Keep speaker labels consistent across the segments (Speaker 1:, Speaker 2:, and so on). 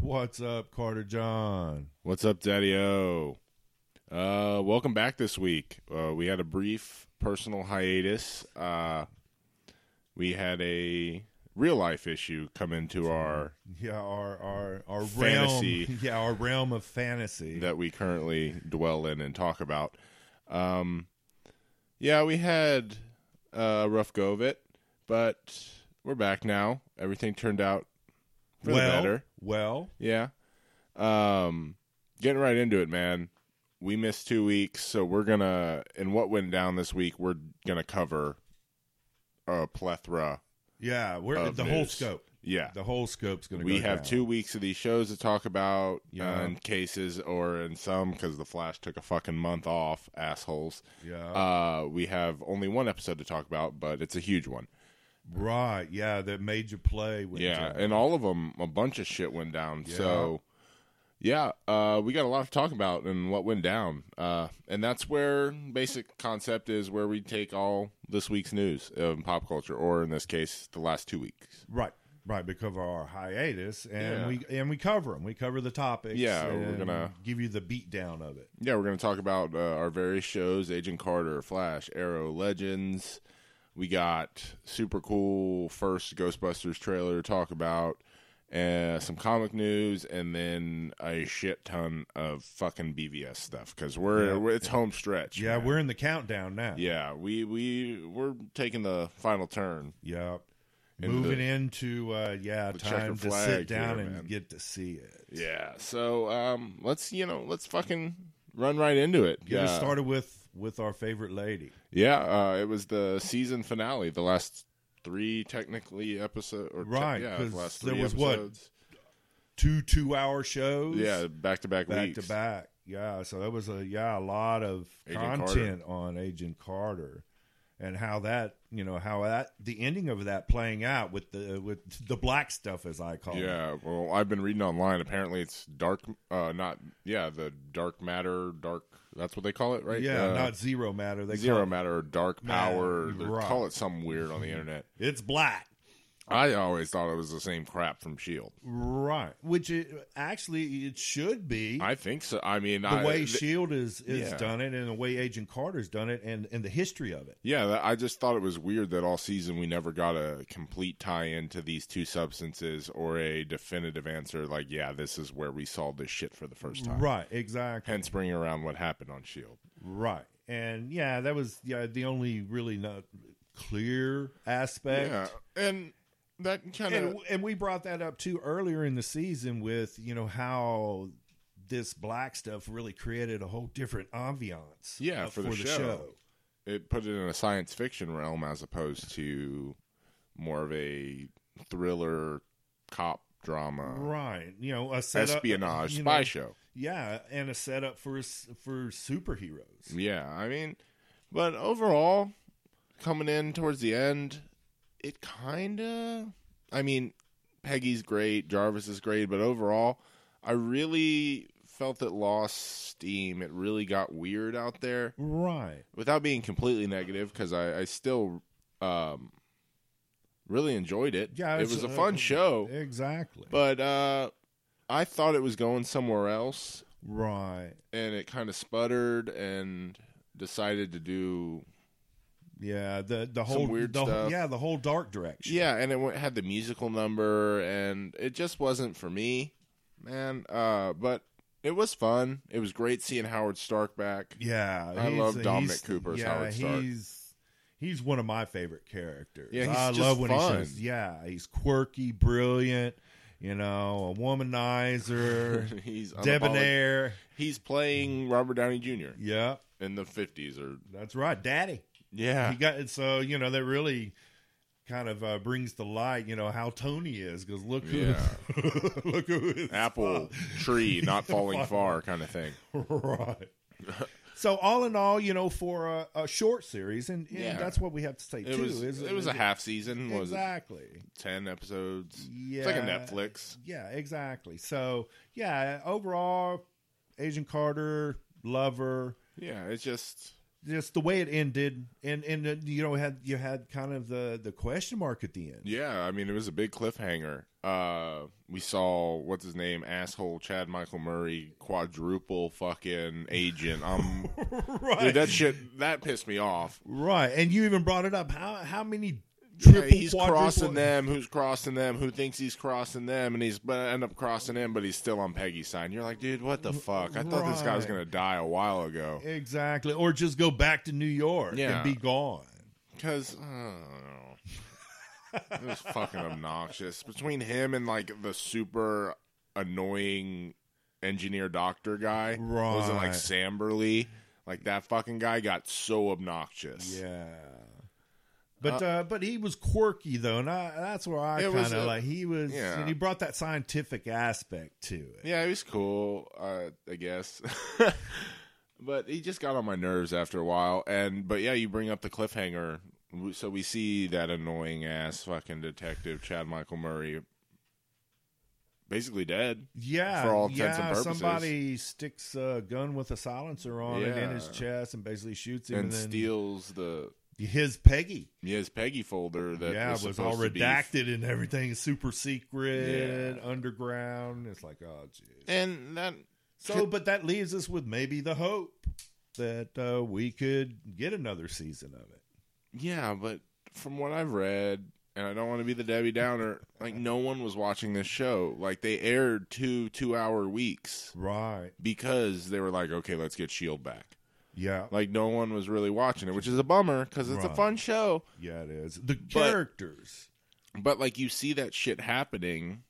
Speaker 1: What's up, Carter John?
Speaker 2: What's up, Daddy O? Uh, welcome back this week. Uh, we had a brief personal hiatus. Uh, we had a real life issue come into our
Speaker 1: Yeah, our our our
Speaker 2: Fantasy.
Speaker 1: realm. Yeah, our realm of fantasy.
Speaker 2: that we currently dwell in and talk about. Um, yeah, we had uh, a rough go of it, but we're back now. Everything turned out for
Speaker 1: well,
Speaker 2: the better.
Speaker 1: well,
Speaker 2: Yeah. Um getting right into it, man. We missed 2 weeks, so we're going to and what went down this week, we're going to cover a plethora.
Speaker 1: yeah, we're
Speaker 2: Of
Speaker 1: the whole
Speaker 2: news.
Speaker 1: scope.
Speaker 2: Yeah.
Speaker 1: The whole scope's going to.
Speaker 2: We
Speaker 1: go
Speaker 2: have
Speaker 1: down.
Speaker 2: two weeks of these shows to talk about
Speaker 1: Yeah.
Speaker 2: uh, in cases or in some because The Flash took a fucking month off, assholes.
Speaker 1: Yeah, Uh-huh.
Speaker 2: Uh, we have only one episode to talk about, but it's a huge one.
Speaker 1: right. Yeah, that major play. Went
Speaker 2: Yeah,
Speaker 1: down.
Speaker 2: and all of them, a bunch of shit went down.
Speaker 1: Yeah.
Speaker 2: So, yeah, uh, we got a lot to talk about and what went down. Uh, and that's where basic concept is where we take all this week's news of pop culture, or in this case, the last two weeks.
Speaker 1: right, right. Because of our hiatus, and
Speaker 2: Yeah.
Speaker 1: we and we cover them. We cover the topics.
Speaker 2: Yeah, we're
Speaker 1: and
Speaker 2: gonna-
Speaker 1: give you the beatdown of it.
Speaker 2: Yeah, we're going to talk about uh, our various shows Agent Carter, Flash, Arrow, Legends. We got super cool first Ghostbusters trailer to talk about. Uh, some comic news and then a shit ton of fucking BVS stuff because we're,
Speaker 1: Yeah.
Speaker 2: we're- it's home stretch.
Speaker 1: Yeah,
Speaker 2: man.
Speaker 1: we're in the countdown now.
Speaker 2: yeah we we we're taking the final turn.
Speaker 1: yeah.
Speaker 2: In
Speaker 1: Moving
Speaker 2: the-
Speaker 1: into uh, yeah,
Speaker 2: the
Speaker 1: time
Speaker 2: checkered
Speaker 1: to
Speaker 2: flag
Speaker 1: sit down
Speaker 2: here,
Speaker 1: and
Speaker 2: man.
Speaker 1: get to see it.
Speaker 2: Yeah, so um, let's you know let's fucking run right into it.
Speaker 1: Get
Speaker 2: yeah,
Speaker 1: us started with with our favorite lady.
Speaker 2: yeah. Uh, it was the season finale, the last three technically episode or te-
Speaker 1: Right,
Speaker 2: yeah,
Speaker 1: 'cause
Speaker 2: the last
Speaker 1: there
Speaker 2: three
Speaker 1: was what,
Speaker 2: episodes.
Speaker 1: Two two hour shows.
Speaker 2: Yeah, back to back
Speaker 1: back
Speaker 2: weeks.
Speaker 1: to back. Yeah, so that was a yeah a lot of
Speaker 2: Agent
Speaker 1: content on Agent Carter, and how that you know how that the ending of that playing out with the with the black stuff as I call it.
Speaker 2: Yeah, well, I've been reading online. Apparently, it's dark. Uh, not yeah, the dark matter, dark. That's what they call it, right?
Speaker 1: Yeah,
Speaker 2: Uh,
Speaker 1: not zero matter. They
Speaker 2: zero
Speaker 1: call it-
Speaker 2: matter, or dark power.
Speaker 1: Matter,
Speaker 2: They
Speaker 1: right. Mm-hmm.
Speaker 2: call it something weird on the internet.
Speaker 1: It's black.
Speaker 2: I always thought it was the same crap from Shield.
Speaker 1: Right, which it, actually it should be.
Speaker 2: I think so. I mean,
Speaker 1: the
Speaker 2: I,
Speaker 1: way
Speaker 2: th-
Speaker 1: Shield E is is
Speaker 2: yeah.
Speaker 1: done it, and the way Agent Carter's done it, and and the history of it.
Speaker 2: yeah, that- I just thought it was weird that all season we never got a complete tie-in to these two substances or a definitive answer. Like, yeah, this is where we saw this shit for the first time.
Speaker 1: Right, exactly.
Speaker 2: Hence, bringing around what happened on Shield.
Speaker 1: Right. And yeah, that was yeah, the only really not clear aspect.
Speaker 2: Yeah, and that kind of
Speaker 1: And, and we brought that up too earlier in the season with, you know, how this black stuff really created a whole different ambiance.
Speaker 2: Yeah,
Speaker 1: uh,
Speaker 2: for the show. it put it in a science fiction realm as opposed to more of a thriller cop drama
Speaker 1: Right. You know, a setup,
Speaker 2: Uh-huh. espionage
Speaker 1: you know,
Speaker 2: spy show.
Speaker 1: Yeah, and a setup for s- for superheroes.
Speaker 2: Yeah, I mean, but overall, coming in towards the end, it kind of. I mean, Peggy's great, Jarvis is great, but overall, I really felt it lost steam. It really got weird out there
Speaker 1: Right.
Speaker 2: without being completely negative because I, I still um, really enjoyed it.
Speaker 1: Yeah,
Speaker 2: it
Speaker 1: it's,
Speaker 2: was a
Speaker 1: uh,
Speaker 2: fun show,
Speaker 1: Exactly.
Speaker 2: but uh, I thought it was going somewhere else
Speaker 1: right.
Speaker 2: and it kind of sputtered and decided to do
Speaker 1: Yeah, the the
Speaker 2: Some
Speaker 1: whole
Speaker 2: weird
Speaker 1: the,
Speaker 2: stuff.
Speaker 1: yeah, the whole dark direction.
Speaker 2: yeah and it went, had the musical number and it just wasn't for me man uh but it was fun it was great seeing howard stark back
Speaker 1: Yeah,
Speaker 2: I
Speaker 1: he's-
Speaker 2: love Dominic
Speaker 1: he's-
Speaker 2: Cooper as
Speaker 1: Yeah,
Speaker 2: Howard Stark.
Speaker 1: he's he's one of my favorite characters.
Speaker 2: Yeah, he's
Speaker 1: I
Speaker 2: just
Speaker 1: love when
Speaker 2: fun.
Speaker 1: he shows. Yeah, he's quirky, brilliant. You know, a womanizer,
Speaker 2: he's unapolog-
Speaker 1: debonair.
Speaker 2: he's playing robert downey jr
Speaker 1: Yeah,
Speaker 2: in the 50s or
Speaker 1: that's right, daddy.
Speaker 2: Yeah.
Speaker 1: He got so you know that really kind of uh, brings to light you know how Tony is because look who
Speaker 2: Yeah.
Speaker 1: look who is
Speaker 2: Apple tree not falling far kind of thing.
Speaker 1: right. So all in all, you know, for a, a short series, and, and
Speaker 2: Yeah.
Speaker 1: that's what we have to say
Speaker 2: It
Speaker 1: too.
Speaker 2: was
Speaker 1: is,
Speaker 2: it was a half season. Was it
Speaker 1: exactly.
Speaker 2: ten episodes?
Speaker 1: Yeah,
Speaker 2: It's like a Netflix.
Speaker 1: Yeah, exactly. So yeah, overall, Agent Carter, lover,
Speaker 2: Yeah, it's just
Speaker 1: just the way it ended, and and uh, you know had you had kind of the the question mark at the end.
Speaker 2: yeah. I mean, it was a big cliffhanger. Uh, we saw what's his name, asshole Chad Michael Murray, quadruple fucking agent. Um,
Speaker 1: right,
Speaker 2: dude, that shit that pissed me off.
Speaker 1: right, and you even brought it up. How how many
Speaker 2: Yeah,
Speaker 1: triple,
Speaker 2: he's
Speaker 1: quadruple-
Speaker 2: crossing them. Who's crossing them? Who thinks he's crossing them? And he's but end up crossing him, but he's still on Peggy's side. And you're like, dude, what the fuck? I thought this guy was
Speaker 1: Right.
Speaker 2: gonna die a while ago.
Speaker 1: exactly, or just go back to New York
Speaker 2: Yeah.
Speaker 1: and be gone.
Speaker 2: Because I don't know. uh, it was fucking obnoxious between him and like the super annoying engineer doctor guy. What Was it like
Speaker 1: Right.
Speaker 2: Sam Burley? Like that fucking guy got so obnoxious.
Speaker 1: Yeah. But uh, but he was quirky though, and I, that's where I
Speaker 2: It
Speaker 1: kind
Speaker 2: was
Speaker 1: of
Speaker 2: a-
Speaker 1: like he was,
Speaker 2: yeah.
Speaker 1: and he brought that scientific aspect to it.
Speaker 2: Yeah, he was cool, uh, I guess. but he just got on my nerves after a while. And but yeah, you bring up the cliffhanger, W- so we see that annoying ass fucking detective Chad Michael Murray, basically dead.
Speaker 1: Yeah,
Speaker 2: For all
Speaker 1: yeah.
Speaker 2: intents and purposes.
Speaker 1: Somebody sticks a gun with a silencer on it in his
Speaker 2: Yeah.
Speaker 1: chest and basically shoots him,
Speaker 2: and
Speaker 1: and, then
Speaker 2: steals the
Speaker 1: his Peggy.
Speaker 2: his Peggy folder that
Speaker 1: yeah,
Speaker 2: was,
Speaker 1: was all
Speaker 2: supposed to be-
Speaker 1: redacted and everything, super secret,
Speaker 2: Yeah.
Speaker 1: underground. It's like, oh, geez.
Speaker 2: and that
Speaker 1: So, but that leaves us with maybe the hope that uh, we could get another season of it.
Speaker 2: yeah, but from what I've read, and I don't want to be the Debbie Downer, like no one was watching this show. Like they aired two two hour weeks
Speaker 1: Right.
Speaker 2: because they were like, okay, let's get Shield E back.
Speaker 1: Yeah.
Speaker 2: Like no one was really watching it, which is a bummer because it's a
Speaker 1: Right.
Speaker 2: fun show.
Speaker 1: Yeah, it is. The characters.
Speaker 2: But like you see that shit happening.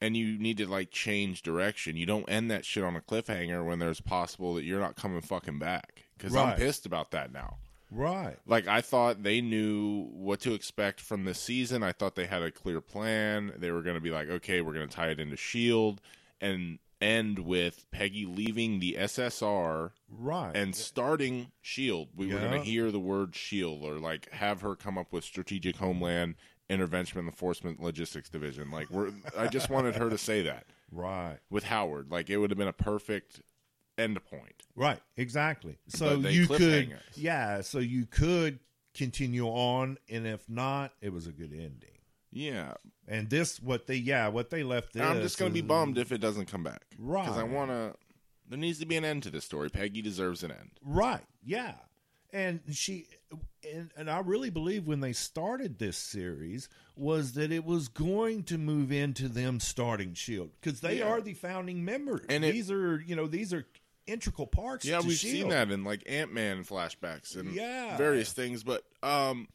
Speaker 2: And you need to like change direction. You don't end that shit on a cliffhanger when there's possible that you're not coming fucking back. Because I'm
Speaker 1: Right.
Speaker 2: pissed about that now.
Speaker 1: Right.
Speaker 2: like I thought they knew what to expect from this season. I thought they had a clear plan. They were going to be like, okay, we're going to tie it into Shield E and end with Peggy leaving the SSR
Speaker 1: Right.
Speaker 2: and starting Shield. E We were going
Speaker 1: Yeah.
Speaker 2: to hear the word Shield E or like have her come up with strategic homeland intervention and enforcement logistics division. Like we're I just wanted her to say that
Speaker 1: right.
Speaker 2: with Howard. Like it would have been a perfect end point.
Speaker 1: Right. Exactly. So
Speaker 2: they
Speaker 1: you could
Speaker 2: cliffhangers.
Speaker 1: Yeah, so you could continue on and if not, it was a good ending.
Speaker 2: Yeah,
Speaker 1: And this what they yeah, what they left
Speaker 2: And I'm
Speaker 1: this
Speaker 2: just going to be
Speaker 1: is-
Speaker 2: bummed if it doesn't come back. Because I
Speaker 1: Right.
Speaker 2: want to. There needs to be an end to this story. Peggy deserves an end.
Speaker 1: Right. Yeah. And she and, and I really believe when they started this series was that it was going to move into them starting Shield because they
Speaker 2: Yeah.
Speaker 1: are the founding members.
Speaker 2: And
Speaker 1: And
Speaker 2: it-
Speaker 1: these are you know these are integral parts.
Speaker 2: Yeah,
Speaker 1: to
Speaker 2: we've
Speaker 1: SHIELD.
Speaker 2: seen that in like Ant Man flashbacks and
Speaker 1: Yeah.
Speaker 2: various things, but um,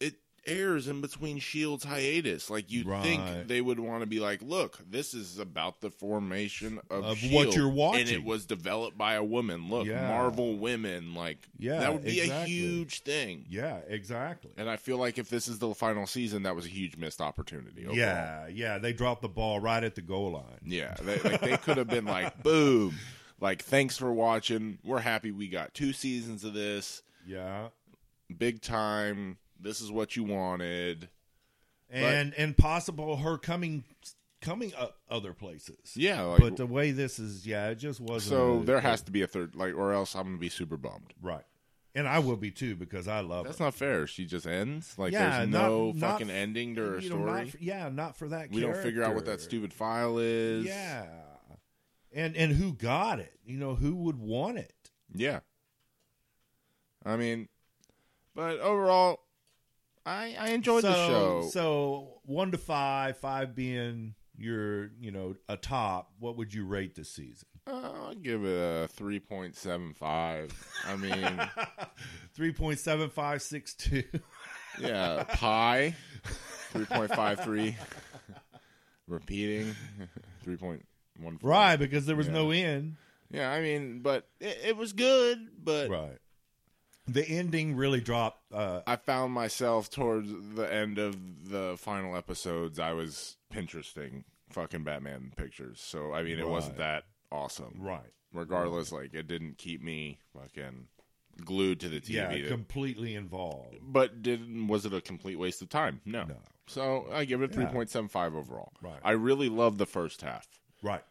Speaker 2: it airs in between Shield's hiatus. Like you would
Speaker 1: Right.
Speaker 2: think they would want to be like, look, this is about the formation of,
Speaker 1: Of what
Speaker 2: SHIELD,
Speaker 1: you're watching.
Speaker 2: E and it was developed by a woman. Look,
Speaker 1: Yeah.
Speaker 2: Marvel women. Like
Speaker 1: Yeah,
Speaker 2: that would be a
Speaker 1: exactly.
Speaker 2: huge thing.
Speaker 1: Yeah, exactly.
Speaker 2: And I feel like if this is the final season, that was a huge missed opportunity. Overall.
Speaker 1: Yeah, yeah, they dropped the ball right at the goal line.
Speaker 2: Yeah, they, like they could have been like, boom, like thanks for watching. We're happy we got two seasons of this,
Speaker 1: Yeah.
Speaker 2: big time. This is what you wanted.
Speaker 1: And and possible her coming coming up other places.
Speaker 2: Yeah, like
Speaker 1: but the Uh, way this is, yeah, it just wasn't
Speaker 2: so
Speaker 1: a-
Speaker 2: there has to be a third, like, or else I'm gonna be super bummed.
Speaker 1: Right. And I will be too because I love
Speaker 2: That's
Speaker 1: her.
Speaker 2: not fair. She just ends. Like,
Speaker 1: Yeah,
Speaker 2: there's
Speaker 1: not-
Speaker 2: no
Speaker 1: not-
Speaker 2: fucking ending to her
Speaker 1: You know,
Speaker 2: story.
Speaker 1: not for- yeah, not for that.
Speaker 2: we don't figure out what that
Speaker 1: character.
Speaker 2: stupid file is.
Speaker 1: Yeah. And and who got it? You know, who would want it?
Speaker 2: Yeah. I mean, but overall, I I enjoyed
Speaker 1: so,
Speaker 2: the show.
Speaker 1: So one to five, five being your, you know, a top. What would you rate this season?
Speaker 2: Uh, I'll give it a 3.75. I mean,
Speaker 1: Three point seven five six two.
Speaker 2: yeah, pi 3.53. Repeating 3.14.
Speaker 1: right, because there was
Speaker 2: Yeah.
Speaker 1: no end.
Speaker 2: Yeah, I mean, but it, it was good, but
Speaker 1: Right. The ending really dropped. Uh,
Speaker 2: I found myself towards the end of the final episodes. I was Pinteresting fucking Batman pictures. So I mean, it wasn't that awesome.
Speaker 1: right.
Speaker 2: Regardless, like it didn't keep me fucking glued to the TV.
Speaker 1: Yeah,
Speaker 2: to-
Speaker 1: completely involved.
Speaker 2: but did was it a complete waste of time? No.
Speaker 1: No.
Speaker 2: So I give it
Speaker 1: Yeah.
Speaker 2: three point seven five overall.
Speaker 1: Right.
Speaker 2: I really love the first half.
Speaker 1: Right.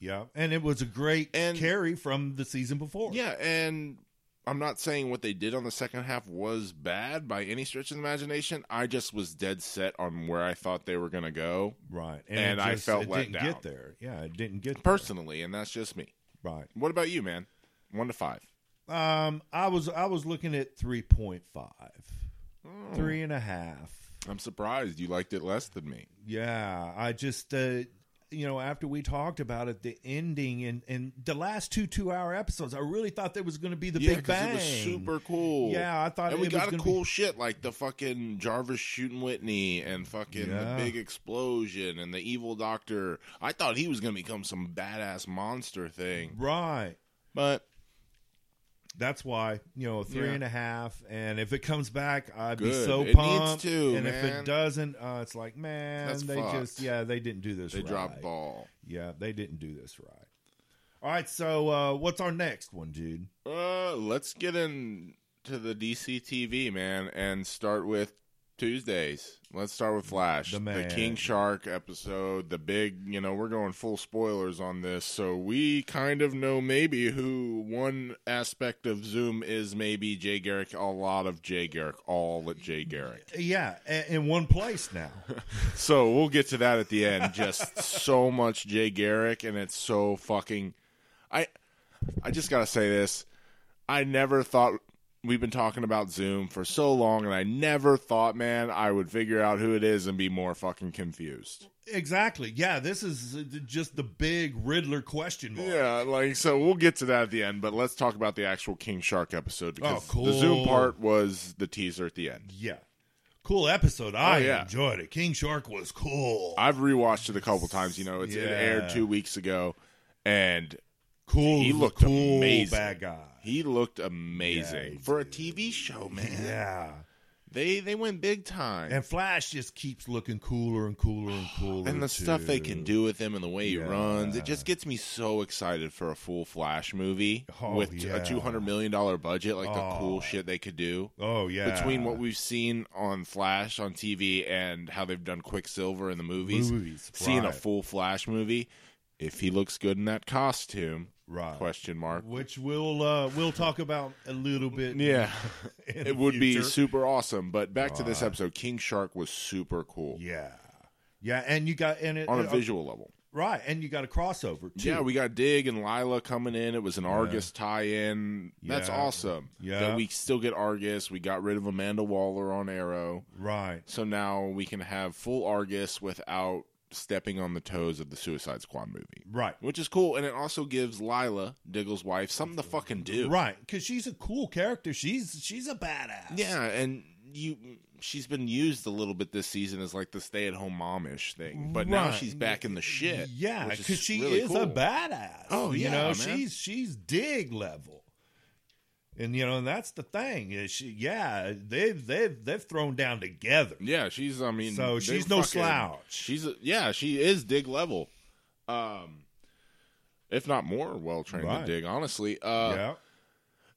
Speaker 1: Yeah, and it was a great
Speaker 2: And-
Speaker 1: carry from the season before.
Speaker 2: Yeah, and I'm not saying what they did on the second half was bad by any stretch of the imagination. I just was dead set on where I thought they were going to go
Speaker 1: Right.
Speaker 2: And
Speaker 1: it
Speaker 2: I felt
Speaker 1: it
Speaker 2: let
Speaker 1: didn't
Speaker 2: down.
Speaker 1: get there. Yeah, it didn't get there.
Speaker 2: personally, and that's just me.
Speaker 1: Right.
Speaker 2: What about you, man? One to five.
Speaker 1: Um, I was I was looking at three point five,
Speaker 2: Hmm.
Speaker 1: three and a half.
Speaker 2: I'm surprised you liked it less than me.
Speaker 1: Yeah, I just uh, you know after we talked about it, the ending and and the last two two hour episodes, I really thought that was going to be the
Speaker 2: yeah,
Speaker 1: big
Speaker 2: 'cause
Speaker 1: bang.
Speaker 2: it was super cool.
Speaker 1: Yeah, I thought
Speaker 2: and we
Speaker 1: it was
Speaker 2: got a
Speaker 1: gonna
Speaker 2: cool shit like the fucking Jarvis shooting Whitney and fucking
Speaker 1: Yeah.
Speaker 2: the big explosion and the evil doctor. I thought he was going to become some badass monster
Speaker 1: Be,
Speaker 2: thing,
Speaker 1: right.
Speaker 2: but
Speaker 1: That's why you know three
Speaker 2: Yeah.
Speaker 1: and a half, and if it comes back, I'd be
Speaker 2: Good.
Speaker 1: so
Speaker 2: It needs
Speaker 1: pumped.
Speaker 2: to,
Speaker 1: and if
Speaker 2: man.
Speaker 1: it doesn't, uh, it's like man,
Speaker 2: That's
Speaker 1: they
Speaker 2: fucked.
Speaker 1: just yeah, they didn't do this.
Speaker 2: they
Speaker 1: right.
Speaker 2: dropped ball.
Speaker 1: Yeah, they didn't do this right. All right, so uh, what's our next one, dude?
Speaker 2: Uh, let's get into the DC TV, man, and start with Tuesdays. Let's start with Flash,
Speaker 1: The
Speaker 2: the
Speaker 1: man.
Speaker 2: King Shark episode, the big. You know, we're going full spoilers on this, so we kind of know maybe who one aspect of Zoom is. Maybe Jay Garrick, a lot of Jay Garrick, all at Jay Garrick.
Speaker 1: Yeah, a- in one place now.
Speaker 2: So we'll get to that at the end. Just so much Jay Garrick, and it's so fucking. I, I just gotta say this. I never thought we've been talking about Zoom for so long, and I never thought, man, I would figure out who it is and be more fucking confused.
Speaker 1: exactly. Yeah, this is uh, just the big Riddler question mark.
Speaker 2: Yeah, like so. We'll get to that at the end, but let's talk about the actual King Shark episode because
Speaker 1: Oh, cool.
Speaker 2: the Zoom part was the teaser at the end.
Speaker 1: Yeah. Cool episode. I
Speaker 2: Oh, yeah.
Speaker 1: enjoyed it. King Shark was cool.
Speaker 2: I've rewatched it a couple times. You know, it's, it
Speaker 1: Yeah.
Speaker 2: aired two weeks ago, and
Speaker 1: cool.
Speaker 2: He looked
Speaker 1: cool
Speaker 2: amazing.
Speaker 1: Bad guy.
Speaker 2: He looked amazing
Speaker 1: Yeah, he
Speaker 2: for a TV show, man.
Speaker 1: Yeah.
Speaker 2: They they went big time. And,
Speaker 1: And Flash just keeps looking cooler and cooler and cooler.
Speaker 2: the stuff they can
Speaker 1: too.
Speaker 2: do with him and the way he
Speaker 1: Yeah.
Speaker 2: runs, it just gets me so excited for a full Flash movie
Speaker 1: Oh,
Speaker 2: with
Speaker 1: yeah.
Speaker 2: a two hundred million dollar budget, like the
Speaker 1: Oh.
Speaker 2: cool shit they could do.
Speaker 1: Oh yeah.
Speaker 2: Between what we've seen on Flash on TV and how they've done Quicksilver in the movies,
Speaker 1: Movies,
Speaker 2: seeing a
Speaker 1: right.
Speaker 2: full Flash movie, if he looks good in that costume,
Speaker 1: right.
Speaker 2: question mark.
Speaker 1: Which we'll uh, we'll talk about a little bit.
Speaker 2: Yeah.
Speaker 1: in the
Speaker 2: it would be
Speaker 1: future.
Speaker 2: super awesome. But back to this
Speaker 1: Right.
Speaker 2: episode, King Shark was super cool
Speaker 1: Yeah. Yeah, and you got and it
Speaker 2: on a
Speaker 1: uh,
Speaker 2: visual level.
Speaker 1: right, and you got a crossover too.
Speaker 2: Yeah, we got Dig and Lila coming in. It was an Argus tie-in. That's
Speaker 1: Yeah.
Speaker 2: awesome.
Speaker 1: Yeah.
Speaker 2: That we still get Argus. We got rid of Amanda Waller on Arrow,
Speaker 1: right.
Speaker 2: so now we can have full Argus without stepping on the toes of the Suicide Squad movie,
Speaker 1: Right.
Speaker 2: which is cool. And it also gives Lila Diggle's wife something to fucking do.
Speaker 1: Right, because she's a cool character. She's she's a badass.
Speaker 2: Yeah, and you she's been used a little bit this season as like the stay at home momish thing, but now
Speaker 1: Right.
Speaker 2: she's back in the shit.
Speaker 1: yeah,
Speaker 2: which is
Speaker 1: because she
Speaker 2: really
Speaker 1: is
Speaker 2: cool.
Speaker 1: a badass.
Speaker 2: Oh, yeah,
Speaker 1: you know
Speaker 2: man.
Speaker 1: she's she's dig level, and you know and that's the thing. Is she, yeah, they've they've they've thrown down together.
Speaker 2: Yeah, she's. I mean,
Speaker 1: So
Speaker 2: they
Speaker 1: she's no
Speaker 2: fucking-
Speaker 1: slouch.
Speaker 2: She's a, yeah, she is dig level, um, if not more well trained than
Speaker 1: Right.
Speaker 2: dig. Honestly, uh,
Speaker 1: yeah,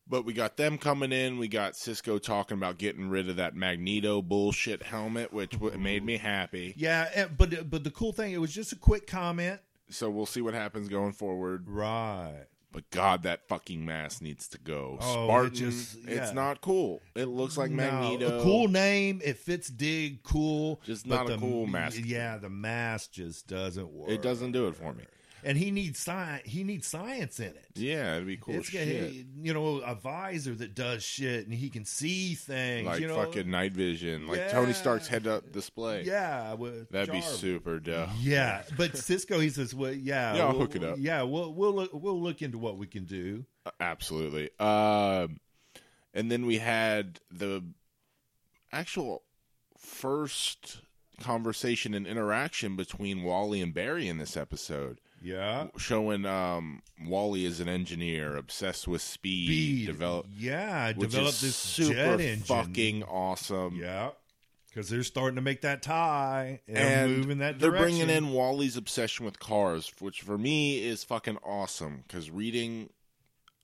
Speaker 2: But we got them coming in. We got Cisco talking about getting rid of that Magneto bullshit helmet, which w- made me happy.
Speaker 1: yeah. And, but but the cool thing, it was just a quick comment.
Speaker 2: So we'll see what happens going forward.
Speaker 1: Right.
Speaker 2: But God, that fucking mask needs to go.
Speaker 1: Oh, it
Speaker 2: Spartan,
Speaker 1: just-
Speaker 2: it's
Speaker 1: yeah.
Speaker 2: not cool. It looks like
Speaker 1: No,
Speaker 2: Magneto.
Speaker 1: A cool name. It fits dig. Cool.
Speaker 2: Just
Speaker 1: but
Speaker 2: not a cool mask.
Speaker 1: Yeah, the mask just doesn't work.
Speaker 2: It doesn't do it for me.
Speaker 1: And he needs science. He needs science in it.
Speaker 2: Yeah, it'd be cool
Speaker 1: it's got,
Speaker 2: shit.
Speaker 1: you know, a visor that does shit and he can see things.
Speaker 2: like
Speaker 1: you know?
Speaker 2: fucking night vision, like Tony
Speaker 1: Yeah.
Speaker 2: Stark's head-up display.
Speaker 1: Yeah. Mm-hmm. With
Speaker 2: that'd be
Speaker 1: Jarvis.
Speaker 2: super dope.
Speaker 1: Yeah, but Cisco, he says, "Well, yeah,
Speaker 2: Yeah, I'll
Speaker 1: we'll-
Speaker 2: hook it up.
Speaker 1: Yeah, we'll we'll look, we'll look into what we can do.
Speaker 2: Absolutely. Um, and then we had the actual first conversation and interaction between Wally and Barry in this episode.
Speaker 1: Yeah.
Speaker 2: showing um, Wally is an engineer obsessed with speed,
Speaker 1: Speed.
Speaker 2: develop,
Speaker 1: yeah.
Speaker 2: which
Speaker 1: Develop
Speaker 2: is
Speaker 1: this
Speaker 2: super
Speaker 1: jet engine.
Speaker 2: fucking um, awesome.
Speaker 1: Yeah. Because they're starting to make that tie and,
Speaker 2: and
Speaker 1: moving that
Speaker 2: they're
Speaker 1: direction.
Speaker 2: bringing in Wally's obsession with cars, which for me is fucking awesome. Because reading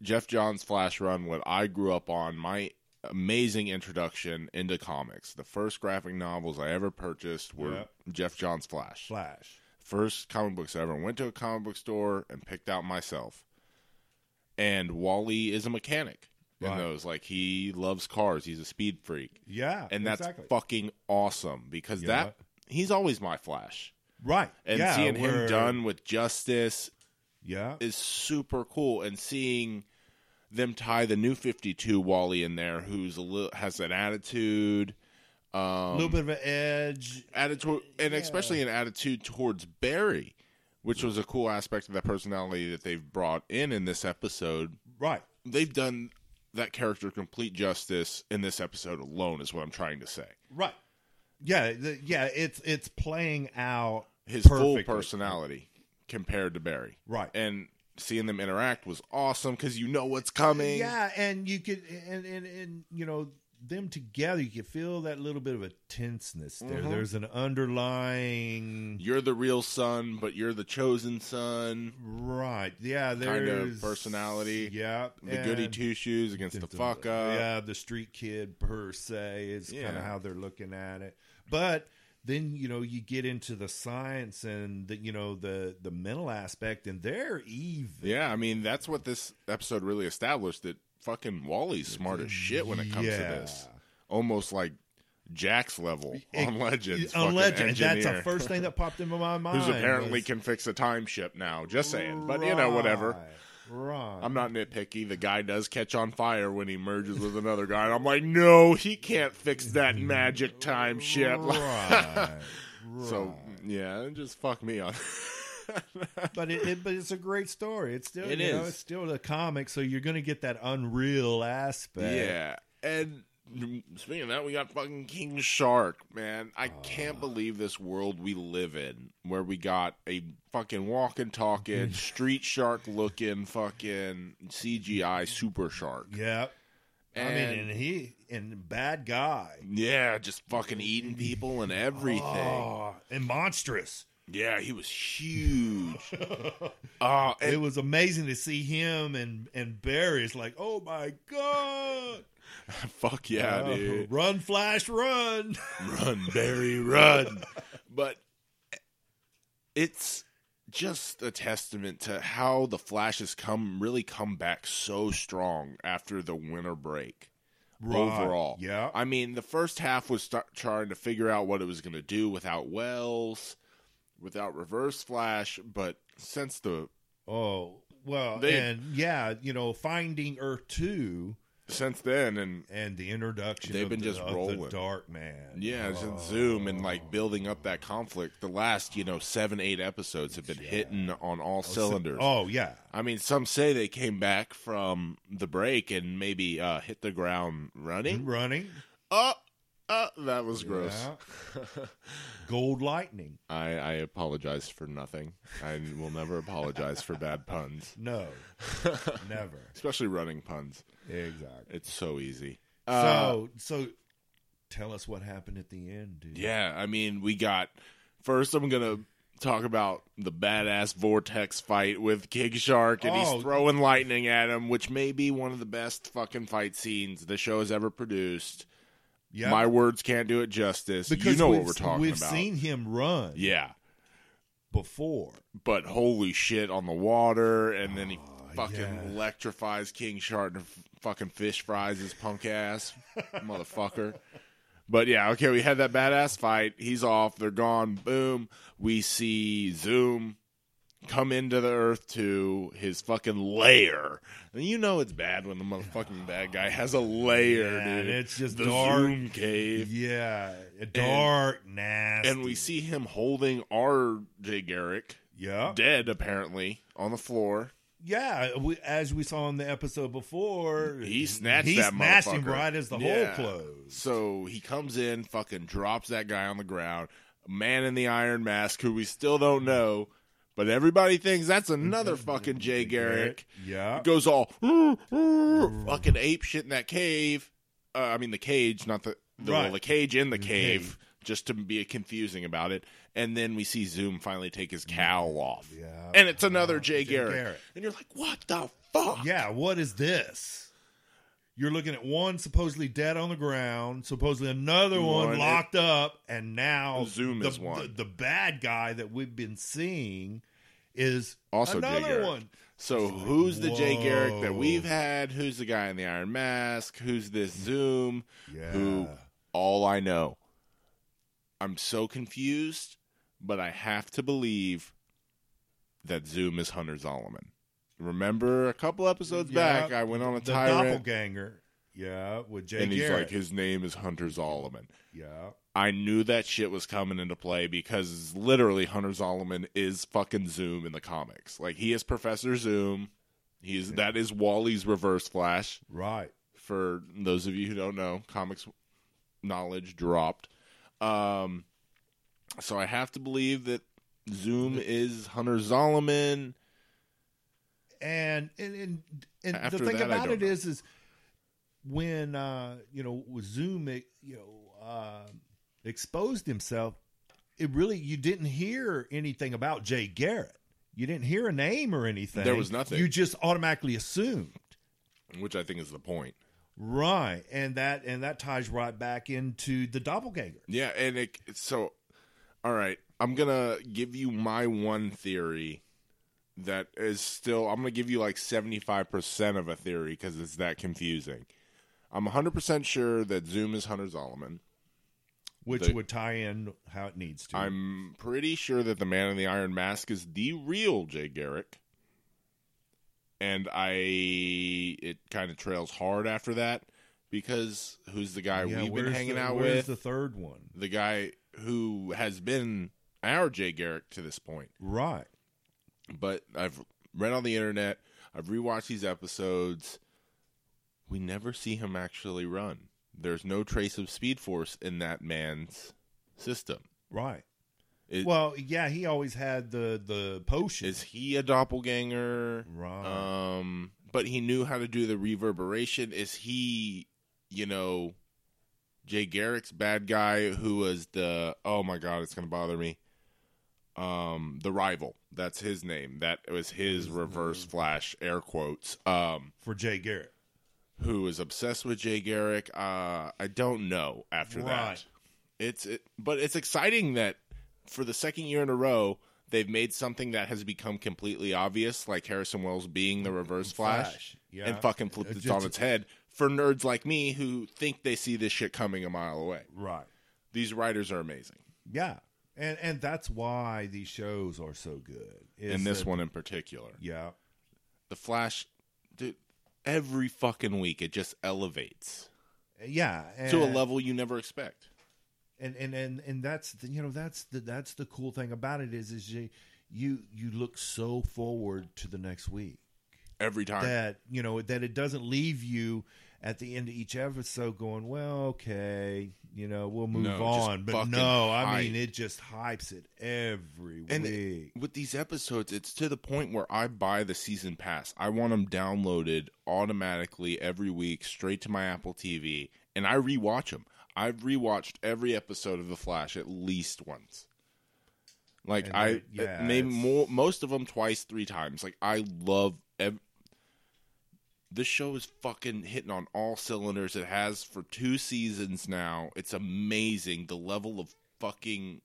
Speaker 2: Jeff Johns' Flash Run, what I grew up on, my amazing introduction into comics. The first graphic novels I ever purchased were
Speaker 1: Yep.
Speaker 2: Jeff Johns' Flash.
Speaker 1: Flash.
Speaker 2: First comic books I ever went to a comic book store and picked out myself. And Wally is a mechanic
Speaker 1: Right.
Speaker 2: in those. Like he loves cars. He's a speed freak.
Speaker 1: Yeah.
Speaker 2: And that's
Speaker 1: exactly.
Speaker 2: fucking awesome because
Speaker 1: Yeah.
Speaker 2: that he's always my Flash
Speaker 1: right.
Speaker 2: and
Speaker 1: yeah,
Speaker 2: seeing him
Speaker 1: where-
Speaker 2: done with justice
Speaker 1: Yeah.
Speaker 2: is super cool and seeing them tie the new 52 wally in there who's a little has an attitude um
Speaker 1: a little bit of an edge.
Speaker 2: attitude and
Speaker 1: Yeah.
Speaker 2: especially an attitude towards barry which was a cool aspect of that personality that they've brought in in this episode
Speaker 1: Right.
Speaker 2: they've done that character complete justice in this episode alone is what i'm trying to say
Speaker 1: Right. Yeah. The, yeah. It's it's playing out
Speaker 2: his
Speaker 1: perfectly.
Speaker 2: full personality compared to barry
Speaker 1: Right.
Speaker 2: and seeing them interact was awesome because you know what's coming.
Speaker 1: Yeah, and you could and and and you know them together, you could feel that little bit of a tenseness there.
Speaker 2: Mhm.
Speaker 1: There's an underlying
Speaker 2: You're the real son, but you're the chosen son.
Speaker 1: right, yeah,
Speaker 2: Kind of
Speaker 1: there's
Speaker 2: personality.
Speaker 1: yeah,
Speaker 2: The goody
Speaker 1: and-
Speaker 2: two shoes against the fuck up.
Speaker 1: yeah, the street kid per se is kind
Speaker 2: Yeah.
Speaker 1: of how they're looking at it, but. Then you know you get into the science and the, you know the the mental aspect, and they're even.
Speaker 2: Yeah, I mean that's what this episode really established that fucking Wally's smart as shit when it comes to this.
Speaker 1: Yeah.
Speaker 2: Almost like Jack's level on Legends.
Speaker 1: on
Speaker 2: fucking
Speaker 1: Legend, that's the
Speaker 2: engineer,
Speaker 1: first thing that popped into my mind.
Speaker 2: Who's apparently
Speaker 1: was-
Speaker 2: can fix a time ship now. Just saying, but you know whatever.
Speaker 1: Right.
Speaker 2: I'm not nitpicky. The guy does catch on fire when he merges with another guy. And I'm like, no, he can't fix that magic time ship.
Speaker 1: Right.
Speaker 2: so
Speaker 1: right.
Speaker 2: yeah, it just fuck me up.
Speaker 1: but it, it- but it's a great story. It's still
Speaker 2: It
Speaker 1: you know,
Speaker 2: is.
Speaker 1: it's still a comic, so you're going to get that unreal aspect.
Speaker 2: yeah, and speaking of that, we got fucking King Shark, man. I can't
Speaker 1: Ah.
Speaker 2: believe this world we live in, where we got a fucking walking, talking street shark looking fucking CGI super shark.
Speaker 1: Yeah. I mean,
Speaker 2: And-
Speaker 1: and he and bad guy.
Speaker 2: Yeah, just fucking eating people and everything.
Speaker 1: Oh, and monstrous.
Speaker 2: Yeah, he was huge. uh,
Speaker 1: It
Speaker 2: and
Speaker 1: was amazing to see him and and Barry. It's like, oh my god!
Speaker 2: fuck yeah,
Speaker 1: Uh,
Speaker 2: dude.
Speaker 1: Run, Flash, run!
Speaker 2: Run, Barry, run. But it's just a testament to how the Flash has come really come back so strong after the winter break. Overall.
Speaker 1: yeah,
Speaker 2: I mean, the first half was st- trying to figure out what it was going to do without Wells, without Reverse Flash, but since the
Speaker 1: Oh well,
Speaker 2: They-
Speaker 1: and yeah, you know, finding Earth two
Speaker 2: since then and
Speaker 1: and the introduction.
Speaker 2: They've
Speaker 1: of
Speaker 2: been
Speaker 1: the,
Speaker 2: just
Speaker 1: of the
Speaker 2: rolling.
Speaker 1: Dark Man.
Speaker 2: Yeah, it's in
Speaker 1: Oh.
Speaker 2: Zoom and like building up that conflict. The last, you know, seven, eight episodes have been
Speaker 1: Yeah.
Speaker 2: hitting on all
Speaker 1: Oh, so-
Speaker 2: cylinders.
Speaker 1: Oh yeah,
Speaker 2: I mean, some say they came back from the break and maybe uh, hit the ground running.
Speaker 1: running
Speaker 2: Oh, uh, that was gross.
Speaker 1: Yeah. Gold Lightning.
Speaker 2: I, I apologize for nothing. I will never apologize for bad puns,
Speaker 1: No, never.
Speaker 2: especially running puns.
Speaker 1: Exactly.
Speaker 2: It's so easy. Uh,
Speaker 1: so so, tell us what happened at the end, dude.
Speaker 2: Yeah, I mean, we got first. I'm gonna talk about the badass vortex fight with King Shark, and
Speaker 1: Oh.
Speaker 2: he's throwing lightning at him, which may be one of the best fucking fight scenes the show has ever produced.
Speaker 1: yeah.
Speaker 2: My words can't do it justice.
Speaker 1: because
Speaker 2: you know what
Speaker 1: we've-
Speaker 2: we're talking
Speaker 1: We've
Speaker 2: about.
Speaker 1: seen him run
Speaker 2: yeah,
Speaker 1: before.
Speaker 2: but holy shit on the water, and then he
Speaker 1: Aw,
Speaker 2: fucking
Speaker 1: Oh, yeah.
Speaker 2: electrifies King Shark and f- fucking fish fries his punk ass, motherfucker. But yeah, okay, we had that badass fight. He's off. They're gone. Boom. We see Zoom come into the Earth to his fucking lair. And you know it's bad when the motherfucking bad guy has a lair,
Speaker 1: Yeah, and
Speaker 2: dude.
Speaker 1: it's just
Speaker 2: the
Speaker 1: dark.
Speaker 2: Zoom cave.
Speaker 1: Yeah, dark, nasty,
Speaker 2: And we see him holding R.J. Garrick,
Speaker 1: yeah
Speaker 2: dead apparently, on the floor.
Speaker 1: Yeah, we, as we saw in the episode before,
Speaker 2: He snatched
Speaker 1: he
Speaker 2: that
Speaker 1: snatched him
Speaker 2: motherfucker.
Speaker 1: right as the
Speaker 2: Yeah.
Speaker 1: hole closed.
Speaker 2: So he comes in, fucking drops that guy on the ground. Man in the iron mask, who we still don't know, But everybody thinks that's another fucking Jay Garrick.
Speaker 1: Yeah.
Speaker 2: It goes all "Ooh, ooh," fucking ape shit in that cave. Uh, I mean, the cage, not the the, well,
Speaker 1: Right.
Speaker 2: the cage in the cave,
Speaker 1: cave.
Speaker 2: just to be confusing about it. And then we see Zoom finally take his cowl off,
Speaker 1: Yeah.
Speaker 2: and it's another Jay,
Speaker 1: Jay
Speaker 2: Garrick.
Speaker 1: Garrick.
Speaker 2: And you're like, what the fuck?
Speaker 1: Yeah, what is this? You're looking at one supposedly dead on the ground, supposedly another one,
Speaker 2: One, it-
Speaker 1: locked up, and now
Speaker 2: Zoom
Speaker 1: the,
Speaker 2: is one.
Speaker 1: The, the bad guy that we've been seeing is
Speaker 2: Also Jay
Speaker 1: another
Speaker 2: Garrick.
Speaker 1: one.
Speaker 2: So
Speaker 1: It's like,
Speaker 2: who's the Jay Garrick that
Speaker 1: whoa.
Speaker 2: we've had? Who's the guy in the Iron Mask? Who's this Zoom? Who- All I know. I'm so confused, but I have to believe that Zoom is Hunter Zolomon. Remember a couple episodes
Speaker 1: Yeah,
Speaker 2: back, I went on a
Speaker 1: the
Speaker 2: tirade,
Speaker 1: doppelganger. Yeah, with Jay
Speaker 2: and he's
Speaker 1: Garrick.
Speaker 2: like, his name is Hunter Zolomon.
Speaker 1: yeah,
Speaker 2: I knew that shit was coming into play because literally Hunter Zolomon is fucking Zoom in the comics. Like he is Professor Zoom. He's that is Wally's Reverse Flash.
Speaker 1: right.
Speaker 2: For those of you who don't know, comics knowledge dropped. Um, so I have to believe that Zoom is Hunter Zolomon.
Speaker 1: and and and, and
Speaker 2: After
Speaker 1: the thing
Speaker 2: that, I
Speaker 1: about
Speaker 2: don't
Speaker 1: it
Speaker 2: know.
Speaker 1: is is when uh you know zoom eh, you know uh, exposed himself it really you didn't hear anything about jay garrett you didn't hear a name or anything
Speaker 2: There was nothing.
Speaker 1: you just automatically assumed
Speaker 2: which I think is the point.
Speaker 1: right and that and that ties right back into the doppelganger
Speaker 2: Yeah, and it so all right, I'm going to give you my one theory that is still I'm going to give you like 75% of a theory cuz it's that confusing. I'm 100% sure that Zoom is Hunter Zolomon.
Speaker 1: which
Speaker 2: The-
Speaker 1: would tie in how it needs to
Speaker 2: I'm pretty sure that the man in the iron mask is the real Jay Garrick. And I it kind of trails hard after that because who's the guy
Speaker 1: Yeah,
Speaker 2: we've been
Speaker 1: where's
Speaker 2: hanging
Speaker 1: the-
Speaker 2: out
Speaker 1: where's
Speaker 2: with?
Speaker 1: the third one
Speaker 2: the guy who has been our Jay Garrick to this point.
Speaker 1: right
Speaker 2: But I've read on the internet, I've rewatched these episodes. We never see him actually run. There's no trace of Speed Force in that man's system.
Speaker 1: right
Speaker 2: It-
Speaker 1: well yeah he always had the the potion
Speaker 2: Is he a doppelganger?
Speaker 1: Right.
Speaker 2: Um, but he knew how to do the reverberation. Is he, you know, Jay Garrick's bad guy who was the oh my god, it's gonna bother me. Um, the rival. That's his name. That was his reverse flash air quotes. Um,
Speaker 1: for Jay Garrett.
Speaker 2: who is obsessed with Jay Garrick. Uh, I don't know after that.
Speaker 1: Right.
Speaker 2: It's it, but it's exciting that for the second year in a row they've made something that has become completely obvious, like Harrison Wells being the Reverse Flash,
Speaker 1: Flash, yeah.
Speaker 2: and fucking flipped
Speaker 1: Uh,
Speaker 2: it
Speaker 1: just-
Speaker 2: on its head for nerds like me who think they see this shit coming a mile away.
Speaker 1: Right.
Speaker 2: These writers are amazing,
Speaker 1: Yeah. And and that's why these shows are so good. is
Speaker 2: and this
Speaker 1: that-
Speaker 2: one in particular,
Speaker 1: Yeah.
Speaker 2: the Flash, dude, every fucking week it just elevates
Speaker 1: Yeah. And,
Speaker 2: to a level you never expect.
Speaker 1: And and and and that's the, you know that's the that's the cool thing about it is is you you you look so forward to the next week
Speaker 2: Every time,
Speaker 1: that you know that it doesn't leave you at the end of each episode going well okay you know we'll move
Speaker 2: No, just
Speaker 1: on but
Speaker 2: fucking
Speaker 1: no I
Speaker 2: hype.
Speaker 1: mean it just hypes it every
Speaker 2: And
Speaker 1: week
Speaker 2: with these episodes, it's to the point where I buy the season pass. I want them downloaded automatically every week straight to my Apple TV, and I rewatch them. I've rewatched every episode of The Flash at least once. Like
Speaker 1: And
Speaker 2: I uh,
Speaker 1: they- yeah,
Speaker 2: maybe
Speaker 1: it's-
Speaker 2: more, most of them twice, three times. Like I love ev- this show is fucking hitting on all cylinders. It has for two seasons now. It's amazing the level of fucking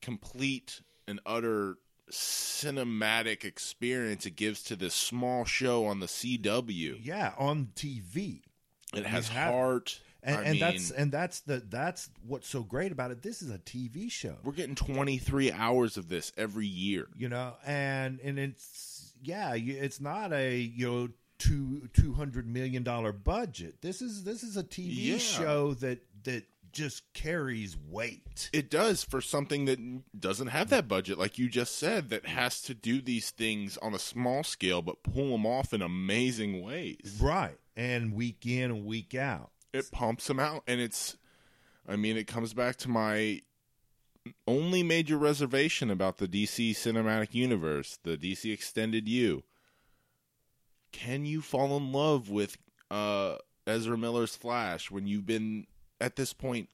Speaker 2: complete and utter cinematic experience it gives to this small show on the CW.
Speaker 1: yeah on TV
Speaker 2: It
Speaker 1: You
Speaker 2: has
Speaker 1: have-
Speaker 2: heart.
Speaker 1: and,
Speaker 2: I
Speaker 1: and
Speaker 2: mean,
Speaker 1: that's and that's the that's what's so great about it. This is a TV show,
Speaker 2: we're getting 23 hours of this every year.
Speaker 1: you know, and and it's yeah, you, it's not a you know two two hundred million dollar budget. This is this is a TV
Speaker 2: Yeah.
Speaker 1: show that that just carries weight.
Speaker 2: It does for something that doesn't have that budget, like you just said, that has to do these things on a small scale but pull them off in amazing ways.
Speaker 1: Right, and week in and week out.
Speaker 2: It pumps them out, and it's, I mean, it comes back to my only major reservation about the DC cinematic universe, the DC extended U. Can you fall in love with uh, Ezra Miller's Flash when you've been at this point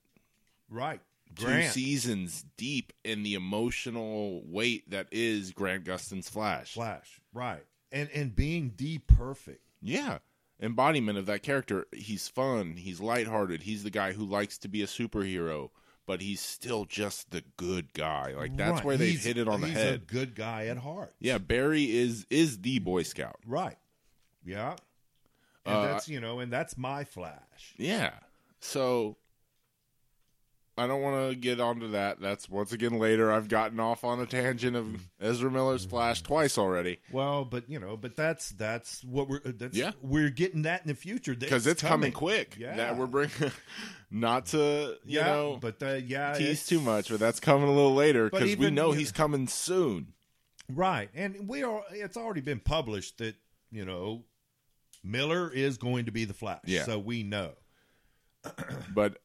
Speaker 1: Right.
Speaker 2: two
Speaker 1: Grant.
Speaker 2: seasons deep in the emotional weight that is Grant Gustin's Flash?
Speaker 1: Flash. Right. And and being the perfect.
Speaker 2: Yeah. Embodiment of that character. He's fun. He's lighthearted. He's the guy who likes to be a superhero, but he's still just the good guy. Like that's
Speaker 1: Right.
Speaker 2: where they've
Speaker 1: He's-
Speaker 2: hit it on the
Speaker 1: he's
Speaker 2: head.
Speaker 1: A good guy at heart.
Speaker 2: Yeah, Barry is is the Boy Scout.
Speaker 1: Right. Yeah. And
Speaker 2: Uh,
Speaker 1: that's you know, and that's my flash.
Speaker 2: Yeah. So I don't want to get onto that. That's once again later. I've gotten off on a tangent of Ezra Miller's Flash twice already
Speaker 1: Well, but you know, but that's that's what we're uh, that's
Speaker 2: Yeah.
Speaker 1: we're getting that in the future
Speaker 2: because it's, coming. quick.
Speaker 1: Yeah.
Speaker 2: That we're bringing. Not to you
Speaker 1: yeah,
Speaker 2: know
Speaker 1: but uh, yeah,
Speaker 2: tease
Speaker 1: it's-
Speaker 2: too much, but that's coming a little later
Speaker 1: But
Speaker 2: because we
Speaker 1: even,
Speaker 2: know
Speaker 1: you
Speaker 2: he's coming soon.
Speaker 1: Right, and we are. It's already been published that you know Miller is going to be the Flash.
Speaker 2: Yeah.
Speaker 1: so we know.
Speaker 2: But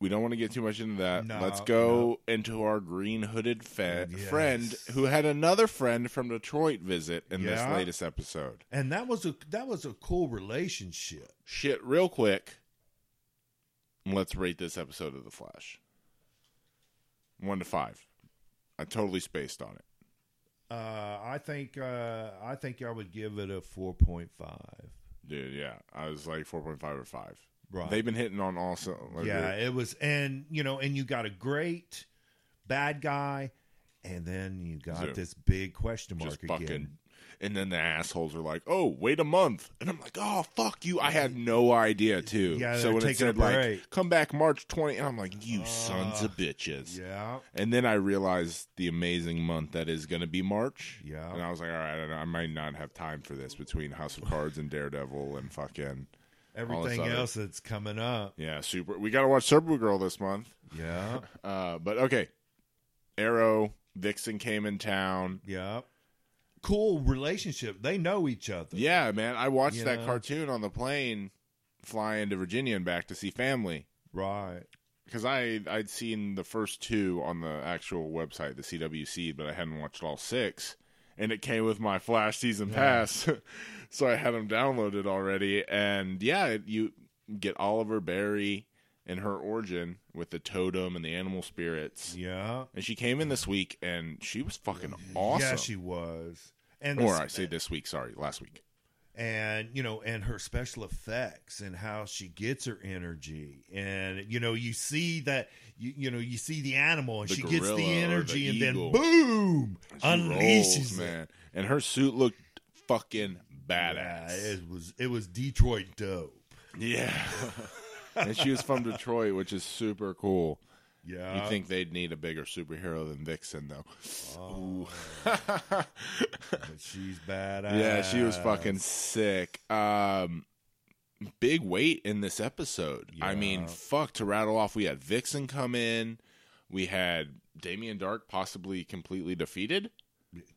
Speaker 2: we don't want to get too much into that.
Speaker 1: No,
Speaker 2: Let's go into our green hooded fe-
Speaker 1: Yes.
Speaker 2: friend who had another friend from Detroit visit in this
Speaker 1: Yeah.
Speaker 2: latest episode.
Speaker 1: And that was a that was a cool relationship.
Speaker 2: Shit, real quick. Let's rate this episode of The Flash. One to five. I totally spaced on it.
Speaker 1: Uh, I think uh, I think I would give it a four point five.
Speaker 2: Dude, yeah. I was like 4.5 or 5.
Speaker 1: Right.
Speaker 2: They've been hitting on all cylinders.
Speaker 1: yeah, it was, and you know, and you got a great bad guy, and then you got
Speaker 2: Yeah.
Speaker 1: this big question mark
Speaker 2: just
Speaker 1: again.
Speaker 2: fucking. And then the assholes are like, "Oh, wait a month," and I'm like, "Oh, fuck you! I had no idea too."
Speaker 1: Yeah,
Speaker 2: so
Speaker 1: they're
Speaker 2: when it
Speaker 1: taking a
Speaker 2: said like,
Speaker 1: break.
Speaker 2: "Come back March 20," and I'm like, "You
Speaker 1: Uh,
Speaker 2: sons of bitches!"
Speaker 1: Yeah,
Speaker 2: And then I realized the amazing month that is going to be March.
Speaker 1: Yeah.
Speaker 2: and I was like, "All right, I, don't know, I might not have time for this between House of Cards and Daredevil and fucking
Speaker 1: everything
Speaker 2: other-
Speaker 1: else that's coming up.
Speaker 2: yeah, super. We got to watch Supergirl this month."
Speaker 1: Yeah,
Speaker 2: Uh, but okay, Arrow, Vixen came in town.
Speaker 1: yeah. Cool relationship. They know each other.
Speaker 2: Yeah, man. I watched
Speaker 1: You
Speaker 2: that
Speaker 1: know?
Speaker 2: cartoon on the plane flying to Virginia and back to see family
Speaker 1: Right.
Speaker 2: because I I'd seen the first two on the actual website, the CWC, but I hadn't watched all six. And it came with my Flash season
Speaker 1: Yeah.
Speaker 2: pass, so I had them downloaded already. And yeah, it- you get Oliver Berry and her origin with the totem and the animal spirits.
Speaker 1: Yeah.
Speaker 2: And she came in this week, and she was fucking awesome.
Speaker 1: Yeah, she was. And
Speaker 2: or
Speaker 1: the-
Speaker 2: I say this week, sorry, last week.
Speaker 1: and you know and her special effects and how she gets her energy and you know you see that you, you know you see the animal and
Speaker 2: The
Speaker 1: she gets
Speaker 2: gorilla or
Speaker 1: the
Speaker 2: the
Speaker 1: energy and
Speaker 2: eagle.
Speaker 1: then boom
Speaker 2: She
Speaker 1: unleashes
Speaker 2: rolls,
Speaker 1: it.
Speaker 2: man. And her suit looked fucking
Speaker 1: Yeah,
Speaker 2: badass.
Speaker 1: it was it was Detroit dope
Speaker 2: Yeah. and she was from Detroit, which is super cool. You
Speaker 1: yeah
Speaker 2: think they'd need a bigger superhero than Vixen, though?
Speaker 1: Oh, but she's badass
Speaker 2: yeah, she was fucking sick. Um, big weight in this episode. I mean,
Speaker 1: Yeah.
Speaker 2: fuck to rattle off. We had Vixen come in. We had Damien Dark possibly completely defeated.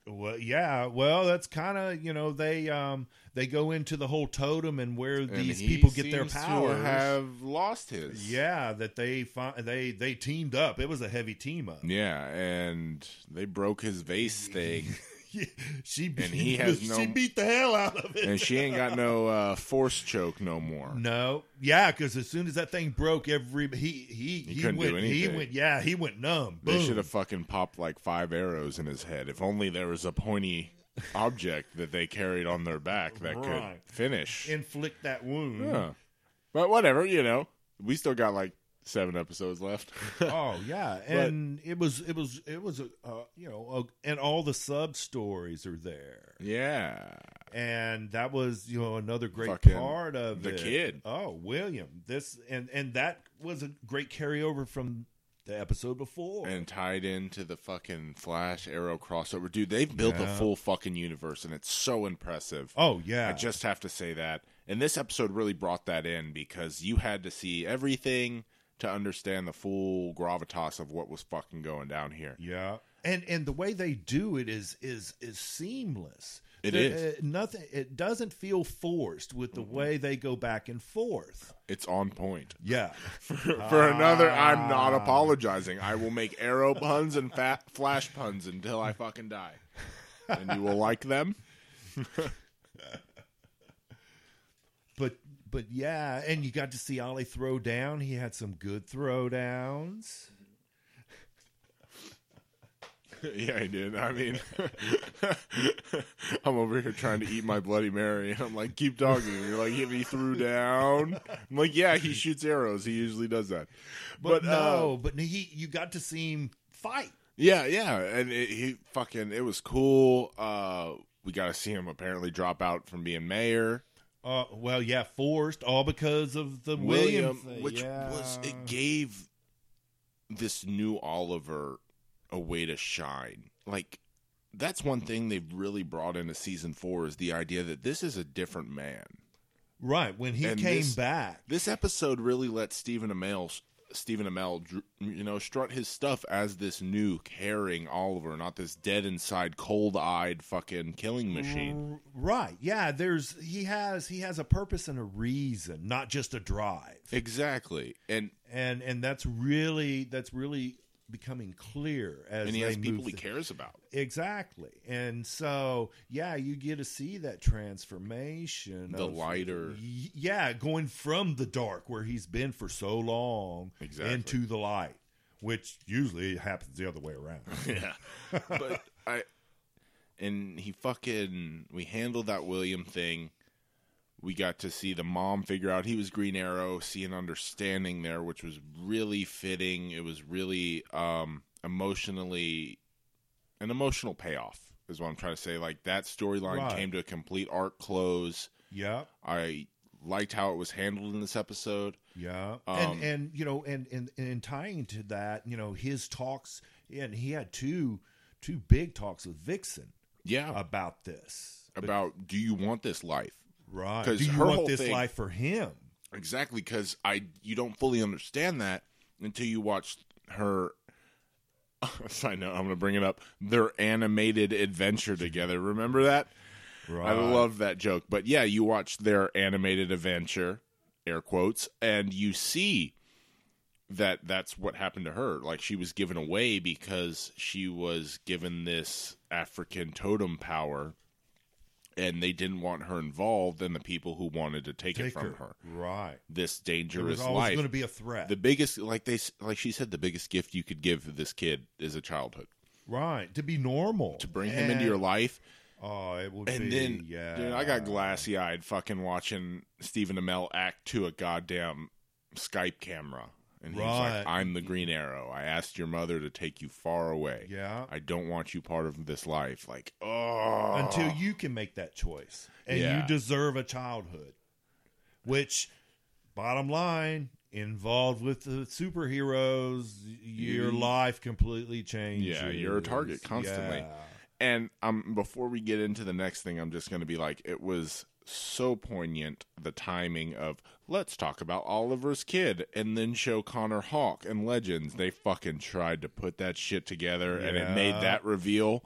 Speaker 1: well yeah well that's kind of you know they um they go into the whole totem and where
Speaker 2: and
Speaker 1: these
Speaker 2: he
Speaker 1: people get their
Speaker 2: seems to
Speaker 1: powers
Speaker 2: Have lost his.
Speaker 1: yeah that they find they they teamed up it was a heavy team up
Speaker 2: Yeah, and they broke his vase thing,
Speaker 1: Yeah, she beat,
Speaker 2: And he has
Speaker 1: she
Speaker 2: no-
Speaker 1: beat the hell out of it.
Speaker 2: and she ain't got no uh, force choke no more.
Speaker 1: no, yeah, because as soon as that thing broke, every he he he,
Speaker 2: couldn't do
Speaker 1: went he
Speaker 2: anything.
Speaker 1: went yeah he went numb.
Speaker 2: They
Speaker 1: Boom.
Speaker 2: should have fucking popped like five arrows in his head. If only there was a pointy object that they carried on their back that
Speaker 1: Right.
Speaker 2: could finish.
Speaker 1: inflict that wound.
Speaker 2: Yeah. But whatever, you know, we still got like seven episodes left.
Speaker 1: Oh yeah, and it was it was it was a uh, you know a, and all the sub stories are there,
Speaker 2: yeah,
Speaker 1: and that was you know another great
Speaker 2: Fucking
Speaker 1: part of
Speaker 2: the
Speaker 1: it.
Speaker 2: kid.
Speaker 1: Oh William, this and and that was a great carryover from the episode before.
Speaker 2: and tied into the fucking Flash Arrow crossover, dude. They've built a
Speaker 1: Yeah.
Speaker 2: full fucking universe, and it's so impressive.
Speaker 1: oh yeah,
Speaker 2: I just have to say that. And this episode really brought that in because you had to see everything to understand the full gravitas of what was fucking going down here.
Speaker 1: Yeah. And and the way they do it is is is seamless.
Speaker 2: It
Speaker 1: There-
Speaker 2: is.
Speaker 1: uh, nothing. It doesn't feel forced with the way they go back and forth.
Speaker 2: It's on point.
Speaker 1: Yeah,
Speaker 2: For, for another, I'm not
Speaker 1: Ah.
Speaker 2: apologizing. I will make arrow puns and fat flash puns until I fucking die. And you will like them.
Speaker 1: but but yeah, and you got to see Ollie throw down. He had some good throwdowns.
Speaker 2: yeah, I did. I mean, I'm over here trying to eat my Bloody Mary, and I'm like, keep talking. And you're like, if he threw down, I'm like, yeah, he shoots arrows. He usually does that.
Speaker 1: But,
Speaker 2: uh,
Speaker 1: no, but he you got to see him fight.
Speaker 2: Yeah, yeah, and it, he fucking it was cool. Uh, we got to see him apparently drop out from being mayor.
Speaker 1: Uh, well, yeah, forced all because of the William,
Speaker 2: William,
Speaker 1: thing.
Speaker 2: which
Speaker 1: Yeah.
Speaker 2: was it gave this new Oliver a way to shine. Like that's one thing they've really brought into season four is the idea that this is a different man.
Speaker 1: right when he
Speaker 2: and
Speaker 1: came
Speaker 2: this-
Speaker 1: back.
Speaker 2: This episode really let Stephen Amell Stephen Amell dr- you know strut his stuff as this new caring Oliver, not this dead inside, cold eyed fucking killing machine.
Speaker 1: R- Right. Yeah, there's he has he has a purpose and a reason, not just a drive.
Speaker 2: Exactly, and
Speaker 1: and and that's really that's really becoming clear as
Speaker 2: and he
Speaker 1: they
Speaker 2: has people
Speaker 1: move
Speaker 2: he
Speaker 1: thi-
Speaker 2: cares about.
Speaker 1: Exactly. And so, yeah, you get to see that transformation.
Speaker 2: The
Speaker 1: of-
Speaker 2: lighter.
Speaker 1: Y- Yeah, going from the dark where he's been for so long
Speaker 2: Exactly.
Speaker 1: into the light, which usually happens the other way around.
Speaker 2: yeah. But I and he fucking we handled that William thing. We got to see the mom figure out he was Green Arrow, see an understanding there, which was really fitting. It was really um emotionally an emotional payoff is what I'm trying to say. Like that storyline
Speaker 1: Right.
Speaker 2: came to a complete arc close.
Speaker 1: yep.
Speaker 2: I liked how it was handled in this episode.
Speaker 1: Yeah,
Speaker 2: Um,
Speaker 1: and and you know, and and and tying to that, you know, his talks, and he had two two big talks with Vixen
Speaker 2: Yeah.
Speaker 1: about this.
Speaker 2: about do you want this life?
Speaker 1: Right?
Speaker 2: 'Cause
Speaker 1: Do you
Speaker 2: her
Speaker 1: want
Speaker 2: whole
Speaker 1: this
Speaker 2: thing-
Speaker 1: life for him?
Speaker 2: Exactly, because I you don't fully understand that until you watch her. I know I'm going to bring it up. Their animated adventure together. Remember that?
Speaker 1: Right.
Speaker 2: I love that joke. But yeah, you watch their animated adventure, air quotes, and you see that that's what happened to her. Like she was given away because she was given this African totem power, and they didn't want her involved. And the people who wanted to take, it
Speaker 1: Take
Speaker 2: from her,
Speaker 1: Right.
Speaker 2: this
Speaker 1: There was
Speaker 2: dangerous
Speaker 1: always
Speaker 2: life.
Speaker 1: going to be a threat.
Speaker 2: the biggest, like they, s- like she said, the biggest gift you could give this kid is a childhood.
Speaker 1: right. To be normal.
Speaker 2: To bring him into your life,
Speaker 1: Oh, it would
Speaker 2: and
Speaker 1: be.
Speaker 2: then
Speaker 1: yeah.
Speaker 2: dude, I got glassy eyed fucking watching Stephen Amell act to a goddamn Skype camera, and he's
Speaker 1: Right.
Speaker 2: like, "I'm the Green Arrow. I asked your mother to take you far away.
Speaker 1: Yeah.
Speaker 2: I don't want you part of this life. Like, oh,
Speaker 1: Until you can make that choice, and
Speaker 2: Yeah.
Speaker 1: you deserve a childhood, which, bottom line. Involved with the superheroes, your
Speaker 2: You-
Speaker 1: life completely changes.
Speaker 2: Mm-hmm. Yeah, you're a target constantly.
Speaker 1: Yeah.
Speaker 2: And um, before we get into the next thing, I'm just going to be like, it was so poignant the timing of let's talk about Oliver's kid and then show Connor Hawk and Legends. They fucking tried to put that shit together and it made
Speaker 1: Yeah.
Speaker 2: that reveal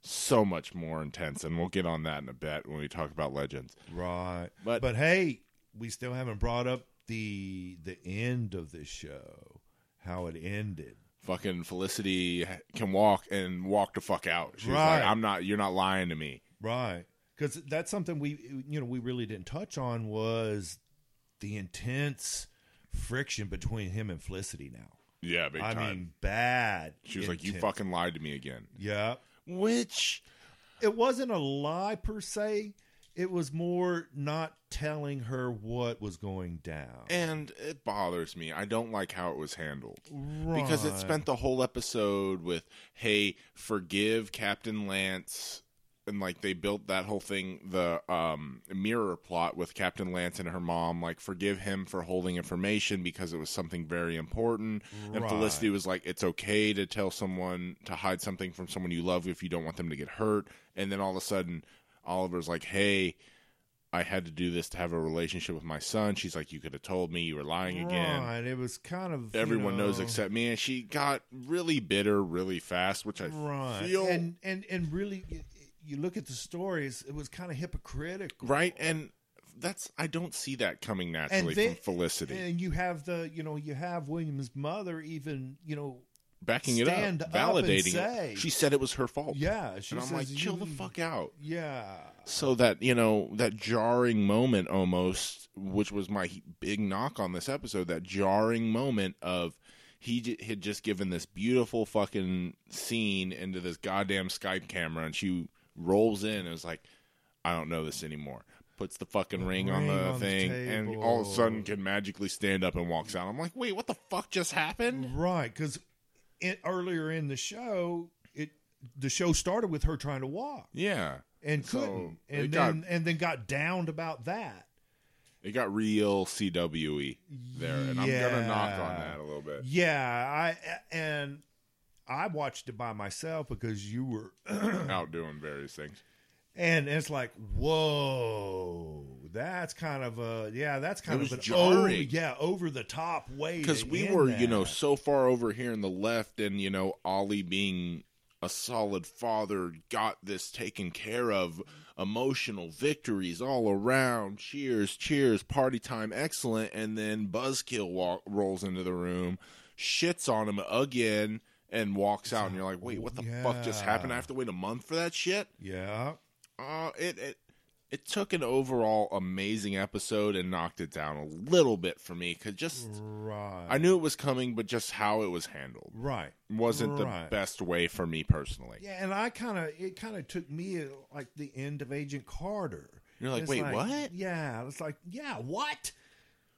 Speaker 2: so much more intense. And we'll get on that in a bit when we talk about Legends.
Speaker 1: Right.
Speaker 2: But-
Speaker 1: But but hey, we still haven't brought up the the end of this show, how it ended.
Speaker 2: Fucking Felicity can walk and walk the fuck out. She's
Speaker 1: Right.
Speaker 2: like, I'm not, you're not lying to me.
Speaker 1: Right. Cuz that's something we you know, we really didn't touch on was the intense friction between him and Felicity now.
Speaker 2: Yeah, big
Speaker 1: I
Speaker 2: time.
Speaker 1: mean, bad.
Speaker 2: she was like, you
Speaker 1: intense-
Speaker 2: fucking lied to me again.
Speaker 1: Yeah.
Speaker 2: Which
Speaker 1: It wasn't a lie per se. It was more not telling her what was going down.
Speaker 2: And it bothers me. I don't like how it was handled.
Speaker 1: right.
Speaker 2: Because it spent the whole episode with, hey, forgive Captain Lance. And like they built that whole thing, the um, mirror plot with Captain Lance and her mom, like forgive him for holding information because it was something very important. And
Speaker 1: Right.
Speaker 2: Felicity was like, it's okay to tell someone to hide something from someone you love if you don't want them to get hurt. And then all of a sudden, Oliver's like, hey, I had to do this to have a relationship with my son. She's like, you could have told me you were lying again
Speaker 1: Right. It was kind of you
Speaker 2: everyone knows
Speaker 1: know-
Speaker 2: except me and she got really bitter really fast which i
Speaker 1: right
Speaker 2: feel
Speaker 1: and and and really you look at the stories, it was kind of hypocritical,
Speaker 2: right? And that's I don't see that coming naturally
Speaker 1: then-
Speaker 2: from Felicity
Speaker 1: And you have the, you know, you have William's mother even, you know,
Speaker 2: backing it up,
Speaker 1: stand up and
Speaker 2: validating
Speaker 1: say-
Speaker 2: it. She said it was her fault.
Speaker 1: yeah, she
Speaker 2: Oh. and I'm
Speaker 1: says,
Speaker 2: like, chill the
Speaker 1: "You-
Speaker 2: fuck out.
Speaker 1: Yeah,
Speaker 2: So that you know that jarring moment almost, which was my he- big knock on this episode, that jarring moment of he j- had just given this beautiful fucking scene into this goddamn Skype camera, and she rolls in and was like, "I don't know this anymore." Puts the fucking ring, on
Speaker 1: Ring
Speaker 2: the
Speaker 1: on the
Speaker 2: thing, and all of a
Speaker 1: table.
Speaker 2: sudden can magically stand up and walks out. I'm like, wait, what the fuck just happened?
Speaker 1: right. Because earlier in the show, it the show started with her trying to walk
Speaker 2: Yeah,
Speaker 1: and
Speaker 2: So,
Speaker 1: couldn't,
Speaker 2: it
Speaker 1: and
Speaker 2: got-
Speaker 1: then and then got downed about that.
Speaker 2: it got real CWE there, and I'm gonna knock on
Speaker 1: Yeah.
Speaker 2: that a little bit.
Speaker 1: Yeah, I and I watched it by myself because you were,
Speaker 2: out doing various things.
Speaker 1: and it's like, whoa, that's kind of a yeah, that's kind
Speaker 2: was
Speaker 1: of an oh
Speaker 2: jarring.
Speaker 1: yeah, over the top way
Speaker 2: Because
Speaker 1: to
Speaker 2: we
Speaker 1: end
Speaker 2: were, you know,
Speaker 1: that.
Speaker 2: so far over here in the left, and you know, Ollie being a solid father got this taken care of. Emotional victories all around. Cheers, cheers, party time, excellent. And then Buzzkill walk, rolls into the room, shits on him again, and walks out. And you're like, wait, what the fuck just happened? I
Speaker 1: Yeah.
Speaker 2: have to wait a month for that shit.
Speaker 1: yeah,
Speaker 2: Uh, it it it took an overall amazing episode and knocked it down a little bit for me because just
Speaker 1: right,
Speaker 2: I knew it was coming, but just how it was handled
Speaker 1: right,
Speaker 2: wasn't the
Speaker 1: Right.
Speaker 2: best way for me personally.
Speaker 1: yeah, and I kind of it kind of took me uh, like the end of Agent Carter.
Speaker 2: You're like,
Speaker 1: It's
Speaker 2: wait, what?
Speaker 1: Yeah, it's like, yeah, what?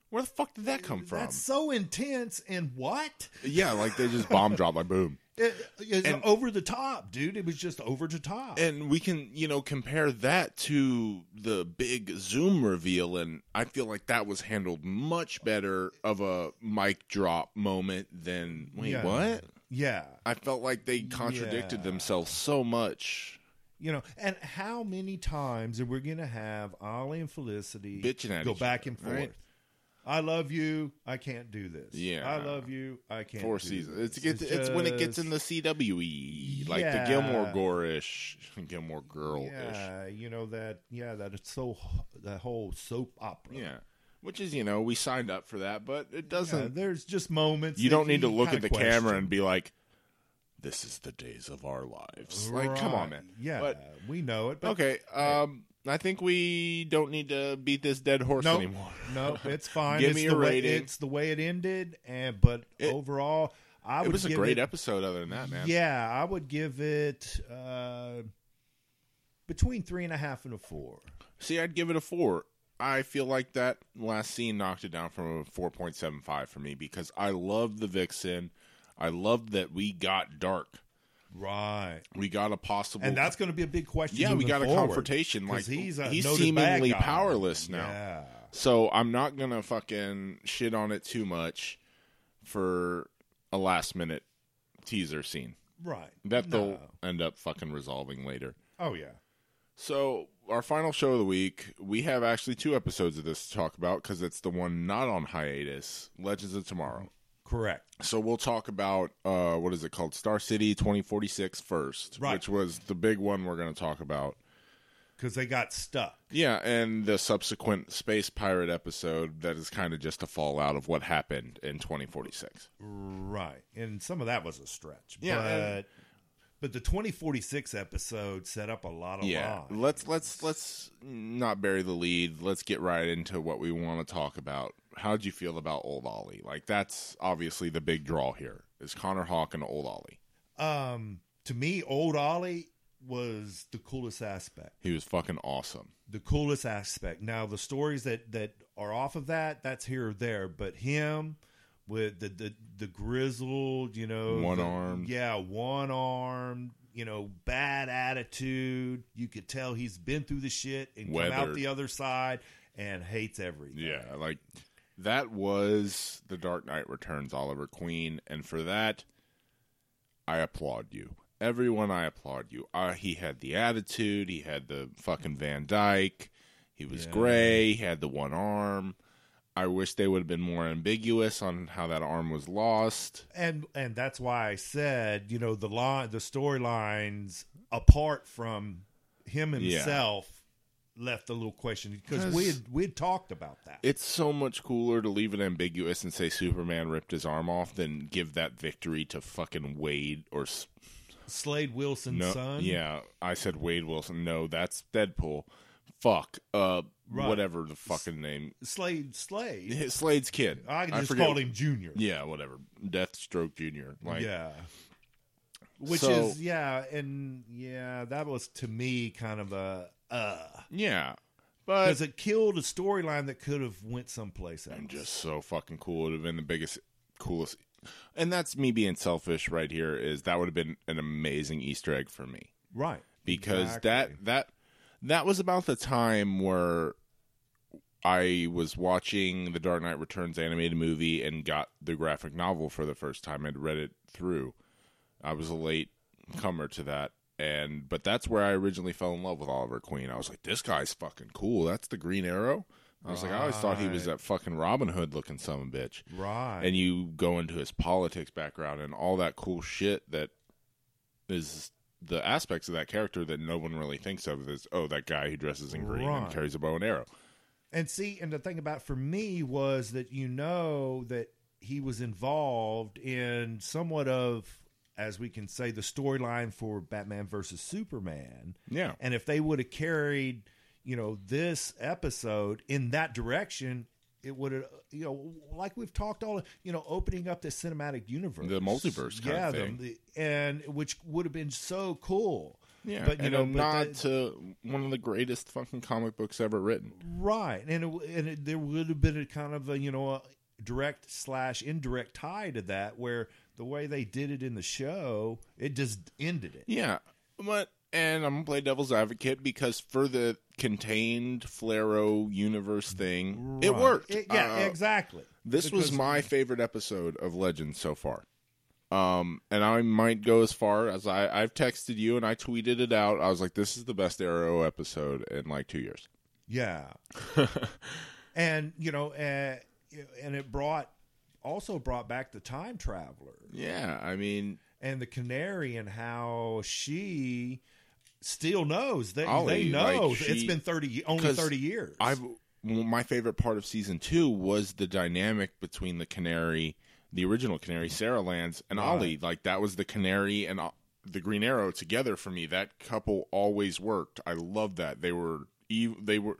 Speaker 2: Where the fuck did that come from?
Speaker 1: That's so intense, and what?
Speaker 2: Yeah, like they just bomb drop like boom.
Speaker 1: It, it's
Speaker 2: And-
Speaker 1: over the top, dude. It was just over the top.
Speaker 2: And we can, you know, compare that to the big Zoom reveal, and I feel like that was handled much better of a mic drop moment than wait,
Speaker 1: Yeah.
Speaker 2: what?
Speaker 1: yeah,
Speaker 2: I felt like they contradicted
Speaker 1: Yeah.
Speaker 2: themselves so much,
Speaker 1: you know. And how many times are we going to have Ollie and Felicity
Speaker 2: bitching at
Speaker 1: go
Speaker 2: each
Speaker 1: back
Speaker 2: other,
Speaker 1: and forth?
Speaker 2: right?
Speaker 1: I love you. I can't do this.
Speaker 2: Yeah.
Speaker 1: I love you. I can't.
Speaker 2: Four
Speaker 1: do
Speaker 2: seasons.
Speaker 1: this.
Speaker 2: It's, it's, it's when it gets
Speaker 1: just-
Speaker 2: in the CWE, like the
Speaker 1: Yeah.
Speaker 2: Gilmore Gore-ish, Gilmore Girl-ish. Yeah.
Speaker 1: Yeah, you know that. Yeah, that it's so that whole soap opera.
Speaker 2: Which is, you know, we signed up for that, but it
Speaker 1: Yeah,
Speaker 2: doesn't.
Speaker 1: there's just moments.
Speaker 2: you
Speaker 1: that
Speaker 2: don't need to look
Speaker 1: kinda
Speaker 2: at the
Speaker 1: question.
Speaker 2: camera and be like, this is the days of our lives. Like, come on,
Speaker 1: Right.
Speaker 2: man.
Speaker 1: Yeah,
Speaker 2: But-
Speaker 1: we know it. But
Speaker 2: Okay. Um, I think we don't need to beat this dead horse
Speaker 1: Nope.
Speaker 2: anymore.
Speaker 1: No, it's fine.
Speaker 2: Give
Speaker 1: it's
Speaker 2: me
Speaker 1: the
Speaker 2: a
Speaker 1: way,
Speaker 2: rating.
Speaker 1: It's the way it ended, and but
Speaker 2: It-
Speaker 1: overall, I
Speaker 2: It
Speaker 1: would
Speaker 2: was a
Speaker 1: give
Speaker 2: great
Speaker 1: it,
Speaker 2: episode, other than that, man.
Speaker 1: Yeah, I would give it uh, between three and a half and a four.
Speaker 2: See, I'd give it a four. I feel like that last scene knocked it down from a four point seven five for me because I loved the vixen. I loved that we got dark.
Speaker 1: Right,
Speaker 2: We got a possible.
Speaker 1: and that's going to be a big question.
Speaker 2: yeah, we
Speaker 1: moving
Speaker 2: got a
Speaker 1: forward,
Speaker 2: confrontation.
Speaker 1: 'cause
Speaker 2: Like
Speaker 1: he's a
Speaker 2: he's
Speaker 1: noted
Speaker 2: seemingly
Speaker 1: bad guy.
Speaker 2: powerless now.
Speaker 1: Yeah,
Speaker 2: So I'm not gonna fucking shit on it too much for a last minute teaser scene
Speaker 1: right.
Speaker 2: that
Speaker 1: no.
Speaker 2: they'll end up fucking resolving later.
Speaker 1: Oh yeah,
Speaker 2: So, our final show of the week, we have actually two episodes of this to talk about because it's the one not on hiatus Legends of Tomorrow.
Speaker 1: correct.
Speaker 2: So, we'll talk about uh, what is it called? Star City 2046 first,
Speaker 1: Right.
Speaker 2: which was the big one we're going to talk about.
Speaker 1: Because they got stuck.
Speaker 2: Yeah, and the subsequent Space Pirate episode that is kind of just a fallout of what happened in 2046.
Speaker 1: Right. And some of that was a stretch.
Speaker 2: Yeah,
Speaker 1: But,
Speaker 2: and-
Speaker 1: but the 2046 episode set up a lot of
Speaker 2: yeah,
Speaker 1: lines.
Speaker 2: let's let's let's not bury the lead. Let's get right into what we want to talk about. How'd you feel about Old Ollie? Like that's obviously the big draw here is Connor Hawk and Old Ollie.
Speaker 1: Um, to me, Old Ollie was the coolest aspect.
Speaker 2: He was fucking awesome.
Speaker 1: The coolest aspect. Now, the stories that, that are off of that, that's here or there. But him with the, the, the grizzled, you know. the-
Speaker 2: One-armed.
Speaker 1: Yeah, one armed. You know, bad attitude. You could tell he's been through the shit and come out
Speaker 2: Weathered.
Speaker 1: the other side and hates everything.
Speaker 2: Yeah, like that was the Dark Knight Returns Oliver Queen, and for that, I applaud you. Everyone, I applaud you. Uh, he had the attitude. He had the fucking Van Dyke. He was
Speaker 1: Yeah.
Speaker 2: gray. He had the one arm. I wish they would have been more ambiguous on how that arm was lost.
Speaker 1: and and that's why I said you know the line the storylines apart from him
Speaker 2: Yeah.
Speaker 1: himself left a little question because
Speaker 2: 'Cause-
Speaker 1: we had we had talked about that.
Speaker 2: It's so much cooler to leave it ambiguous and say Superman ripped his arm off than give that victory to fucking Wade or s-
Speaker 1: Slade Wilson's
Speaker 2: no.
Speaker 1: son.
Speaker 2: Yeah, I said Wade Wilson. No, that's Deadpool. Fuck. Uh,
Speaker 1: Right.
Speaker 2: whatever the fucking name.
Speaker 1: Slade Slade.
Speaker 2: Slade's kid.
Speaker 1: I just
Speaker 2: forget-
Speaker 1: called him Junior.
Speaker 2: Yeah, whatever. Deathstroke Junior. Like,
Speaker 1: yeah. Which
Speaker 2: So-
Speaker 1: is yeah, and yeah, that was to me kind of a uh
Speaker 2: yeah. But
Speaker 1: because it killed a storyline that could have went someplace else.
Speaker 2: and just so fucking cool. It would have been the biggest, coolest. And that's me being selfish right here. Is that would have been an amazing Easter egg for me
Speaker 1: right
Speaker 2: because
Speaker 1: Exactly.
Speaker 2: that that that was about the time where I was watching the Dark Knight Returns animated movie and got the graphic novel for the first time. I'd read it through. I was a late comer to that. And but that's where I originally fell in love with Oliver Queen. I was like, this guy's fucking cool. That's the Green Arrow. I was like, I always thought he was
Speaker 1: Right.
Speaker 2: that fucking Robin Hood looking son of a bitch
Speaker 1: right
Speaker 2: and you go into his politics background and all that cool shit that is the aspects of that character that no one really thinks of is oh that guy who dresses in green
Speaker 1: Right.
Speaker 2: and carries a bow and arrow
Speaker 1: And see, and the thing about for me was that you know that he was involved in somewhat of, as we can say, the storyline for Batman versus Superman.
Speaker 2: yeah
Speaker 1: And if they would have carried, you know, this episode in that direction, it would have, you know, like we've talked all, you know, opening up the cinematic universe,
Speaker 2: The multiverse kind of
Speaker 1: the-
Speaker 2: thing.
Speaker 1: The, and which would have been so cool.
Speaker 2: yeah
Speaker 1: But, you
Speaker 2: and
Speaker 1: know,
Speaker 2: a
Speaker 1: but
Speaker 2: nod
Speaker 1: that-
Speaker 2: to one of the greatest fucking comic books ever written
Speaker 1: Right, and it, w- and it, there would have been a kind of a you know a direct slash indirect tie to that, where the way they did it in the show, it just ended it.
Speaker 2: yeah but and i'm gonna play devil's advocate because for the contained flaro universe thing it
Speaker 1: Right.
Speaker 2: worked
Speaker 1: It- yeah,
Speaker 2: Uh,
Speaker 1: exactly.
Speaker 2: This was
Speaker 1: Because-
Speaker 2: my favorite episode of Legends so far. Um, and I might go as far as I, I've texted you and I tweeted it out. I was like, this is the best Arrow episode in like two years.
Speaker 1: yeah, and you know, uh, and it brought also brought back the time traveler
Speaker 2: yeah, I mean,
Speaker 1: and the canary and how she still knows that
Speaker 2: Ollie,
Speaker 1: they know
Speaker 2: like,
Speaker 1: it's
Speaker 2: she-
Speaker 1: been thirty ye- only
Speaker 2: 'cause
Speaker 1: thirty years.
Speaker 2: I've my favorite part of season two was the dynamic between the canary, the original canary, Sarah Lands, and
Speaker 1: Right.
Speaker 2: Ollie. Like, that was the canary and O- the Green Arrow together for me. That couple always worked. I love that. They were, ev- they were,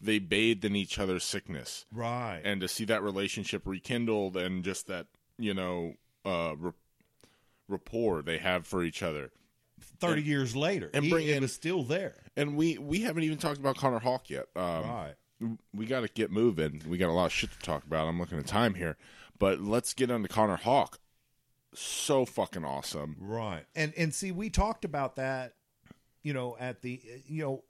Speaker 2: they bathed in each other's sickness.
Speaker 1: right
Speaker 2: and to see that relationship rekindled and just that you know uh r- rapport they have for each other
Speaker 1: thirty
Speaker 2: and-
Speaker 1: years later,
Speaker 2: and
Speaker 1: he-
Speaker 2: bring
Speaker 1: it
Speaker 2: in-
Speaker 1: was still there.
Speaker 2: and we we haven't even talked about connor hawk yet um
Speaker 1: right.
Speaker 2: we got to get moving we got a lot of shit to talk about i'm looking at time here but let's get on to connor hawk so fucking awesome
Speaker 1: Right. And and see we talked about that, you know, at the you know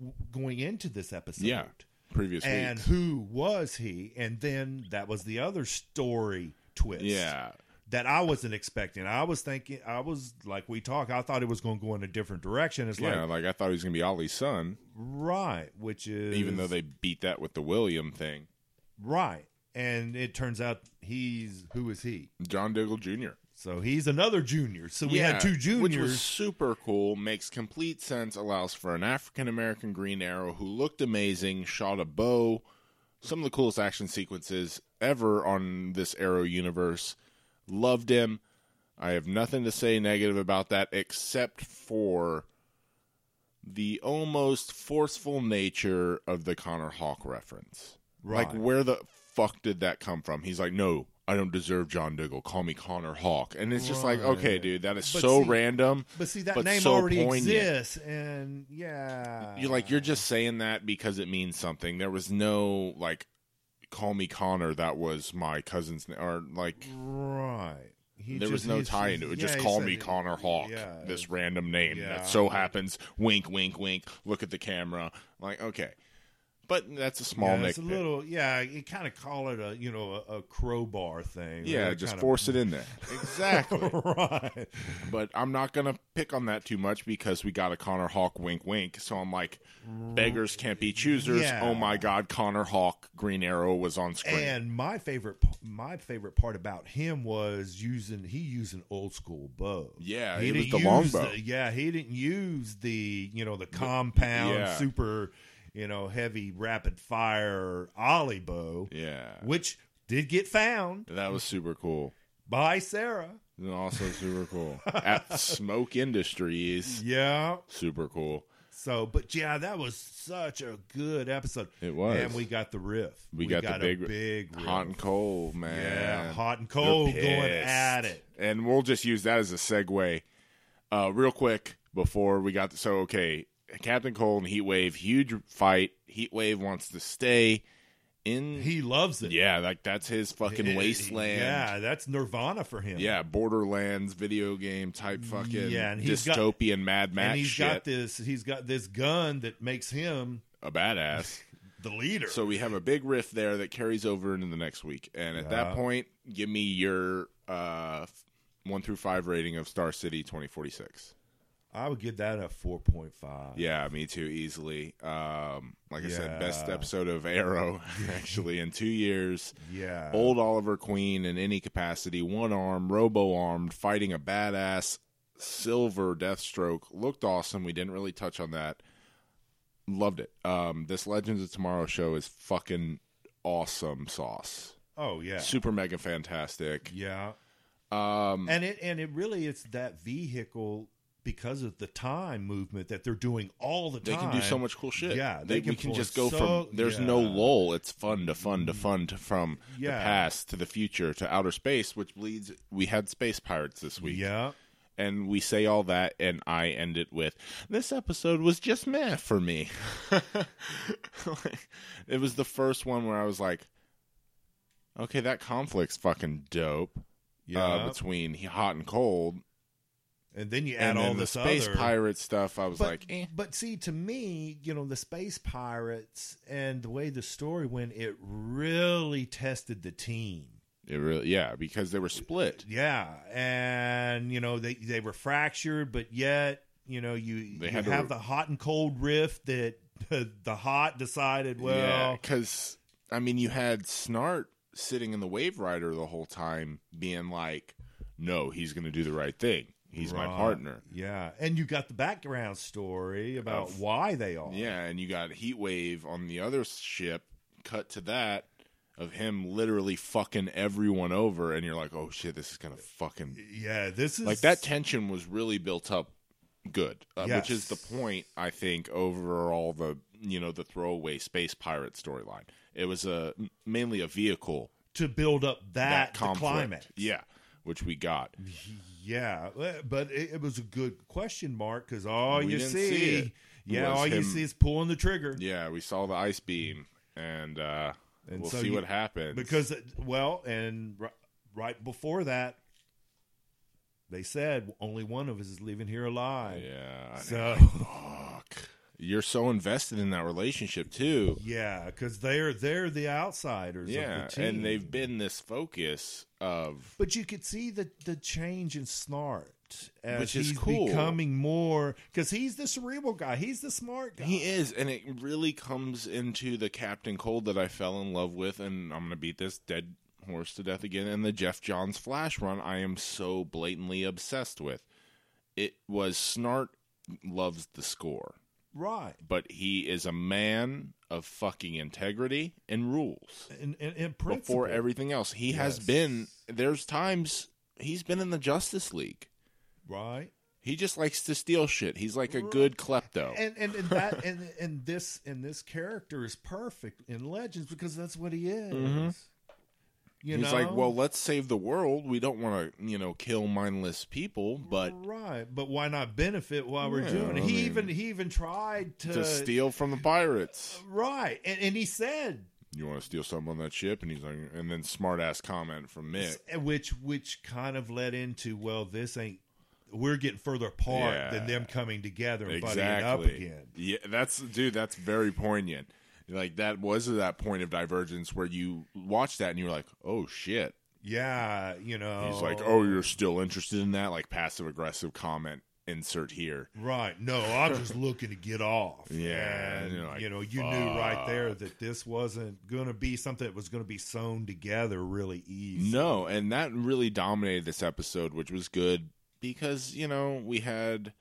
Speaker 1: w- going into this episode.
Speaker 2: Yeah, previous
Speaker 1: And
Speaker 2: week
Speaker 1: who was he? And then that was the other story twist.
Speaker 2: yeah
Speaker 1: That I wasn't expecting. I was thinking I was like we talk, I thought it was going to go in a different direction. It's
Speaker 2: yeah
Speaker 1: like
Speaker 2: like i thought he was gonna be ollie's son
Speaker 1: right, which is
Speaker 2: even though they beat that with the william thing
Speaker 1: right. And it turns out he's who is he?
Speaker 2: john diggle jr
Speaker 1: So he's another junior. So we had two juniors.
Speaker 2: which was super cool. Makes complete sense. Allows for an African American Green Arrow who looked amazing, shot a bow. Some of the coolest action sequences ever on this Arrow universe. Loved him. I have nothing to say negative about that except for the almost forceful nature of the Connor Hawk reference. Like,
Speaker 1: Right.
Speaker 2: where the fuck did that come from? He's like, no, I don't deserve John Diggle. Call me Connor Hawk. And it's just like,
Speaker 1: Right.
Speaker 2: okay, dude, that is
Speaker 1: But
Speaker 2: so
Speaker 1: see-
Speaker 2: random.
Speaker 1: But see, that
Speaker 2: but
Speaker 1: name
Speaker 2: so
Speaker 1: already
Speaker 2: poignant.
Speaker 1: exists, and yeah,
Speaker 2: You're like, you're just
Speaker 1: uh,
Speaker 2: saying that because it means something. There was no, like, call me Connor. That was my cousin's name. Or, like,
Speaker 1: right. He
Speaker 2: there was
Speaker 1: just-
Speaker 2: no
Speaker 1: he's-
Speaker 2: tie into it.
Speaker 1: yeah,
Speaker 2: just
Speaker 1: he
Speaker 2: call
Speaker 1: said
Speaker 2: me
Speaker 1: it.
Speaker 2: Connor Hawk.
Speaker 1: yeah.
Speaker 2: This random name
Speaker 1: Yeah.
Speaker 2: that so happens. Wink, wink, wink. Look at the camera. Like, okay. But that's a small
Speaker 1: yeah,
Speaker 2: nitpick.
Speaker 1: it's a little, yeah. You kind of call it a, you know, a, a crowbar thing.
Speaker 2: yeah,
Speaker 1: Really
Speaker 2: just
Speaker 1: kinda-
Speaker 2: force it in there. Exactly.
Speaker 1: right.
Speaker 2: but I'm not gonna pick on that too much because we got a Connor Hawk wink wink. So I'm like, beggars can't be choosers.
Speaker 1: Yeah.
Speaker 2: Oh my God, Connor Hawk Green Arrow was on screen.
Speaker 1: And my favorite, p- my favorite part about him was using he used an old school bow.
Speaker 2: Yeah,
Speaker 1: he
Speaker 2: it was
Speaker 1: didn't
Speaker 2: the
Speaker 1: use
Speaker 2: longbow.
Speaker 1: the- yeah, he didn't use the you know the compound
Speaker 2: yeah.
Speaker 1: super you know heavy rapid fire ollie bow,
Speaker 2: yeah,
Speaker 1: which did get found
Speaker 2: that was super cool.
Speaker 1: by Sarah.
Speaker 2: And also super cool at Smoke Industries.
Speaker 1: Yeah.
Speaker 2: Super cool.
Speaker 1: So, but yeah, that was such a good episode.
Speaker 2: It was.
Speaker 1: and we got the riff.
Speaker 2: We got the big-
Speaker 1: a big riff.
Speaker 2: Hot and cold, man.
Speaker 1: yeah, hot and
Speaker 2: They're
Speaker 1: cold Oh, going
Speaker 2: pissed.
Speaker 1: at it.
Speaker 2: And we'll just use that as a segue. Uh, real quick before we got so okay, Captain Cold and Heatwave, huge fight. Heatwave wants to stay in.
Speaker 1: He loves it.
Speaker 2: yeah, like that's his fucking
Speaker 1: It-
Speaker 2: wasteland.
Speaker 1: Yeah, that's Nirvana for him.
Speaker 2: Yeah, Borderlands video game type fucking
Speaker 1: Yeah, and he's got-
Speaker 2: dystopian Mad Max
Speaker 1: and he's
Speaker 2: shit.
Speaker 1: got this. He's got this gun that makes him
Speaker 2: a badass.
Speaker 1: the leader.
Speaker 2: So we have a big riff there that carries over into the next week. And at that
Speaker 1: Yeah.
Speaker 2: point, give me your uh, one through five rating of Star City 2046.
Speaker 1: I would give that a four point five.
Speaker 2: Yeah, me too, easily. Um, like I said, best
Speaker 1: Yeah.
Speaker 2: episode of Arrow, actually, in two years.
Speaker 1: yeah.
Speaker 2: Old Oliver Queen in any capacity, one arm, robo armed, fighting a badass silver Deathstroke. Looked awesome. We didn't really touch on that. Loved it. Um, this Legends of Tomorrow show is fucking awesome sauce.
Speaker 1: Oh yeah,
Speaker 2: Super mega fantastic.
Speaker 1: yeah.
Speaker 2: Um,
Speaker 1: And it and it really it's that vehicle because of the time movement that they're doing all the
Speaker 2: they
Speaker 1: time.
Speaker 2: can do so much cool shit.
Speaker 1: Yeah,
Speaker 2: they,
Speaker 1: they
Speaker 2: we
Speaker 1: can
Speaker 2: can
Speaker 1: pull
Speaker 2: just go
Speaker 1: so-
Speaker 2: from there's no
Speaker 1: yeah. Mm-hmm.
Speaker 2: lull. It's fun to fun to fun to from the
Speaker 1: Yeah.
Speaker 2: past to the future to outer space, which leads. We had space pirates this week,
Speaker 1: Yeah.
Speaker 2: and we say all that, and I end it with this episode was just meh for me. Like, it was the first one where I was like, okay, that conflict's fucking dope
Speaker 1: Yeah.
Speaker 2: uh, between hot and cold,
Speaker 1: and then you add
Speaker 2: and then
Speaker 1: all
Speaker 2: the
Speaker 1: this
Speaker 2: space
Speaker 1: other
Speaker 2: pirate stuff. I was
Speaker 1: but,
Speaker 2: like, eh.
Speaker 1: but see, to me, you know, the space pirates and the way the story went, it really tested the team.
Speaker 2: It really, yeah, because they were split.
Speaker 1: Yeah, and you know they they were fractured, but yet you know you
Speaker 2: They
Speaker 1: you
Speaker 2: had
Speaker 1: have
Speaker 2: to-
Speaker 1: the hot and cold rift that the hot decided. Well,
Speaker 2: because I mean, you had Snart sitting in the Wave Rider the whole time, being like, "No, he's going to do the right thing. He's my
Speaker 1: Right.
Speaker 2: partner."
Speaker 1: Yeah, and you got the background story about
Speaker 2: Of-
Speaker 1: why they are.
Speaker 2: Yeah, and you got Heatwave on the other ship. Cut to that of him literally fucking everyone over, and you're like, "Oh shit, this is gonna fucking
Speaker 1: yeah. This is
Speaker 2: like that tension was really built up good uh, which is
Speaker 1: Yes.
Speaker 2: the point i think overall the you know the throwaway space pirate storyline it was a mainly a vehicle
Speaker 1: to build up
Speaker 2: that
Speaker 1: that, the
Speaker 2: conflict
Speaker 1: climax.
Speaker 2: yeah which we got
Speaker 1: Yeah, eh, but it, it was a good question mark because all
Speaker 2: We
Speaker 1: you
Speaker 2: didn't
Speaker 1: see,
Speaker 2: see it.
Speaker 1: yeah,
Speaker 2: Was
Speaker 1: all you
Speaker 2: him-
Speaker 1: see is pulling the trigger
Speaker 2: yeah we saw the ice beam and uh
Speaker 1: And
Speaker 2: we'll
Speaker 1: so
Speaker 2: see
Speaker 1: you-
Speaker 2: what happens
Speaker 1: because well, and ri- right before that, they said only one of us is leaving here alive.
Speaker 2: yeah I know.
Speaker 1: So
Speaker 2: fuck you're so invested in that relationship too
Speaker 1: yeah, because they're they're the outsiders.
Speaker 2: yeah
Speaker 1: of the team.
Speaker 2: and they've been this focus of
Speaker 1: But you could see the the change in Snart as
Speaker 2: Which is
Speaker 1: he's
Speaker 2: cool.
Speaker 1: becoming more because he's the cerebral guy, he's the smart guy.
Speaker 2: He is, and it really comes into the Captain Cold that I fell in love with, and I'm gonna beat this dead horse to death again. And the Jeff Johns Flash run, I am so blatantly obsessed with. It was Snart loves the score,
Speaker 1: right.
Speaker 2: but he is a man of fucking integrity and rules.
Speaker 1: And, and, and
Speaker 2: Before
Speaker 1: principle.
Speaker 2: everything else, he has
Speaker 1: Yes.
Speaker 2: been. There's times he's been in the Justice League.
Speaker 1: right.
Speaker 2: He just likes to steal shit. He's like a good klepto.
Speaker 1: and and, and that and and this and this character is perfect in Legends because that's what he is.
Speaker 2: Mhm.
Speaker 1: You
Speaker 2: He's
Speaker 1: know,
Speaker 2: like, well, let's save the world. We don't want to, you know, kill mindless people, but
Speaker 1: right, but why not benefit while we're
Speaker 2: Yeah,
Speaker 1: doing it?
Speaker 2: I
Speaker 1: He
Speaker 2: mean-
Speaker 1: even he even tried to,
Speaker 2: to steal from the pirates.
Speaker 1: right, and and he said
Speaker 2: You want to steal something on that ship? And he's like, and then smart ass comment from Mick.
Speaker 1: which which kind of led into well, this ain't we're getting further apart
Speaker 2: Yeah.
Speaker 1: than them coming together and buddying up
Speaker 2: Exactly.
Speaker 1: again.
Speaker 2: Yeah, that's dude. That's very poignant. Like that was that point of divergence where you watched that and you were like, "Oh shit."
Speaker 1: Yeah, you know.
Speaker 2: He's like, "Oh, you're still interested in that?" Like passive aggressive comment insert here.
Speaker 1: Right. No, I'm just looking to get off.
Speaker 2: Yeah,
Speaker 1: And,
Speaker 2: and you're like,
Speaker 1: you know, you knew right there
Speaker 2: "Fuck."
Speaker 1: that this wasn't going to be something that was going to be sewn together really easy.
Speaker 2: No, and that really dominated this episode, which was good because you know we had,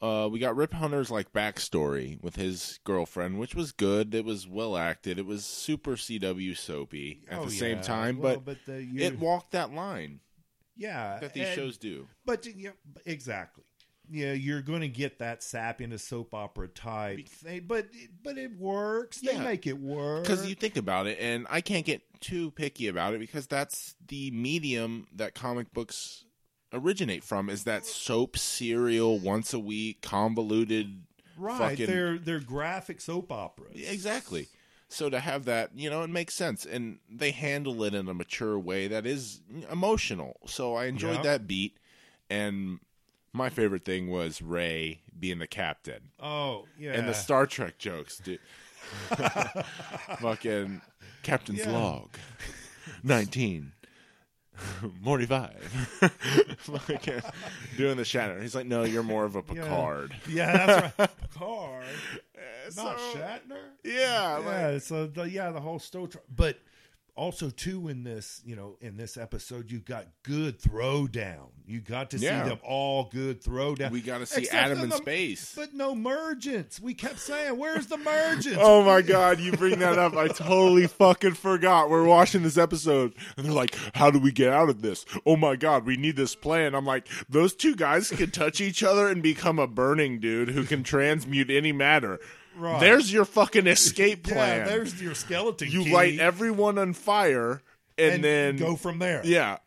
Speaker 2: uh, we got Rip Hunter's like backstory with his girlfriend, which was good. It was well acted. It was super CW soapy at
Speaker 1: Oh,
Speaker 2: the same
Speaker 1: yeah.
Speaker 2: time,
Speaker 1: Well,
Speaker 2: but
Speaker 1: the, you,
Speaker 2: it walked that line
Speaker 1: yeah,
Speaker 2: that these
Speaker 1: and-
Speaker 2: shows do.
Speaker 1: But yeah, exactly. Yeah, you're going to get that sappiness soap opera type
Speaker 2: Be-
Speaker 1: thing, but it- but it works. They
Speaker 2: Yeah.
Speaker 1: make it work
Speaker 2: Because you think about it, and I can't get too picky about it because that's the medium that comic books originate from is that soap serial once a week convoluted
Speaker 1: right.
Speaker 2: fucking-
Speaker 1: They're they're graphic soap operas.
Speaker 2: Exactly. So to have that, you know, it makes sense, and they handle it in a mature way that is emotional. So I enjoyed
Speaker 1: Yeah.
Speaker 2: that beat, and my favorite thing was Ray being the captain
Speaker 1: Oh yeah,
Speaker 2: and the Star Trek jokes, dude. Fucking Captain's
Speaker 1: Yeah.
Speaker 2: log, nineteen. Forty-five, Fucking doing the Shatner. He's like, "No, you're more of a
Speaker 1: Yeah.
Speaker 2: Picard,
Speaker 1: Yeah, that's right. Picard, not
Speaker 2: So-
Speaker 1: Shatner.
Speaker 2: Yeah, like,
Speaker 1: yeah, so the, yeah, the whole Star Trek, but also too in this, you know, in this episode, you got good throwdown. You got to
Speaker 2: Yeah.
Speaker 1: see them all good throwdown.
Speaker 2: we got to see
Speaker 1: Except
Speaker 2: Adam
Speaker 1: for
Speaker 2: in
Speaker 1: the-
Speaker 2: space.
Speaker 1: but no mergence. We kept saying, "Where's the mergence?"
Speaker 2: Oh my god, you bring that up. I totally fucking forgot. We're watching this episode and they're like, How do we get out of this? Oh my god, we need this plan. I'm like, those two guys can touch each other and become a burning dude who can transmute any matter.
Speaker 1: Right.
Speaker 2: There's your fucking escape
Speaker 1: yeah,
Speaker 2: plan.
Speaker 1: there's your skeleton.
Speaker 2: you
Speaker 1: key,
Speaker 2: light everyone on fire and,
Speaker 1: and
Speaker 2: then
Speaker 1: go from there.
Speaker 2: Yeah.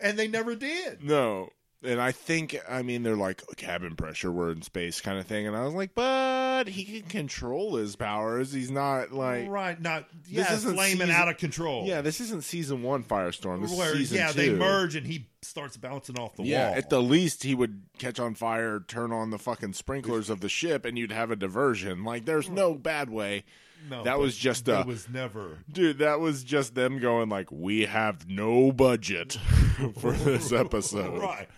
Speaker 1: and they never did.
Speaker 2: No. And I think I mean they're like cabin pressure, we're in space kind of thing. And I was like, but he can control his powers. He's not like
Speaker 1: right? Not yeah,
Speaker 2: isn't
Speaker 1: flaming
Speaker 2: season-
Speaker 1: out of control.
Speaker 2: Yeah, this isn't season one Firestorm. This
Speaker 1: Where-
Speaker 2: is season
Speaker 1: yeah,
Speaker 2: two.
Speaker 1: they merge and he starts bouncing off the
Speaker 2: Yeah,
Speaker 1: wall.
Speaker 2: at the least he would catch on fire, turn on the fucking sprinklers of the ship, and you'd have a diversion. Like, there's no bad way.
Speaker 1: no,
Speaker 2: that
Speaker 1: but
Speaker 2: was just
Speaker 1: it
Speaker 2: a-
Speaker 1: was never
Speaker 2: Dude, that was just them going like, we have no budget for this episode.
Speaker 1: right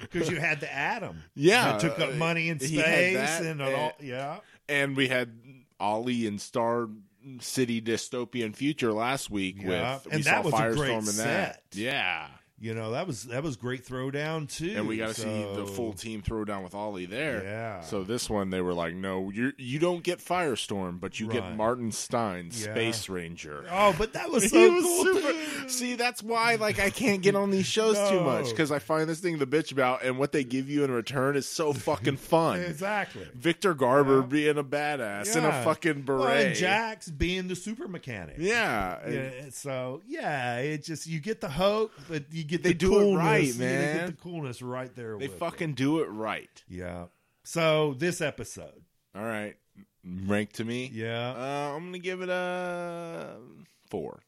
Speaker 1: because you had the atom.
Speaker 2: Yeah,
Speaker 1: that took up money in
Speaker 2: he
Speaker 1: space
Speaker 2: had that,
Speaker 1: and,
Speaker 2: and-
Speaker 1: all. Yeah,
Speaker 2: And we had Ollie and Star City dystopian future last week
Speaker 1: Yeah,
Speaker 2: with
Speaker 1: and
Speaker 2: we saw
Speaker 1: that was a
Speaker 2: Firestorm
Speaker 1: great
Speaker 2: and that.
Speaker 1: set.
Speaker 2: Yeah.
Speaker 1: you know that was that was great throwdown too.
Speaker 2: and we got to see
Speaker 1: so-
Speaker 2: the full team throw down with Ollie there.
Speaker 1: Yeah.
Speaker 2: So this one, they were like, "No, you you don't get Firestorm, but you get
Speaker 1: Right.
Speaker 2: Martin Stein,
Speaker 1: Yeah.
Speaker 2: Space Ranger."
Speaker 1: Oh, but that was so
Speaker 2: he was
Speaker 1: cool.
Speaker 2: super. See, that's why like I can't get on these shows too
Speaker 1: No.
Speaker 2: much because I find this thing to bitch about, and what they give you in return is so fucking fun.
Speaker 1: Exactly.
Speaker 2: Victor Garber being a badass in a
Speaker 1: Yeah.
Speaker 2: fucking beret.
Speaker 1: Well, and Jax being the super mechanic.
Speaker 2: yeah. and-
Speaker 1: Yeah, so yeah, it just you get the hope, but you get
Speaker 2: They
Speaker 1: the
Speaker 2: do it
Speaker 1: coolness.
Speaker 2: right,
Speaker 1: Yeah, They
Speaker 2: man.
Speaker 1: get the coolness right there.
Speaker 2: They
Speaker 1: with
Speaker 2: fucking do it right.
Speaker 1: it. yeah. So this episode,
Speaker 2: All right. Rank to me.
Speaker 1: yeah,
Speaker 2: Uh, I'm gonna give it a four,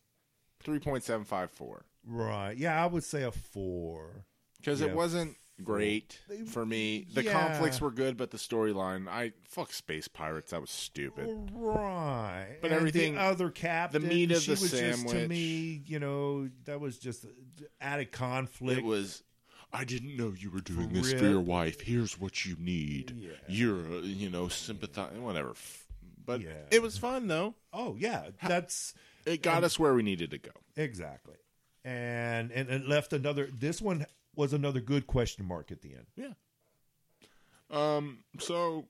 Speaker 2: three point seven five four,
Speaker 1: right, yeah, I would say a four.
Speaker 2: because it
Speaker 1: Yeah.
Speaker 2: wasn't great
Speaker 1: They-
Speaker 2: for me. The
Speaker 1: Yeah.
Speaker 2: conflicts were good, but the storyline, I fuck space pirates, that was stupid.
Speaker 1: Right,
Speaker 2: But
Speaker 1: And
Speaker 2: everything-
Speaker 1: the other captain,
Speaker 2: meat of
Speaker 1: she
Speaker 2: the
Speaker 1: was just to
Speaker 2: sandwich.
Speaker 1: me, you know, that was just added conflict.
Speaker 2: It was. I didn't know you were doing
Speaker 1: For
Speaker 2: this for
Speaker 1: real.
Speaker 2: your wife. Here's what you need.
Speaker 1: Yeah.
Speaker 2: You're, uh, you know, sympathize, whatever. F- But
Speaker 1: Yeah.
Speaker 2: it was fun though.
Speaker 1: oh yeah, that's
Speaker 2: It got us where we needed to go.
Speaker 1: Exactly. And and it left another this one was another good question mark at the end.
Speaker 2: Um, so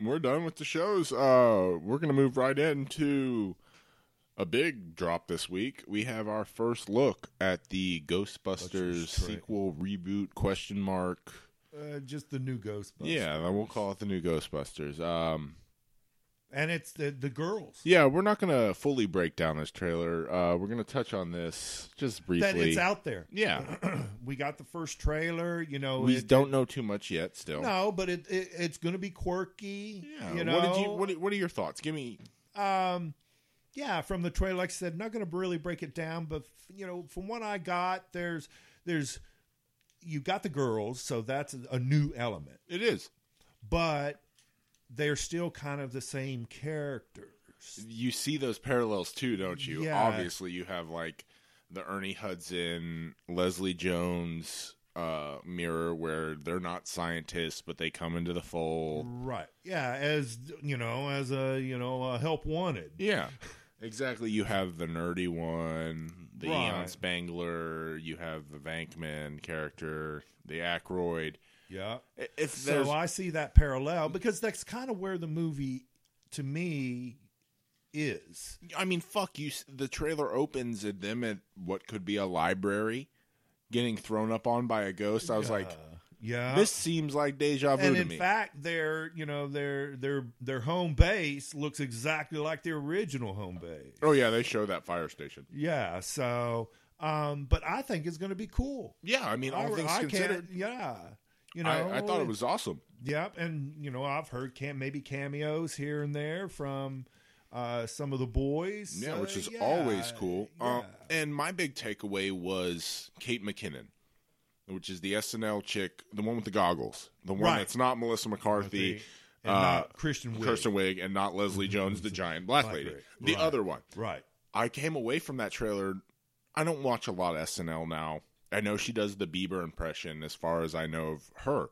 Speaker 2: we're done with the shows. Uh, we're gonna move right into a big drop this week. We have our first look at the Ghostbusters
Speaker 1: Ghostbusters, right.
Speaker 2: sequel reboot question mark.
Speaker 1: Uh, just the new Ghostbusters.
Speaker 2: Yeah, then we'll call it the new Ghostbusters. Um,
Speaker 1: And it's the the girls.
Speaker 2: yeah, we're not gonna fully break down this trailer. Uh, we're gonna touch on this just briefly.
Speaker 1: That it's out there.
Speaker 2: Yeah,
Speaker 1: we got the first trailer, you know.
Speaker 2: we
Speaker 1: Oh, it-
Speaker 2: don't know too much yet. Still,
Speaker 1: no, but it, it it's going to be quirky.
Speaker 2: yeah.
Speaker 1: you know.
Speaker 2: What did you? What are, what are your thoughts? Give me.
Speaker 1: um, yeah, from the trailer, like I said, not going to really break it down, but you know, from what I got, there's there's you got the girls, so that's a new element.
Speaker 2: It is.
Speaker 1: but they're still kind of the same characters.
Speaker 2: You see those parallels too, don't you?
Speaker 1: Yeah.
Speaker 2: Obviously, you have like the Ernie Hudson, Leslie Jones uh, mirror where they're not scientists, but they come into the fold.
Speaker 1: Right. Yeah, as you know, as a, you know, a help wanted.
Speaker 2: Yeah, exactly. You have the nerdy one, the
Speaker 1: Right.
Speaker 2: Eon Spangler. You have the Vankman character, the Ackroyd.
Speaker 1: Yeah.
Speaker 2: I- If there's
Speaker 1: So I see that parallel because that's kind of where the movie to me is.
Speaker 2: I mean, fuck you. s- The trailer opens at them at what could be a library, getting thrown up on by a ghost. I was like,
Speaker 1: Uh, yeah.
Speaker 2: this seems like deja vu
Speaker 1: and
Speaker 2: to
Speaker 1: in
Speaker 2: me.
Speaker 1: fact, their you know their their their home base looks exactly like the original home base.
Speaker 2: oh yeah, they show that fire station.
Speaker 1: Yeah. So, um, but I think it's going to be cool.
Speaker 2: Yeah, I mean, all
Speaker 1: I,
Speaker 2: things
Speaker 1: I
Speaker 2: considered,
Speaker 1: can't. Yeah. You know,
Speaker 2: I, I thought it was awesome.
Speaker 1: Yep, and you know I've heard cam- maybe cameos here and there from uh, some of the boys.
Speaker 2: Yeah,
Speaker 1: so,
Speaker 2: which is
Speaker 1: yeah,
Speaker 2: always cool. Uh,
Speaker 1: yeah.
Speaker 2: and my big takeaway was Kate McKinnon, which is the SNL chick, the one with the goggles, the one
Speaker 1: Right.
Speaker 2: that's not Melissa McCarthy,
Speaker 1: and
Speaker 2: uh,
Speaker 1: not Christian Wiig.
Speaker 2: Kirsten Wig, and not Leslie Jones, the giant black
Speaker 1: Black
Speaker 2: lady,
Speaker 1: lady.
Speaker 2: the
Speaker 1: Right.
Speaker 2: other one.
Speaker 1: Right.
Speaker 2: I came away from that trailer. I don't watch a lot of SNL now. I know she does the Bieber impression as far as I know of her.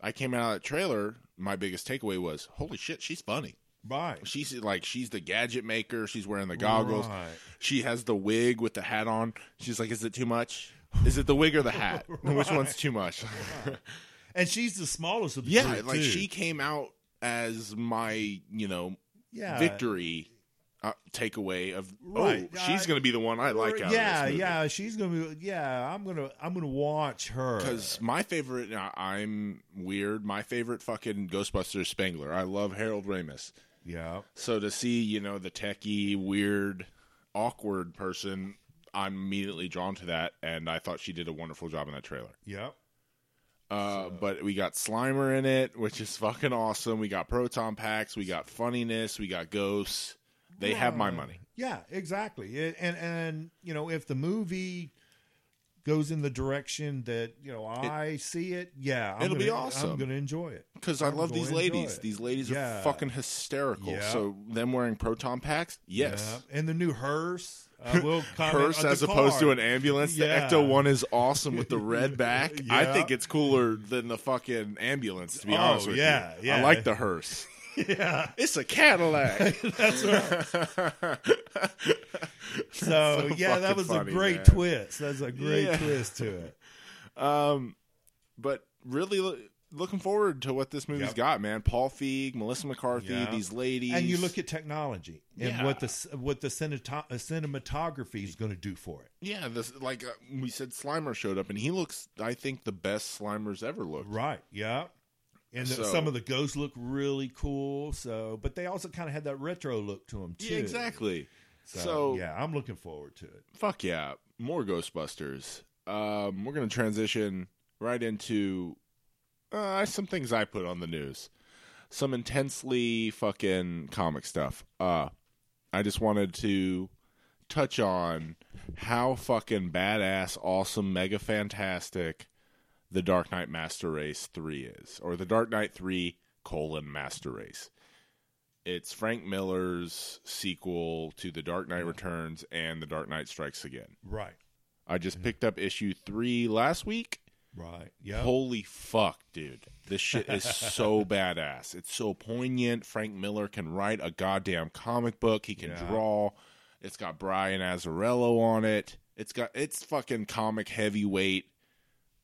Speaker 2: I came out of that trailer. My biggest takeaway was, holy shit, she's funny.
Speaker 1: Right.
Speaker 2: She's like, she's the gadget maker. She's wearing the goggles.
Speaker 1: Right.
Speaker 2: She has the wig with the hat on. She's like, is it too much? Is it the wig or the hat? Which one's too much?
Speaker 1: And she's the smallest of the
Speaker 2: yeah,
Speaker 1: group,
Speaker 2: like
Speaker 1: too.
Speaker 2: she came out as my, you know,
Speaker 1: yeah.
Speaker 2: victory uh, takeaway of
Speaker 1: Right.
Speaker 2: oh, she's going to be the one I like. Out
Speaker 1: yeah,
Speaker 2: of this movie.
Speaker 1: yeah, she's gonna be. Yeah, I'm gonna, I'm gonna watch her.
Speaker 2: Because my favorite, I- I'm weird. My favorite fucking Ghostbusters Spangler. I love Harold Ramis.
Speaker 1: yeah,
Speaker 2: So to see, you know, the techie, weird, awkward person, I'm immediately drawn to that, and I thought she did a wonderful job in that trailer.
Speaker 1: yeah,
Speaker 2: Uh, But we got Slimer in it, which is fucking awesome. We got proton packs. We got funniness. We got ghosts. They have my
Speaker 1: Right.
Speaker 2: money.
Speaker 1: yeah, exactly. It, and and you know, if the movie goes in the direction that you know I see it, yeah, I'm
Speaker 2: It'll be
Speaker 1: gonna-
Speaker 2: awesome.
Speaker 1: I'm gonna enjoy it.
Speaker 2: Because I
Speaker 1: I'm
Speaker 2: love these
Speaker 1: gonna enjoy
Speaker 2: ladies.
Speaker 1: it.
Speaker 2: These ladies are
Speaker 1: Yeah.
Speaker 2: fucking hysterical.
Speaker 1: Yeah.
Speaker 2: So them wearing proton packs, yes.
Speaker 1: Yeah. and the new hearse. I will comment
Speaker 2: Hearse
Speaker 1: on the
Speaker 2: as opposed to
Speaker 1: car.
Speaker 2: an ambulance.
Speaker 1: Yeah.
Speaker 2: The Ecto one is awesome with the red back. I
Speaker 1: Yeah.
Speaker 2: think it's cooler than the fucking ambulance. To be
Speaker 1: Oh,
Speaker 2: honest with
Speaker 1: yeah,
Speaker 2: you, I
Speaker 1: yeah.
Speaker 2: like the hearse.
Speaker 1: yeah.
Speaker 2: It's a Cadillac.
Speaker 1: That's right. So,
Speaker 2: so
Speaker 1: yeah, that
Speaker 2: fucking
Speaker 1: was
Speaker 2: funny,
Speaker 1: a great
Speaker 2: man.
Speaker 1: twist. That's a great
Speaker 2: Yeah.
Speaker 1: twist to it.
Speaker 2: um, but really lo- looking forward to what this movie's
Speaker 1: Yep.
Speaker 2: got, man. Paul Feig, Melissa McCarthy,
Speaker 1: Yeah.
Speaker 2: these ladies,
Speaker 1: And you look at technology and
Speaker 2: Yeah.
Speaker 1: what the c- what the cineto- uh, cinematography is going to do for it.
Speaker 2: yeah, this like uh, we said, Slimer showed up, and he looks, I think, the best Slimer's ever looked.
Speaker 1: Right. Yeah. And the,
Speaker 2: So-
Speaker 1: some of the ghosts look really cool. So, but they also kind of had that retro look to them too.
Speaker 2: Yeah, exactly.
Speaker 1: So,
Speaker 2: So-
Speaker 1: yeah, I'm looking forward to it.
Speaker 2: fuck yeah more ghostbusters um we're gonna transition right into uh some things i put on the news some intensely fucking comic stuff uh i just wanted to touch on how fucking badass awesome mega fantastic the dark knight master race 3 is or the dark knight 3 colon master race it's frank miller's sequel to the dark knight returns and the dark knight strikes again
Speaker 1: Right.
Speaker 2: I just picked up issue three last week.
Speaker 1: Right. Yeah.
Speaker 2: Holy fuck, dude. This shit is so badass. It's so poignant. Frank Miller can write a goddamn comic book. He can
Speaker 1: Yeah.
Speaker 2: draw. It's got Brian Azzarello on it. It's got it's fucking comic heavyweight.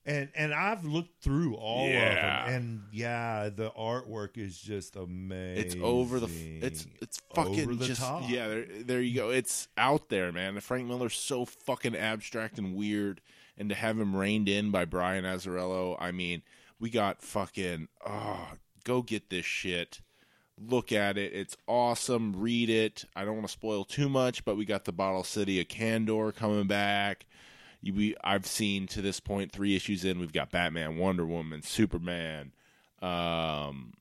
Speaker 1: And and I've looked through all
Speaker 2: Yeah.
Speaker 1: of them, and yeah, the artwork is just amazing.
Speaker 2: It's over the f- it's it's fucking
Speaker 1: Over the
Speaker 2: just
Speaker 1: top.
Speaker 2: yeah, there there you go. It's out there, man. Frank Miller's so fucking abstract and weird and to have him reined in by Brian Azzarello, I mean, we got fucking oh, go get this shit. Look at it. It's awesome. Read it. I don't want to spoil too much, but we got the Bottle City of Candor coming back. You- We I've seen to this point three issues in. We've got Batman, Wonder Woman, Superman, um,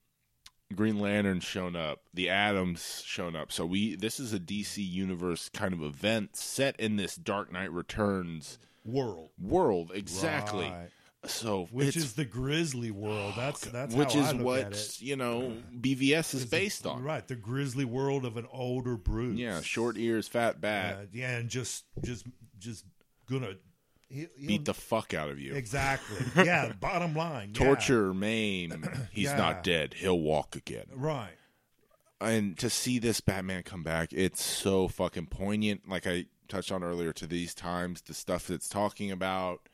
Speaker 2: Green Lantern shown up, the Adams shown up. So we this is a DC universe kind of event set in this Dark Knight Returns
Speaker 1: world.
Speaker 2: world exactly.
Speaker 1: Right.
Speaker 2: So
Speaker 1: which
Speaker 2: it's- Oh,
Speaker 1: is the grizzly world. That's that's
Speaker 2: which
Speaker 1: how
Speaker 2: is
Speaker 1: I look
Speaker 2: what
Speaker 1: at it.
Speaker 2: you know BVS is
Speaker 1: It's
Speaker 2: based
Speaker 1: the-
Speaker 2: on.
Speaker 1: right the grizzly world of an older brute.
Speaker 2: Yeah, short ears, fat bat,
Speaker 1: Uh, yeah, and just just just gonna he, he'll-
Speaker 2: beat the fuck out of you.
Speaker 1: exactly. Yeah, bottom line, yeah.
Speaker 2: Torture, maim. He's
Speaker 1: Yeah.
Speaker 2: not dead. He'll walk again.
Speaker 1: Right.
Speaker 2: and to see this Batman come back, it's so fucking poignant. Like I touched on earlier, to these times, the stuff that's talking about,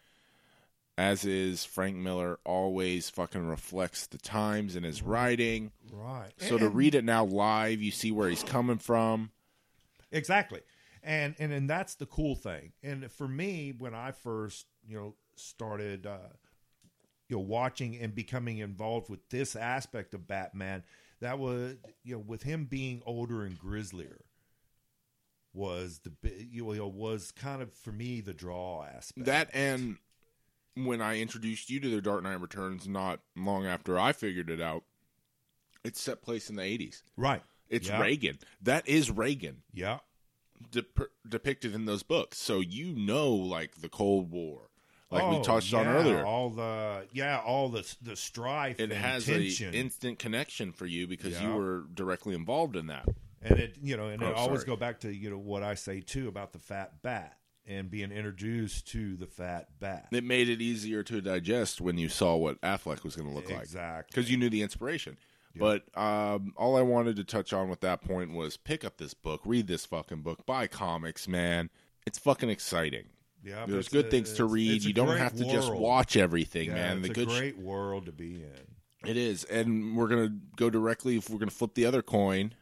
Speaker 2: as is Frank Miller, always fucking reflects the times in his writing.
Speaker 1: Right.
Speaker 2: So to
Speaker 1: And-
Speaker 2: read it now live, you see where he's coming from.
Speaker 1: Exactly. And and and that's the cool thing. And for me, when I first, you know, started uh you know watching and becoming involved with this aspect of Batman, that was you know, with him being older and grislier was the bi- you know was kind of for me the draw aspect.
Speaker 2: That and when I introduced you to the Dark Knight Returns, not long after I figured it out, it set place in the eighties.
Speaker 1: right.
Speaker 2: It's
Speaker 1: Yeah.
Speaker 2: Reagan. That is Reagan.
Speaker 1: Yeah.
Speaker 2: dep- depicted in those books. So you know, like the Cold War, like
Speaker 1: Oh,
Speaker 2: we touched on
Speaker 1: yeah,
Speaker 2: earlier,
Speaker 1: All the yeah, all the the strife
Speaker 2: it
Speaker 1: and
Speaker 2: has
Speaker 1: tension.
Speaker 2: a instant connection for you because
Speaker 1: Yeah.
Speaker 2: you were directly involved in that.
Speaker 1: And it, you know, and
Speaker 2: Oh,
Speaker 1: it always
Speaker 2: sorry.
Speaker 1: go back to you know what I say too about the fat bat and being introduced to the fat bat.
Speaker 2: It made it easier to digest when you saw what Affleck was going to look like
Speaker 1: exactly.
Speaker 2: because you knew the inspiration. But um, all I wanted to touch on with that point was pick up this book, read this fucking book, buy comics, man. It's fucking exciting.
Speaker 1: yeah,
Speaker 2: There's
Speaker 1: it's
Speaker 2: good
Speaker 1: a-
Speaker 2: things to
Speaker 1: it's-
Speaker 2: read.
Speaker 1: it's a
Speaker 2: you don't
Speaker 1: great
Speaker 2: have to just
Speaker 1: world.
Speaker 2: watch everything,
Speaker 1: Yeah,
Speaker 2: man.
Speaker 1: It's
Speaker 2: The
Speaker 1: a
Speaker 2: good sh-
Speaker 1: great world to be in.
Speaker 2: It is, and we're gonna go directly. If we're gonna flip the other coin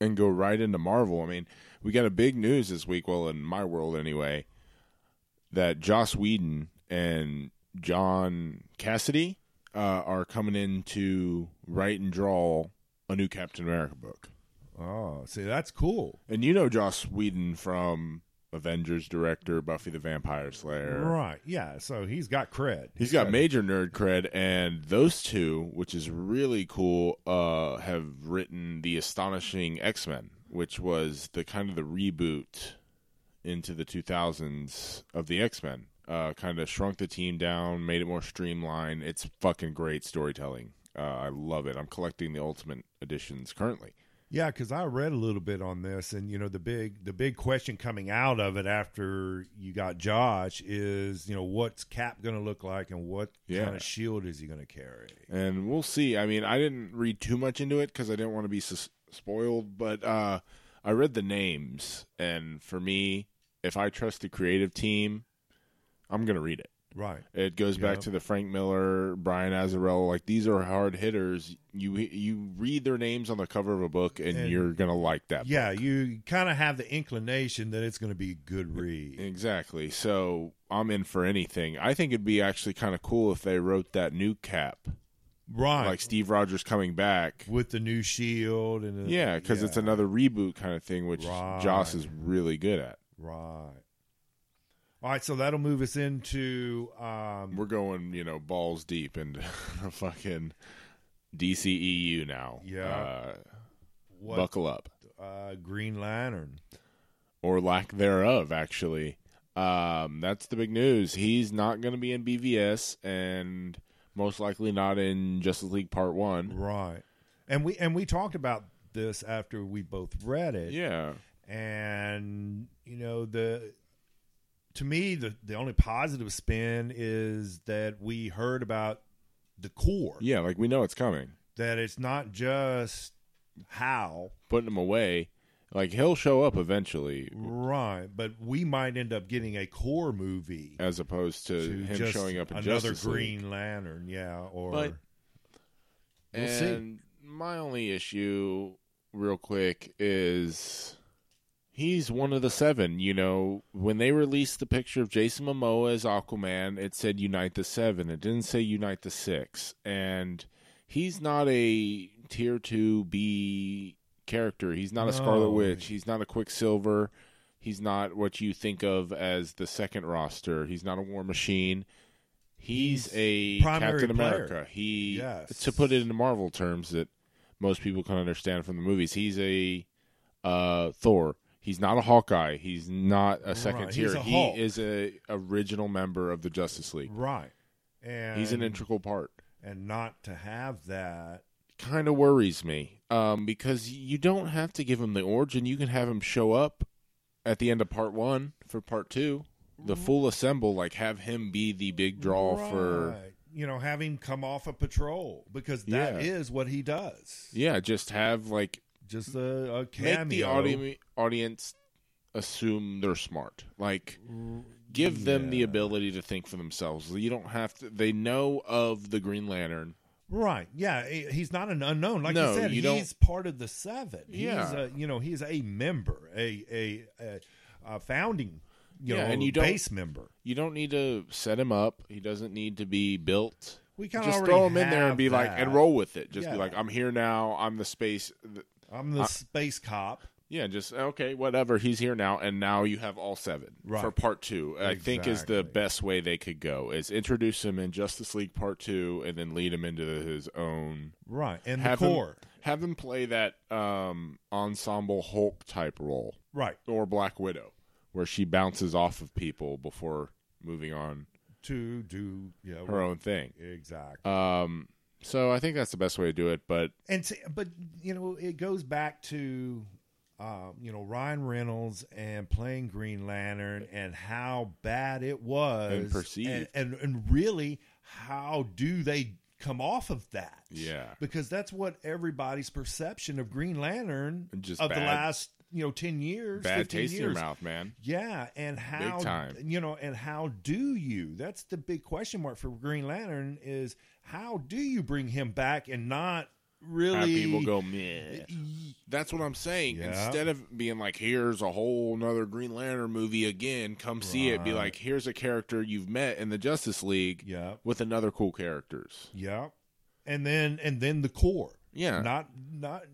Speaker 2: and go right into Marvel, I mean, we got a big news this week. Well, in my world, anyway, that Joss Whedon and John Cassidy uh, are coming in to write and draw a new Captain America book.
Speaker 1: Oh, see, that's cool.
Speaker 2: And you know Joss Whedon from Avengers director, Buffy the Vampire Slayer.
Speaker 1: Right. Yeah. So he's got cred.
Speaker 2: He's got major nerd cred, and those two, which is really cool, uh, have written the astonishing X Men, which was the kind of the reboot into the 2000s of the X Men. Uh, kind of shrunk the team down, made it more streamlined. It's fucking great storytelling. Uh, I love it. I'm collecting the Ultimate editions currently.
Speaker 1: Yeah, because I read a little bit on this, and you know the big the big question coming out of it after you got Josh is you know what's Cap going to look like and what
Speaker 2: Yeah.
Speaker 1: kind of shield is he going to carry?
Speaker 2: and we'll see. I mean, I didn't read too much into it because I didn't want to be s- spoiled, but uh, I read the names, and for me, if I trust the creative team, I'm gonna read it.
Speaker 1: Right.
Speaker 2: It goes back
Speaker 1: Yeah.
Speaker 2: to the Frank Miller, Brian Azarello. Like these are hard hitters. You you read their names on the cover of a book, and,
Speaker 1: And-
Speaker 2: you're gonna like that.
Speaker 1: yeah, you kind of have the inclination that it's going to be a good read.
Speaker 2: Exactly. So I'm in for anything. I think it'd be actually kind of cool if they wrote that new cap,
Speaker 1: Right.
Speaker 2: like Steve Rogers coming back.
Speaker 1: with the new shield and the-
Speaker 2: Yeah, because it's
Speaker 1: yeah,
Speaker 2: another reboot kind of thing, which
Speaker 1: Right.
Speaker 2: Joss is really good at.
Speaker 1: right. All right, so that'll move us into um
Speaker 2: We're going, you know, balls deep into fucking DCEU now.
Speaker 1: Yeah.
Speaker 2: Uh,
Speaker 1: what
Speaker 2: Buckle up.
Speaker 1: uh Green Lantern.
Speaker 2: Or lack thereof, actually. Um, that's the big news. He's not going to be in BVS and most likely not in Justice League Part 1.
Speaker 1: Right. And we and we talked about this after we both read it.
Speaker 2: Yeah.
Speaker 1: and you know the to me the the only positive spin is that we heard about the core
Speaker 2: Yeah, like we know it's coming.
Speaker 1: that it's not just how
Speaker 2: Putting him away. Like he'll show up eventually
Speaker 1: right but we might end up getting a core movie
Speaker 2: as opposed to,
Speaker 1: to
Speaker 2: Uh, him
Speaker 1: just
Speaker 2: showing up in
Speaker 1: another
Speaker 2: Justice League.
Speaker 1: green lantern yeah or
Speaker 2: But-
Speaker 1: We'll see.
Speaker 2: and my only issue, real quick, is he's one of the seven. You know, when they released the picture of Jason Momoa as Aquaman, it said unite the seven. It didn't say unite the six. And he's not a tier two B character. He's not a Scarlet
Speaker 1: No.
Speaker 2: Witch. He's not a Quicksilver. He's not what you think of as the second roster. He's not a War Machine. He's,
Speaker 1: He's
Speaker 2: a
Speaker 1: primary
Speaker 2: Captain
Speaker 1: player.
Speaker 2: America. He
Speaker 1: Yes.
Speaker 2: to put it into Marvel terms that most people can understand from the movies. He's a uh, Thor. He's not a Hawkeye. He's not a second
Speaker 1: Right.
Speaker 2: tier.
Speaker 1: He's a
Speaker 2: he
Speaker 1: Hulk.
Speaker 2: is a original member of the Justice League.
Speaker 1: right and
Speaker 2: He's an integral part.
Speaker 1: and not to have that.
Speaker 2: Kind of worries me um, because you don't have to give him the origin. You can have him show up at the end of part one for part two, the full assemble. Like have him be the big draw for
Speaker 1: Right. you know have him come off a patrol because that is
Speaker 2: Yeah.
Speaker 1: what he does.
Speaker 2: yeah. Just have like
Speaker 1: Just a, a cameo.
Speaker 2: make the audi- audience assume they're smart. Like give them the
Speaker 1: Yeah.
Speaker 2: ability to think for themselves. You don't have to. They know of the Green Lantern.
Speaker 1: Right. Yeah. he- He's not an unknown. Like
Speaker 2: No,
Speaker 1: you said,
Speaker 2: you don't-
Speaker 1: he's part of the seven. He's
Speaker 2: Yeah.
Speaker 1: a, you know, he's a member, a a, a, a founding, you
Speaker 2: Yeah,
Speaker 1: know,
Speaker 2: and you don't-
Speaker 1: base member.
Speaker 2: You don't need to set him up. He doesn't need to be built.
Speaker 1: We kind of
Speaker 2: Just throw him in there and be like, and roll with it. Just be
Speaker 1: Yeah.
Speaker 2: like, I'm here now. I'm the space. th-
Speaker 1: I'm the space cop.
Speaker 2: Yeah, just okay, whatever. He's here now, and now you have all seven for
Speaker 1: Right.
Speaker 2: part two. I think is the
Speaker 1: Exactly.
Speaker 2: best way they could go is introduce him in Justice League Part Two, and then lead him into his own
Speaker 1: Right. And
Speaker 2: have
Speaker 1: the
Speaker 2: him-
Speaker 1: core.
Speaker 2: have him play that um, ensemble Hulk type role
Speaker 1: Right.
Speaker 2: or Black Widow, where she bounces off of people before moving on
Speaker 1: To do yeah.
Speaker 2: her own thing.
Speaker 1: Exactly.
Speaker 2: Um, so I think that's the best way to do it. But
Speaker 1: and t- but you know it goes back to um, you know Ryan Reynolds and playing Green Lantern and how bad it was
Speaker 2: And perceived.
Speaker 1: and, and and really how do they come off of that
Speaker 2: Yeah.
Speaker 1: because that's what everybody's perception of Green Lantern
Speaker 2: Just
Speaker 1: of the
Speaker 2: bad-
Speaker 1: last you know 10 years
Speaker 2: bad
Speaker 1: 15
Speaker 2: taste in your
Speaker 1: years.
Speaker 2: mouth, man.
Speaker 1: Yeah, and how
Speaker 2: time.
Speaker 1: you know, and how do you? That's the big question mark for Green Lantern is how do you bring him back and not
Speaker 2: How
Speaker 1: really
Speaker 2: people go, meh. That's what I'm saying.
Speaker 1: Yeah.
Speaker 2: Instead of being like, here's a whole nother Green Lantern movie again, come see it. Be
Speaker 1: Right.
Speaker 2: like, here's a character you've met in the Justice League
Speaker 1: Yeah.
Speaker 2: with another cool characters.
Speaker 1: Yeah. And then and then the core.
Speaker 2: Yeah.
Speaker 1: Not not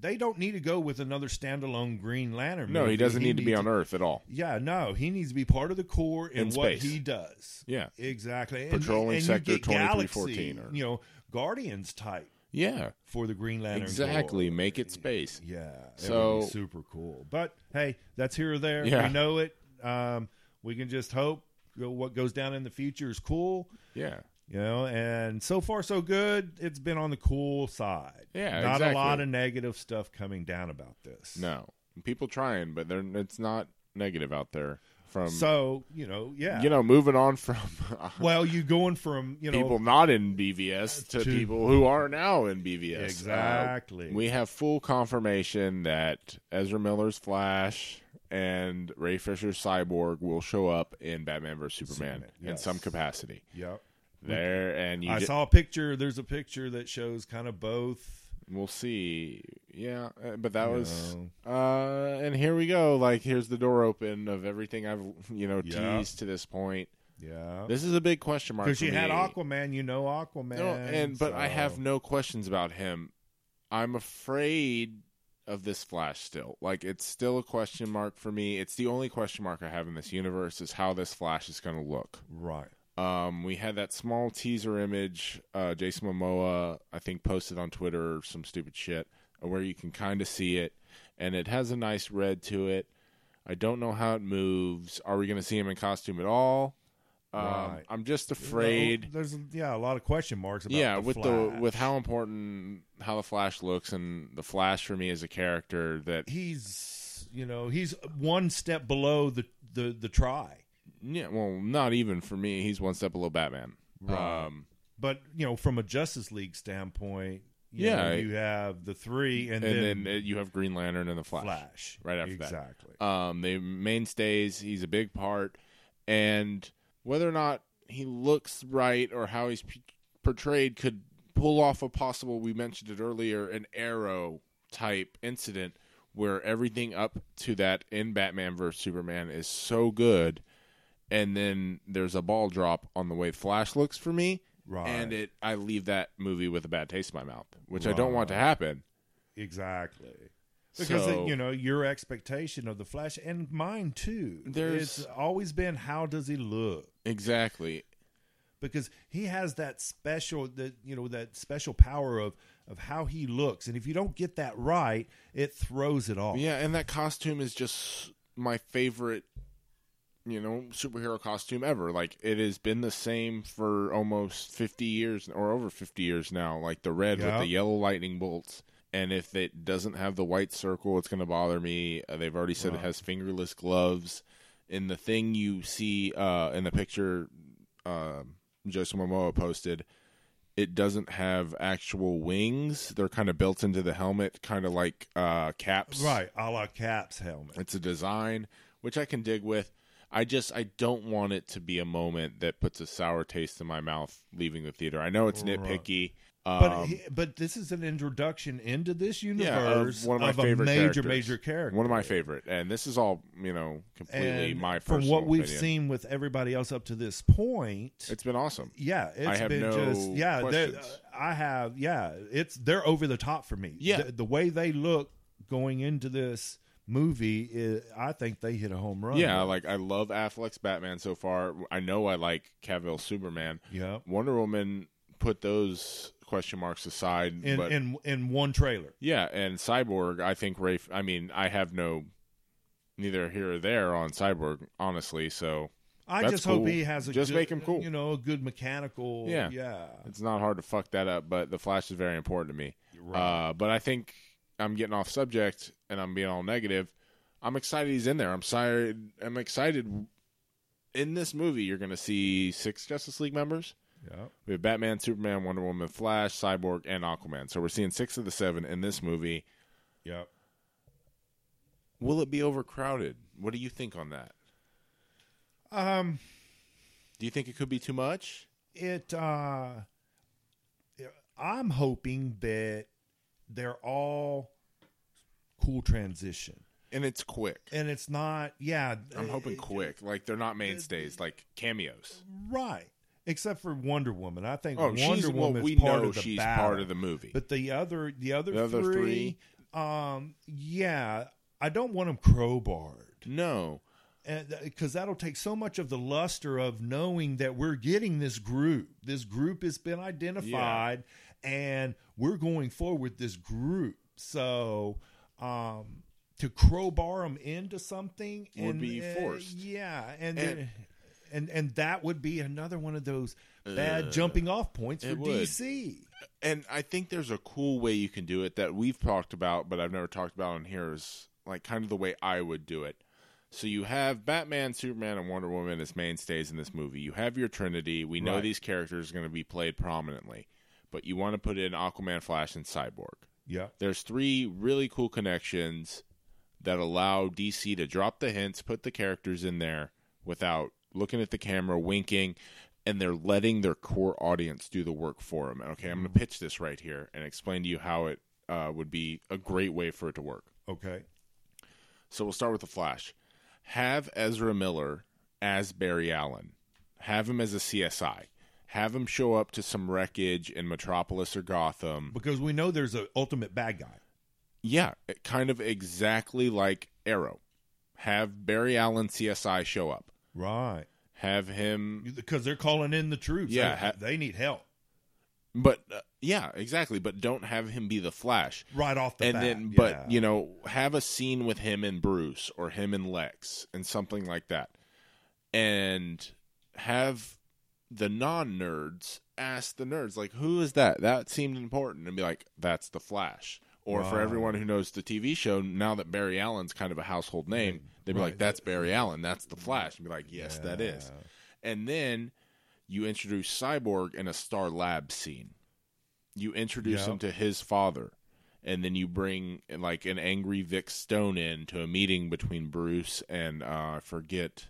Speaker 1: they don't need to go with another standalone Green Lantern.
Speaker 2: no,
Speaker 1: movie.
Speaker 2: he doesn't need to be
Speaker 1: needs
Speaker 2: on Earth at all.
Speaker 1: Yeah, no, he needs to be part of the core in,
Speaker 2: In
Speaker 1: what
Speaker 2: space.
Speaker 1: he does.
Speaker 2: Yeah.
Speaker 1: Exactly. And-
Speaker 2: Patrolling
Speaker 1: and you
Speaker 2: Sector
Speaker 1: get Galaxy,
Speaker 2: 2314 or-
Speaker 1: You know, Guardians type
Speaker 2: Yeah.
Speaker 1: for the Green Lantern.
Speaker 2: exactly.
Speaker 1: Corps.
Speaker 2: Make it space.
Speaker 1: Yeah, so
Speaker 2: So-
Speaker 1: super cool. But hey, that's here or there.
Speaker 2: Yeah.
Speaker 1: We know it. Um, we can just hope you know, what goes down in the future is cool.
Speaker 2: Yeah.
Speaker 1: You know, and so far so good. It's been on the cool side.
Speaker 2: Yeah,
Speaker 1: not
Speaker 2: exactly.
Speaker 1: a lot of negative stuff coming down about this.
Speaker 2: No. People trying, but they're, it's not negative out there from,
Speaker 1: So you know, yeah.
Speaker 2: um, you know, moving on from
Speaker 1: well, you going from you know
Speaker 2: people not in BVS to,
Speaker 1: to-
Speaker 2: people who are now in BVS. Uh,
Speaker 1: exactly.
Speaker 2: we have full confirmation that Ezra Miller's Flash and Ray Fisher's Cyborg will show up in Batman vs Superman,
Speaker 1: Superman,
Speaker 2: in
Speaker 1: yes.
Speaker 2: some capacity.
Speaker 1: yep.
Speaker 2: There and you,
Speaker 1: I
Speaker 2: ju-
Speaker 1: saw a picture. There's a picture that shows kind of both.
Speaker 2: we'll see. Yeah, uh, but that was
Speaker 1: No.
Speaker 2: uh and here we go. Like here's the door open of everything I've, you know,
Speaker 1: Yeah.
Speaker 2: teased to this point.
Speaker 1: Yeah.
Speaker 2: This is a big question mark
Speaker 1: Because
Speaker 2: for
Speaker 1: you had
Speaker 2: me.
Speaker 1: Aquaman, you know Aquaman.
Speaker 2: No, and but I
Speaker 1: so-
Speaker 2: have no questions about him. I'm afraid of this Flash still. Like it's still a question mark for me. It's the only question mark I have in this universe is how this Flash is going to look.
Speaker 1: Right.
Speaker 2: Um, we had that small teaser image uh, Jason Momoa I think posted on Twitter or some stupid shit uh, where you can kind of see it, and it has a nice red to it. I don't know how it moves. Are we going to see him in costume at all? Um,
Speaker 1: Right.
Speaker 2: I'm just afraid
Speaker 1: No, There's yeah, a lot of question marks about
Speaker 2: yeah
Speaker 1: the
Speaker 2: with the
Speaker 1: Flash.
Speaker 2: with how important how the flash looks and the flash for me is a character that
Speaker 1: he's you know, he's one step below the the the try.
Speaker 2: yeah well not even for me he's one step below batman
Speaker 1: Right.
Speaker 2: um
Speaker 1: But, you know, from a Justice League standpoint, you
Speaker 2: Yeah,
Speaker 1: know,
Speaker 2: I-
Speaker 1: you have the 3 and,
Speaker 2: and,
Speaker 1: then,
Speaker 2: then, uh, you have green lantern and the flash,
Speaker 1: Flash.
Speaker 2: right after that.
Speaker 1: exactly.
Speaker 2: um they mainstays he's a big part and whether or not he looks right or how he's p- portrayed could pull off a possible we mentioned it earlier an arrow type incident where everything up to that in Batman versus Superman is so good and then there's a ball drop on the way Flash looks for me
Speaker 1: Right.
Speaker 2: and it I leave that movie with a bad taste in my mouth which I don't want to happen
Speaker 1: Exactly. Because
Speaker 2: So-
Speaker 1: you know your expectation of the Flash and mine too.
Speaker 2: There's-
Speaker 1: it's always been how does he look?
Speaker 2: exactly
Speaker 1: because he has that special that you know that special power of of how he looks and if you don't get that right it throws it off
Speaker 2: Yeah, and that costume is just my favorite you know superhero costume ever. Like it has been the same for almost fifty years or over fifty years now. Like the red
Speaker 1: Yeah.
Speaker 2: with the yellow lightning bolts. And if it doesn't have the white circle, it's going to bother me. Uh, they've already said it
Speaker 1: Wow.
Speaker 2: has fingerless gloves. And the thing you see uh, in the picture um Jason Momoa posted, it doesn't have actual wings. They're kind of built into the helmet, kind of like uh, caps.
Speaker 1: Right, a la Cap's helmet.
Speaker 2: It's a design which I can dig with. I just I don't want it to be a moment that puts a sour taste in my mouth leaving the theater. I know it's
Speaker 1: Right.
Speaker 2: nitpicky,
Speaker 1: But
Speaker 2: um,
Speaker 1: he- but this is an introduction into this
Speaker 2: Yeah, of
Speaker 1: universe
Speaker 2: one of my
Speaker 1: a
Speaker 2: favorite
Speaker 1: major
Speaker 2: characters.
Speaker 1: major character.
Speaker 2: one of my favorite. And this is all you know completely
Speaker 1: And
Speaker 2: my
Speaker 1: from
Speaker 2: personal
Speaker 1: what we've
Speaker 2: opinion.
Speaker 1: seen with everybody else up to this point.
Speaker 2: It's been awesome.
Speaker 1: yeah, it's
Speaker 2: I have
Speaker 1: been
Speaker 2: no
Speaker 1: just yeah. they're-
Speaker 2: questions.
Speaker 1: I have yeah. It's they're over the top for me.
Speaker 2: Yeah.
Speaker 1: the, the way they look going into this movie, is, I think they hit a home run.
Speaker 2: Yeah, like I love Affleck's Batman so far. I know I like Cavill's Superman.
Speaker 1: yeah.
Speaker 2: Wonder Woman put those question marks aside,
Speaker 1: In
Speaker 2: but
Speaker 1: in in one trailer,
Speaker 2: yeah, and Cyborg. I think Ray. I mean, I have no neither here or there on Cyborg, honestly. So
Speaker 1: I
Speaker 2: That's
Speaker 1: just
Speaker 2: cool.
Speaker 1: hope he has a
Speaker 2: Just
Speaker 1: good,
Speaker 2: make him cool.
Speaker 1: You know, a good mechanical.
Speaker 2: Yeah. Uh,
Speaker 1: yeah.
Speaker 2: it's not hard to fuck that up. But the Flash is very important to me.
Speaker 1: Right.
Speaker 2: Uh, but I think I'm getting off subject and I'm being all negative. I'm excited he's in there. I'm sorry. I'm excited. In this movie, you're going to see six Justice League members.
Speaker 1: yeah.
Speaker 2: We have Batman, Superman, Wonder Woman, Flash, Cyborg, and Aquaman. So we're seeing six of the seven in this movie.
Speaker 1: Yeah.
Speaker 2: Will it be overcrowded? What do you think on that?
Speaker 1: Um.
Speaker 2: Do you think it could be too much?
Speaker 1: it uh i'm hoping that they're all cool transition
Speaker 2: And it's quick.
Speaker 1: and it's not yeah
Speaker 2: I'm hoping
Speaker 1: uh,
Speaker 2: quick. Like they're not mainstays, like cameos.
Speaker 1: right except for wonder woman i think
Speaker 2: Oh,
Speaker 1: wonder
Speaker 2: she's well,
Speaker 1: woman
Speaker 2: we
Speaker 1: is part
Speaker 2: know
Speaker 1: of the
Speaker 2: she's
Speaker 1: battle.
Speaker 2: part of the movie.
Speaker 1: but the other the other,
Speaker 2: The other
Speaker 1: three, um yeah i don't want them crowbarred
Speaker 2: no.
Speaker 1: because that'll take so much of the luster of knowing that we're getting this group. This group has been identified, and we're going forward with this group. So, um, to crowbar them into something
Speaker 2: Would
Speaker 1: and,
Speaker 2: be
Speaker 1: uh,
Speaker 2: forced.
Speaker 1: yeah,
Speaker 2: And-
Speaker 1: and then, and and that would be another one of those bad jumping off points for
Speaker 2: Uh, it would.
Speaker 1: DC.
Speaker 2: and I think there's a cool way you can do it that we've talked about, but I've never talked about on here is like kind of the way I would do it. So you have Batman, Superman, and Wonder Woman as mainstays in this movie. You have your Trinity. We know
Speaker 1: Right.
Speaker 2: these characters are going to be played prominently, but you want to put in Aquaman, Flash, and Cyborg.
Speaker 1: Yeah,
Speaker 2: There's three really cool connections that allow DC to drop the hints, put the characters in there without looking at the camera, winking, and they're letting their core audience do the work for them. Okay, I'm going to pitch this right here and explain to you how it uh, would be a great way for it to work.
Speaker 1: okay,
Speaker 2: So we'll start with the Flash. Have Ezra Miller as Barry Allen. Have him as a CSI. Have him show up to some wreckage in Metropolis or Gotham.
Speaker 1: because we know there's an ultimate bad guy.
Speaker 2: Yeah, it- kind of exactly like Arrow. Have Barry Allen CSI show up.
Speaker 1: Right,
Speaker 2: Have him,
Speaker 1: because they're calling in the troops.
Speaker 2: Yeah,
Speaker 1: They-
Speaker 2: ha-
Speaker 1: they need help
Speaker 2: but uh, yeah, exactly. But don't have him be the Flash.
Speaker 1: right off the
Speaker 2: and
Speaker 1: bat.
Speaker 2: then, but
Speaker 1: yeah.
Speaker 2: you know, have a scene with him and Bruce or him and Lex and something like that, and have the non nerds ask the nerds like, "Who is that?" That seemed important, and be like, "That's the Flash." Or for
Speaker 1: Right.
Speaker 2: everyone who knows the TV show, now that Barry Allen's kind of a household name, they'd be like, "That's Barry Allen. That's the Flash." And be like, "Yes, that is." And then you introduce Cyborg in a Star Lab scene. You introduce
Speaker 1: Yeah.
Speaker 2: him to his father, and then you bring like an angry Vic Stone in to a meeting between Bruce and uh, I forget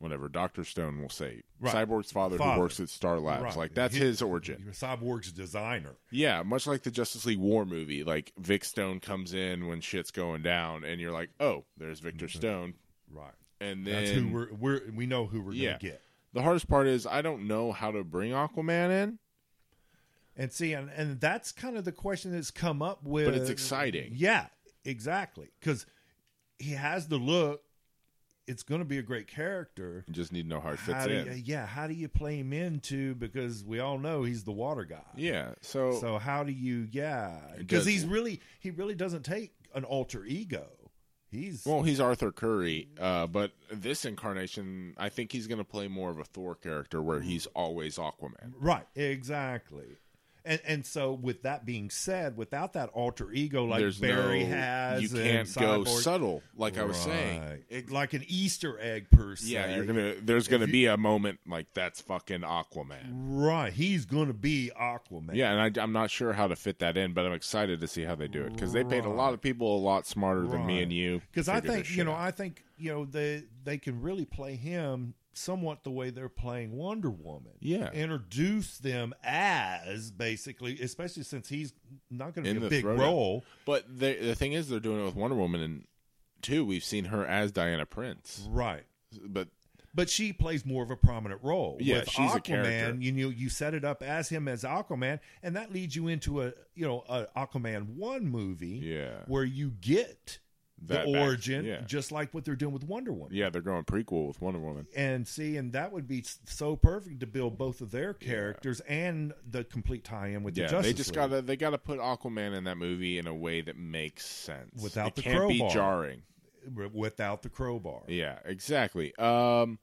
Speaker 2: whatever Doctor Stone will say.
Speaker 1: Right.
Speaker 2: Cyborg's father,
Speaker 1: Father.
Speaker 2: who works at Star Labs,
Speaker 1: Right.
Speaker 2: like that's
Speaker 1: He-
Speaker 2: his origin.
Speaker 1: You're Cyborg's designer.
Speaker 2: Yeah, much like the Justice League War movie, like Vic Stone comes in when shit's going down, and you're like, oh, there's Victor Stone,
Speaker 1: Right.
Speaker 2: and then
Speaker 1: That's who we're, we're we know who we're
Speaker 2: Yeah.
Speaker 1: gonna get.
Speaker 2: the hardest part is I don't know how to bring Aquaman in.
Speaker 1: And see, and, and that's kind of the question that's come up with
Speaker 2: But it's exciting.
Speaker 1: Yeah, exactly. Because he has the look. It's gonna be a great character.
Speaker 2: You just need to know how it fits
Speaker 1: How do
Speaker 2: in.
Speaker 1: you, yeah, how do you play him into because we all know he's the water guy.
Speaker 2: yeah. So,
Speaker 1: So how do you yeah?
Speaker 2: It
Speaker 1: Because
Speaker 2: does-
Speaker 1: he's really he really doesn't take an alter ego. He's
Speaker 2: Well, he's Arthur Curry, uh, but this incarnation, I think he's going to play more of a Thor character where
Speaker 1: Mm-hmm.
Speaker 2: he's always Aquaman.
Speaker 1: right, exactly. And and so with that being said, without that alter ego like Barry
Speaker 2: no-
Speaker 1: has,
Speaker 2: you
Speaker 1: and
Speaker 2: can't go
Speaker 1: Cyborg-
Speaker 2: subtle, like I was saying.
Speaker 1: Right.
Speaker 2: It-
Speaker 1: like an Easter egg per se.
Speaker 2: yeah, you're gonna. There's gonna be a moment like that's fucking Aquaman.
Speaker 1: Right, he's gonna be Aquaman.
Speaker 2: Yeah, and I, I'm not sure how to fit that in, but I'm excited to see how they do it because they paid a lot of people a lot smarter than me
Speaker 1: Right.
Speaker 2: and you.
Speaker 1: because I
Speaker 2: figure
Speaker 1: think
Speaker 2: this
Speaker 1: you know,
Speaker 2: shit out.
Speaker 1: I think you know they they can really play him somewhat the way they're playing Wonder Woman.
Speaker 2: Yeah.
Speaker 1: introduce them as basically, especially since he's not going to
Speaker 2: In
Speaker 1: be
Speaker 2: the
Speaker 1: a big
Speaker 2: throwdown.
Speaker 1: role.
Speaker 2: But the the thing is, they're doing it with Wonder Woman, and too, we've seen her as Diana Prince,
Speaker 1: Right.
Speaker 2: but
Speaker 1: But she plays more of a prominent role.
Speaker 2: Yeah,
Speaker 1: With
Speaker 2: she's a
Speaker 1: Aquaman,
Speaker 2: character.
Speaker 1: you know, you set it up as him as Aquaman, and that leads you into a you know a Aquaman one movie
Speaker 2: yeah,
Speaker 1: where you get
Speaker 2: That
Speaker 1: the
Speaker 2: back-
Speaker 1: origin,
Speaker 2: yeah.
Speaker 1: just like what they're doing with Wonder Woman.
Speaker 2: yeah, they're going prequel with Wonder Woman.
Speaker 1: and see and that would be s- so perfect to build both of their characters and the complete tie-in with
Speaker 2: Yeah,
Speaker 1: the Justice
Speaker 2: they just
Speaker 1: League.
Speaker 2: gotta they gotta put Aquaman in that movie in a way that makes sense
Speaker 1: Without
Speaker 2: it
Speaker 1: the
Speaker 2: can't be
Speaker 1: crowbar.
Speaker 2: jarring.
Speaker 1: W- without the crowbar.
Speaker 2: Yeah, exactly. Um,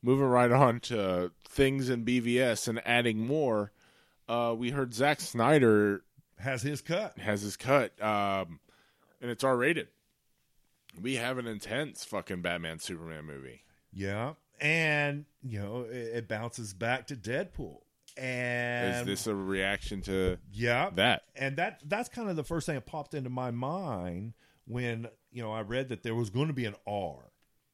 Speaker 2: moving right on to things in BVS and adding more. Uh, we heard Zack Snyder
Speaker 1: Has his cut.
Speaker 2: has his cut, um, and it's R rated. We have an intense fucking Batman Superman movie.
Speaker 1: Yeah, and you know it, it bounces back to Deadpool.
Speaker 2: Is
Speaker 1: And
Speaker 2: this a reaction to
Speaker 1: yeah,
Speaker 2: that?
Speaker 1: and that that's kind of the first thing that popped into my mind when you know I read that there was going to be an R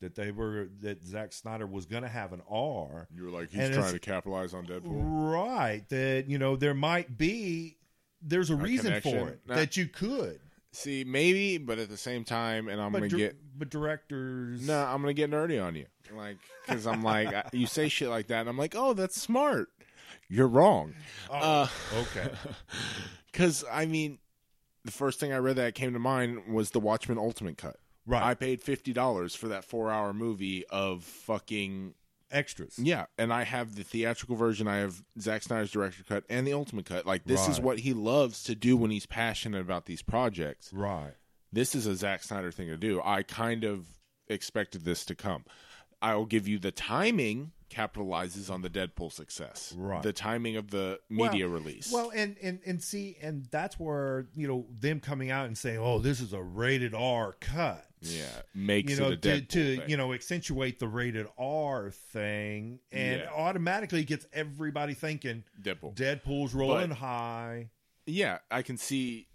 Speaker 1: that they were that Zack Snyder was going to have an R.
Speaker 2: You were like,
Speaker 1: And
Speaker 2: he's
Speaker 1: it's-
Speaker 2: trying to capitalize on Deadpool.
Speaker 1: Right. That, you know, there might be, there's a, reason
Speaker 2: connection.
Speaker 1: for it
Speaker 2: Nah.
Speaker 1: that you could.
Speaker 2: See, maybe, but at the same time, and I'm
Speaker 1: But,
Speaker 2: gonna
Speaker 1: dir-
Speaker 2: get
Speaker 1: but directors.
Speaker 2: No, I'm gonna get nerdy on you, like, because I'm like, I, you say shit like that, and I'm like, oh, that's smart. You're wrong, Uh,
Speaker 1: Oh, okay.
Speaker 2: because I mean, the first thing I read that came to mind was the Watchmen Ultimate Cut.
Speaker 1: Right.
Speaker 2: I paid fifty dollars for that four hour movie of fucking
Speaker 1: Extras.
Speaker 2: yeah, and I have the theatrical version. I have Zack Snyder's director cut and the Ultimate Cut. Like, this is
Speaker 1: Right.
Speaker 2: what he loves to do when he's passionate about these projects.
Speaker 1: Right.
Speaker 2: this is a Zack Snyder thing to do. I kind of expected this to come. I will give you the timing capitalizes on the Deadpool success.
Speaker 1: Right.
Speaker 2: The timing of the media
Speaker 1: Well-
Speaker 2: release.
Speaker 1: Well, and, and, and see, and that's where, you know, them coming out and saying, oh, this is a rated R cut.
Speaker 2: yeah, makes
Speaker 1: You know,
Speaker 2: it a
Speaker 1: to,
Speaker 2: Deadpool
Speaker 1: to
Speaker 2: thing.
Speaker 1: you know, accentuate the rated R thing, and
Speaker 2: Yeah.
Speaker 1: automatically gets everybody thinking
Speaker 2: Deadpool.
Speaker 1: Deadpool's rolling
Speaker 2: But-
Speaker 1: high.
Speaker 2: yeah, I can see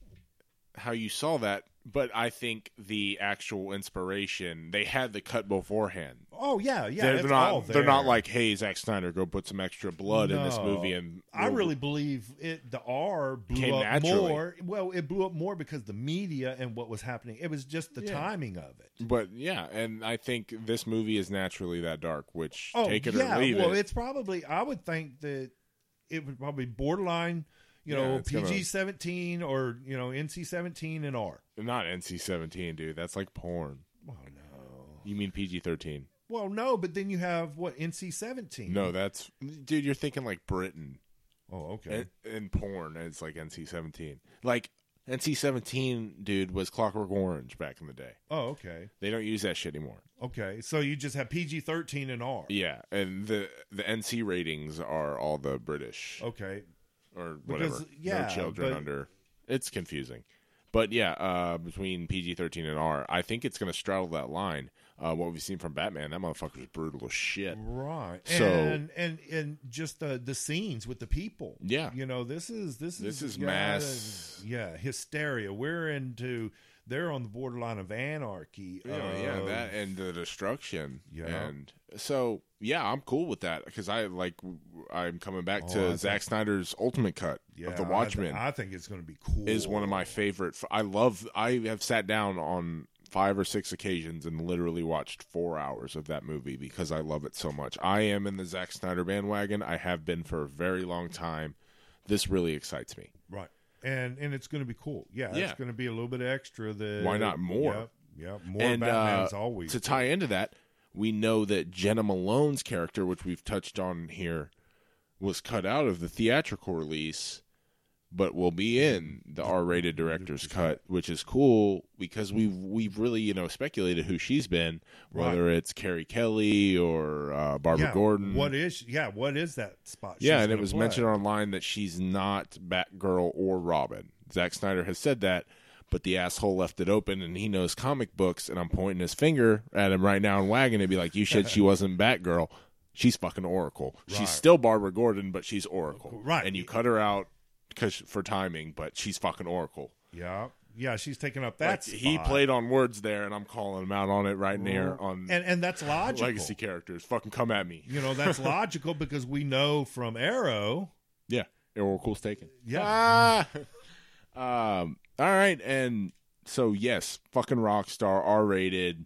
Speaker 2: how you saw that, but I think the actual inspiration they had the cut beforehand.
Speaker 1: Oh yeah, yeah.
Speaker 2: they're,
Speaker 1: it's
Speaker 2: they're
Speaker 1: all
Speaker 2: not. They're not
Speaker 1: there.
Speaker 2: like, "Hey, Zack Snyder, go put some extra blood in this
Speaker 1: No.
Speaker 2: movie." And
Speaker 1: I
Speaker 2: we'll-
Speaker 1: really believe it. The R blew
Speaker 2: Came
Speaker 1: up
Speaker 2: naturally.
Speaker 1: more. Well, it blew up more because the media and what was happening. It was just the timing of it.
Speaker 2: But yeah, and I think this movie is naturally that dark, which
Speaker 1: Oh,
Speaker 2: take it
Speaker 1: yeah.
Speaker 2: or leave
Speaker 1: well,
Speaker 2: it.
Speaker 1: it's probably. I would think that it would probably borderline, you
Speaker 2: Yeah,
Speaker 1: know,
Speaker 2: it's gonna-
Speaker 1: PG seventeen or you know NC seventeen and R.
Speaker 2: Not NC seventeen, dude. That's like porn.
Speaker 1: Well, no.
Speaker 2: You mean PG thirteen?
Speaker 1: Well, no. But then you have what NC seventeen.
Speaker 2: No, that's dude. You're thinking like Britain
Speaker 1: Oh, okay.
Speaker 2: and, and porn. It's like NC seventeen. Like NC seventeen, dude, was Clockwork Orange back in the day.
Speaker 1: oh, okay.
Speaker 2: They don't use that shit anymore.
Speaker 1: Okay. So you just have PG thirteen and R.
Speaker 2: Yeah, and the the NC ratings are all the British
Speaker 1: Okay.
Speaker 2: or whatever.
Speaker 1: Because, yeah,
Speaker 2: no children
Speaker 1: but-
Speaker 2: under. It's confusing. But yeah, uh, between PG 13 and R, I think it's going to straddle that line. Uh, what we've seen from Batman, that motherfucker's brutal as shit.
Speaker 1: right
Speaker 2: So-
Speaker 1: and and and just the the scenes with the people
Speaker 2: Yeah.
Speaker 1: you know this is this is
Speaker 2: This is
Speaker 1: yeah,
Speaker 2: mass-
Speaker 1: yeah hysteria we're into they're on the borderline of anarchy um,
Speaker 2: Oh, yeah,
Speaker 1: of-
Speaker 2: that and the destruction.
Speaker 1: Yeah.
Speaker 2: And so, yeah, I'm cool with that because I like, I'm coming back
Speaker 1: Oh, I
Speaker 2: to
Speaker 1: think-
Speaker 2: Zack Snyder's ultimate cut
Speaker 1: yeah,
Speaker 2: of The
Speaker 1: I thi-
Speaker 2: Watchmen.
Speaker 1: i, think it's going to be cool
Speaker 2: is one of my favorite. I love. I have sat down on five or six occasions and literally watched four hours of that movie because I love it so much. I am in the Zack Snyder bandwagon. I have been for a very long time. This really excites me.
Speaker 1: right and and it's going to be cool yeah,
Speaker 2: Yeah.
Speaker 1: it's going to be a little bit extra that
Speaker 2: Why not more?
Speaker 1: yeah, yeah, more
Speaker 2: and uh,
Speaker 1: batman's always
Speaker 2: to tie into that, we know that Jenna Malone's character, which we've touched on here, was cut out of the theatrical release but will be in the R-rated director's cut, which is cool because we've we've really you know speculated who she's been, whether it's Carrie Kelly or uh, Barbara
Speaker 1: yeah.
Speaker 2: Gordon.
Speaker 1: What is? Yeah. What is that spot?
Speaker 2: yeah,
Speaker 1: she's
Speaker 2: and it
Speaker 1: gonna
Speaker 2: was
Speaker 1: play?
Speaker 2: mentioned online that she's not Batgirl or Robin. Zack Snyder has said that, but the asshole left it open, and he knows comic books. And I'm pointing his finger at him right now and wagging it, be like, "You said she wasn't Batgirl." She's fucking Oracle.
Speaker 1: Right.
Speaker 2: She's still Barbara Gordon, but she's Oracle.
Speaker 1: Right.
Speaker 2: And you cut her out because for timing, but she's fucking Oracle.
Speaker 1: Yeah. Yeah. She's taking up that.
Speaker 2: That's he
Speaker 1: spot.
Speaker 2: played on words there, and I'm calling him out on it right there on
Speaker 1: and and that's logical.
Speaker 2: legacy characters. Fucking come at me.
Speaker 1: You know, that's logical because we know from Arrow.
Speaker 2: Yeah, Oracle's taken.
Speaker 1: Yeah.
Speaker 2: Ah! um. All right, and so yes, fucking rock star, R rated.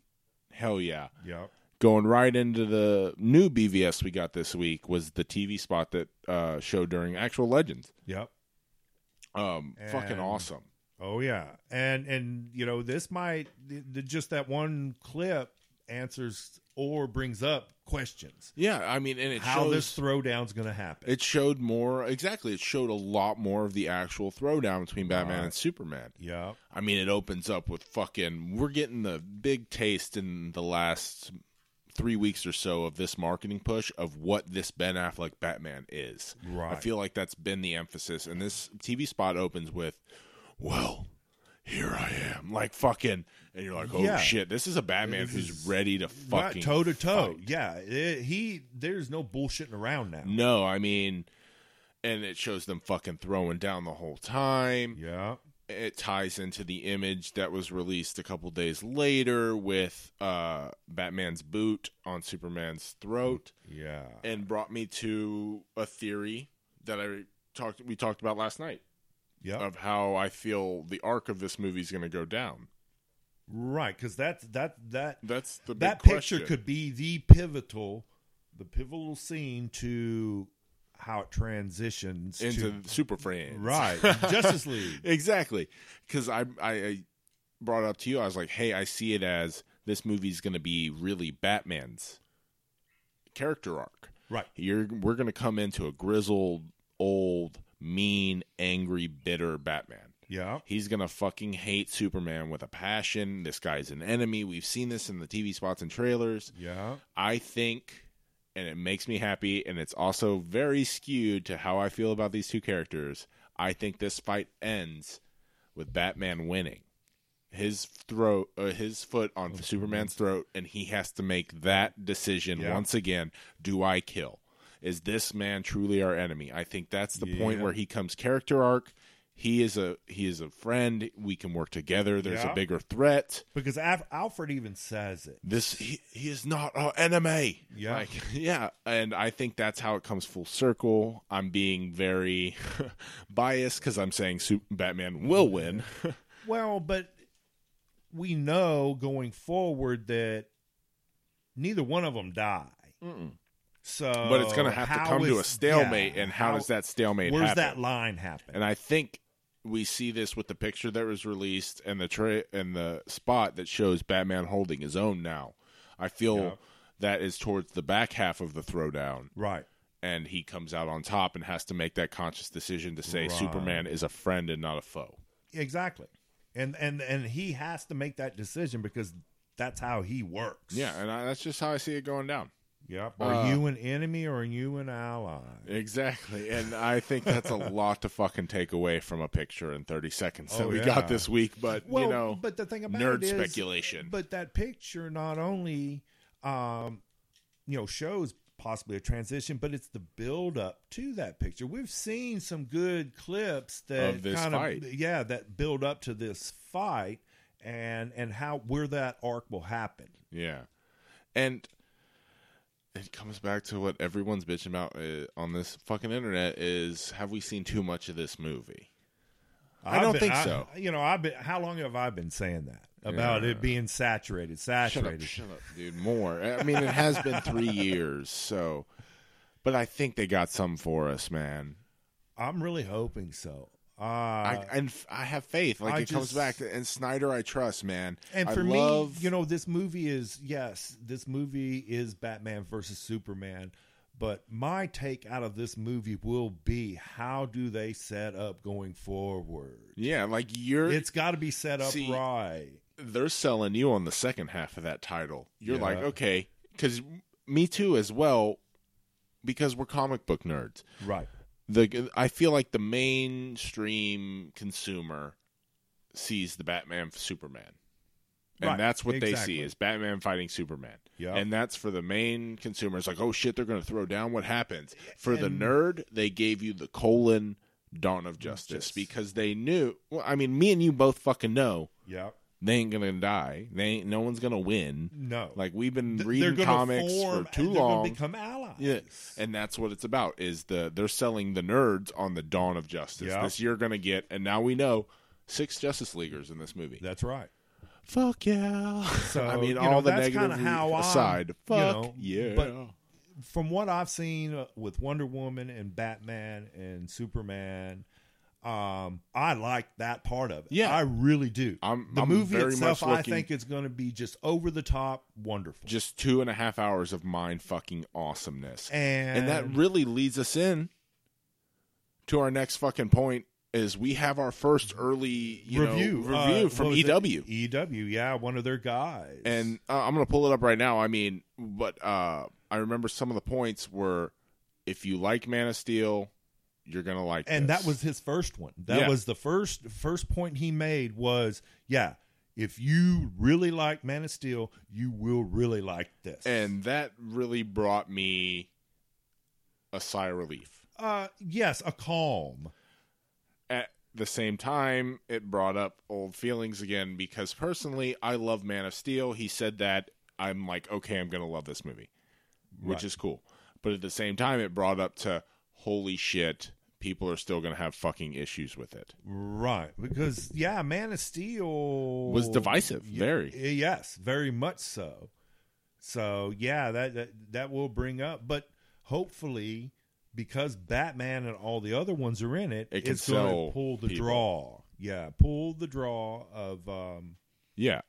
Speaker 2: Hell yeah.
Speaker 1: Yeah.
Speaker 2: Going right into the new BVS we got this week was the TV spot that uh, showed during Actual Legends.
Speaker 1: Yep.
Speaker 2: Um, fucking
Speaker 1: And-
Speaker 2: awesome.
Speaker 1: Oh yeah, and and you know this might th- th- just that one clip answers or brings up questions
Speaker 2: Yeah, I mean, and it
Speaker 1: how
Speaker 2: shows
Speaker 1: this throwdown's going to happen.
Speaker 2: it showed more exactly. It showed a lot more of the actual throwdown between Batman
Speaker 1: Right.
Speaker 2: and Superman.
Speaker 1: yeah,
Speaker 2: I mean, it opens up with fucking. We're getting the big taste in the last three weeks or so of this marketing push of what this Ben Affleck Batman is.
Speaker 1: Right.
Speaker 2: I feel like that's been the emphasis. And this TV spot opens with, well, here I am. Like fucking. And you're like, oh
Speaker 1: Yeah.
Speaker 2: shit, this is a Batman
Speaker 1: This
Speaker 2: who's
Speaker 1: is-
Speaker 2: ready to
Speaker 1: right
Speaker 2: fucking.
Speaker 1: toe to toe.
Speaker 2: fight. Mm.
Speaker 1: Yeah, it- he there's no bullshitting around now.
Speaker 2: No, I mean. And it shows them fucking throwing down the whole time.
Speaker 1: Yeah,
Speaker 2: it ties into the image that was released a couple days later with uh, Batman's boot on Superman's throat,
Speaker 1: yeah,
Speaker 2: and brought me to a theory that I talked we talked about last night
Speaker 1: yeah.
Speaker 2: of how I feel the arc of this movie is going to go down.
Speaker 1: right, because that's that that
Speaker 2: That's the big
Speaker 1: that
Speaker 2: question.
Speaker 1: picture could be the pivotal, the pivotal scene to how it transitions
Speaker 2: into
Speaker 1: to,
Speaker 2: Super Friends,
Speaker 1: right Justice League.
Speaker 2: exactly because I, I i brought it up to you i was like hey i see it as this movie's gonna be really batman's character arc
Speaker 1: Right.
Speaker 2: you're we're gonna come into a grizzled old mean angry bitter batman
Speaker 1: Yeah.
Speaker 2: He's gonna fucking hate Superman with a passion. This guy's an enemy. We've seen this in the TV spots and trailers.
Speaker 1: Yeah.
Speaker 2: I think, and it makes me happy, and it's also very skewed to how I feel about these two characters. I think this fight ends with Batman winning his throat, uh, his foot on Superman's throat, and he has to make that decision
Speaker 1: Yeah.
Speaker 2: once again: Do I kill? Is this man truly our enemy? I think that's the point
Speaker 1: Yeah.
Speaker 2: where he comes character arc. He is a he is a friend. We can work together. There's
Speaker 1: Yeah.
Speaker 2: a bigger threat.
Speaker 1: Because Alf- Alfred even says it.
Speaker 2: This he, he is not our enemy.
Speaker 1: Yeah.
Speaker 2: Like, yeah, and I think that's how it comes full circle. I'm being very biased because I'm saying Sup- Batman will win.
Speaker 1: Well, but we know going forward that neither one of them die. So,
Speaker 2: but it's going to have to
Speaker 1: Oh, how
Speaker 2: come to a
Speaker 1: is-
Speaker 2: stalemate.
Speaker 1: yeah,
Speaker 2: and how, does that stalemate
Speaker 1: Where's
Speaker 2: happen?
Speaker 1: that line happen?
Speaker 2: And I think we see this with the picture that was released and the tra- and the spot that shows Batman holding his own. Now, I feel
Speaker 1: Yeah.
Speaker 2: that is towards the back half of the throwdown,
Speaker 1: right.
Speaker 2: and he comes out on top and has to make that conscious decision to say
Speaker 1: Right.
Speaker 2: Superman is a friend and not a foe.
Speaker 1: Exactly. And and and he has to make that decision because that's how he works.
Speaker 2: Yeah, and I, that's just how I see it going down.
Speaker 1: Yep. Are
Speaker 2: Uh,
Speaker 1: you an enemy or are you an ally?
Speaker 2: Exactly. And I think that's a lot to fucking take away from a picture in 30 seconds that
Speaker 1: Oh,
Speaker 2: we
Speaker 1: yeah.
Speaker 2: got this week. But,
Speaker 1: Well,
Speaker 2: you know,
Speaker 1: but the thing about
Speaker 2: nerd
Speaker 1: it is,
Speaker 2: speculation.
Speaker 1: But that picture not only, um, you know, shows possibly a transition, but it's the build up to that picture. We've seen some good clips that
Speaker 2: Of this
Speaker 1: kind of,
Speaker 2: fight.
Speaker 1: yeah, that build up to this fight, and and how where that arc will happen.
Speaker 2: Yeah, and it comes back to what everyone's bitching about uh, on this fucking internet: is have we seen too much of this movie? I
Speaker 1: I've
Speaker 2: don't
Speaker 1: been-
Speaker 2: think so.
Speaker 1: You know, I've been. How long have I been saying that about it being saturated?
Speaker 2: Shut
Speaker 1: Saturated.
Speaker 2: up, shut up, dude. More. I mean, it has been three years, so. But I think they got some for us, man.
Speaker 1: I'm really hoping so. Uh,
Speaker 2: I and f- I have faith. Like
Speaker 1: I
Speaker 2: it comes
Speaker 1: just-
Speaker 2: back, to- and Snyder, I trust, man.
Speaker 1: And
Speaker 2: I
Speaker 1: for
Speaker 2: love,
Speaker 1: me, you know, this movie is yes, this movie is Batman versus Superman, But my take out of this movie will be how do they set up going forward?
Speaker 2: Yeah, like you're
Speaker 1: It's got to be set up
Speaker 2: See,
Speaker 1: right.
Speaker 2: they're selling you on the second half of that title. You're like,
Speaker 1: Yeah.
Speaker 2: okay, because me too as well, because we're comic book nerds.
Speaker 1: Right.
Speaker 2: The I feel like the mainstream consumer sees the Batman f- Superman, and
Speaker 1: Right,
Speaker 2: that's what they
Speaker 1: exactly.
Speaker 2: see is Batman fighting Superman.
Speaker 1: Yeah.
Speaker 2: And that's for the main consumer. It's like, oh shit, they're going to throw down. What happens? For the
Speaker 1: And-
Speaker 2: nerd, they gave you the colon Dawn of Justice
Speaker 1: Justice.
Speaker 2: because they knew. Well, I mean, me and you both fucking know
Speaker 1: yeah.
Speaker 2: they ain't gonna die. They ain't, no one's gonna win.
Speaker 1: No.
Speaker 2: Like we've been
Speaker 1: Th-
Speaker 2: reading
Speaker 1: gonna
Speaker 2: comics
Speaker 1: form-
Speaker 2: for too
Speaker 1: they're gonna
Speaker 2: long.
Speaker 1: become allies.
Speaker 2: yeah, and that's what it's about. Is the they're selling the nerds on the dawn of justice.
Speaker 1: Yeah.
Speaker 2: This you're gonna get, and now we know six Justice Leaguers in this movie.
Speaker 1: That's right.
Speaker 2: Fuck yeah!
Speaker 1: So,
Speaker 2: I mean,
Speaker 1: you know,
Speaker 2: all the
Speaker 1: that's
Speaker 2: negative
Speaker 1: kinda how I'm,
Speaker 2: aside.
Speaker 1: you
Speaker 2: Fuck
Speaker 1: know,
Speaker 2: yeah!
Speaker 1: but- From what I've seen uh, with Wonder Woman and Batman and Superman, um, I like that part of it.
Speaker 2: Yeah.
Speaker 1: I really do.
Speaker 2: I'm
Speaker 1: the
Speaker 2: I'm
Speaker 1: movie
Speaker 2: very
Speaker 1: itself,
Speaker 2: much
Speaker 1: I
Speaker 2: looking
Speaker 1: think it's going to be just over the top, wonderful.
Speaker 2: just two and a half hours of mind fucking awesomeness.
Speaker 1: and
Speaker 2: and that really leads us in to our next fucking point is we have our first early you know,
Speaker 1: review
Speaker 2: review
Speaker 1: uh,
Speaker 2: from E
Speaker 1: what was it?
Speaker 2: EW
Speaker 1: EW, yeah, one of their guys.
Speaker 2: and uh, I'm gonna pull it up right now I mean but uh I remember some of the points were if you like Man of Steel you're gonna like
Speaker 1: and
Speaker 2: this.
Speaker 1: that was his first one. That
Speaker 2: Yeah.
Speaker 1: was the first first point he made was, yeah, if you really like Man of Steel, you will really like this.
Speaker 2: and that really brought me a sigh of relief
Speaker 1: uh yes, a calm.
Speaker 2: at the same time, it brought up old feelings again because personally, I love Man of Steel. He said that I'm like, okay, I'm gonna love this movie, which
Speaker 1: Right.
Speaker 2: is cool. But at the same time, it brought up to holy shit, people are still gonna have fucking issues with it.
Speaker 1: Right, because yeah, Man of Steel
Speaker 2: Was divisive,
Speaker 1: Ye-
Speaker 2: very.
Speaker 1: yes, very much so. So yeah, that that, that will bring up, but hopefully, because Batman and all the other ones are in it,
Speaker 2: It can
Speaker 1: it's going
Speaker 2: sell
Speaker 1: to pull the
Speaker 2: people.
Speaker 1: draw. Yeah, pull the draw of um
Speaker 2: Yeah,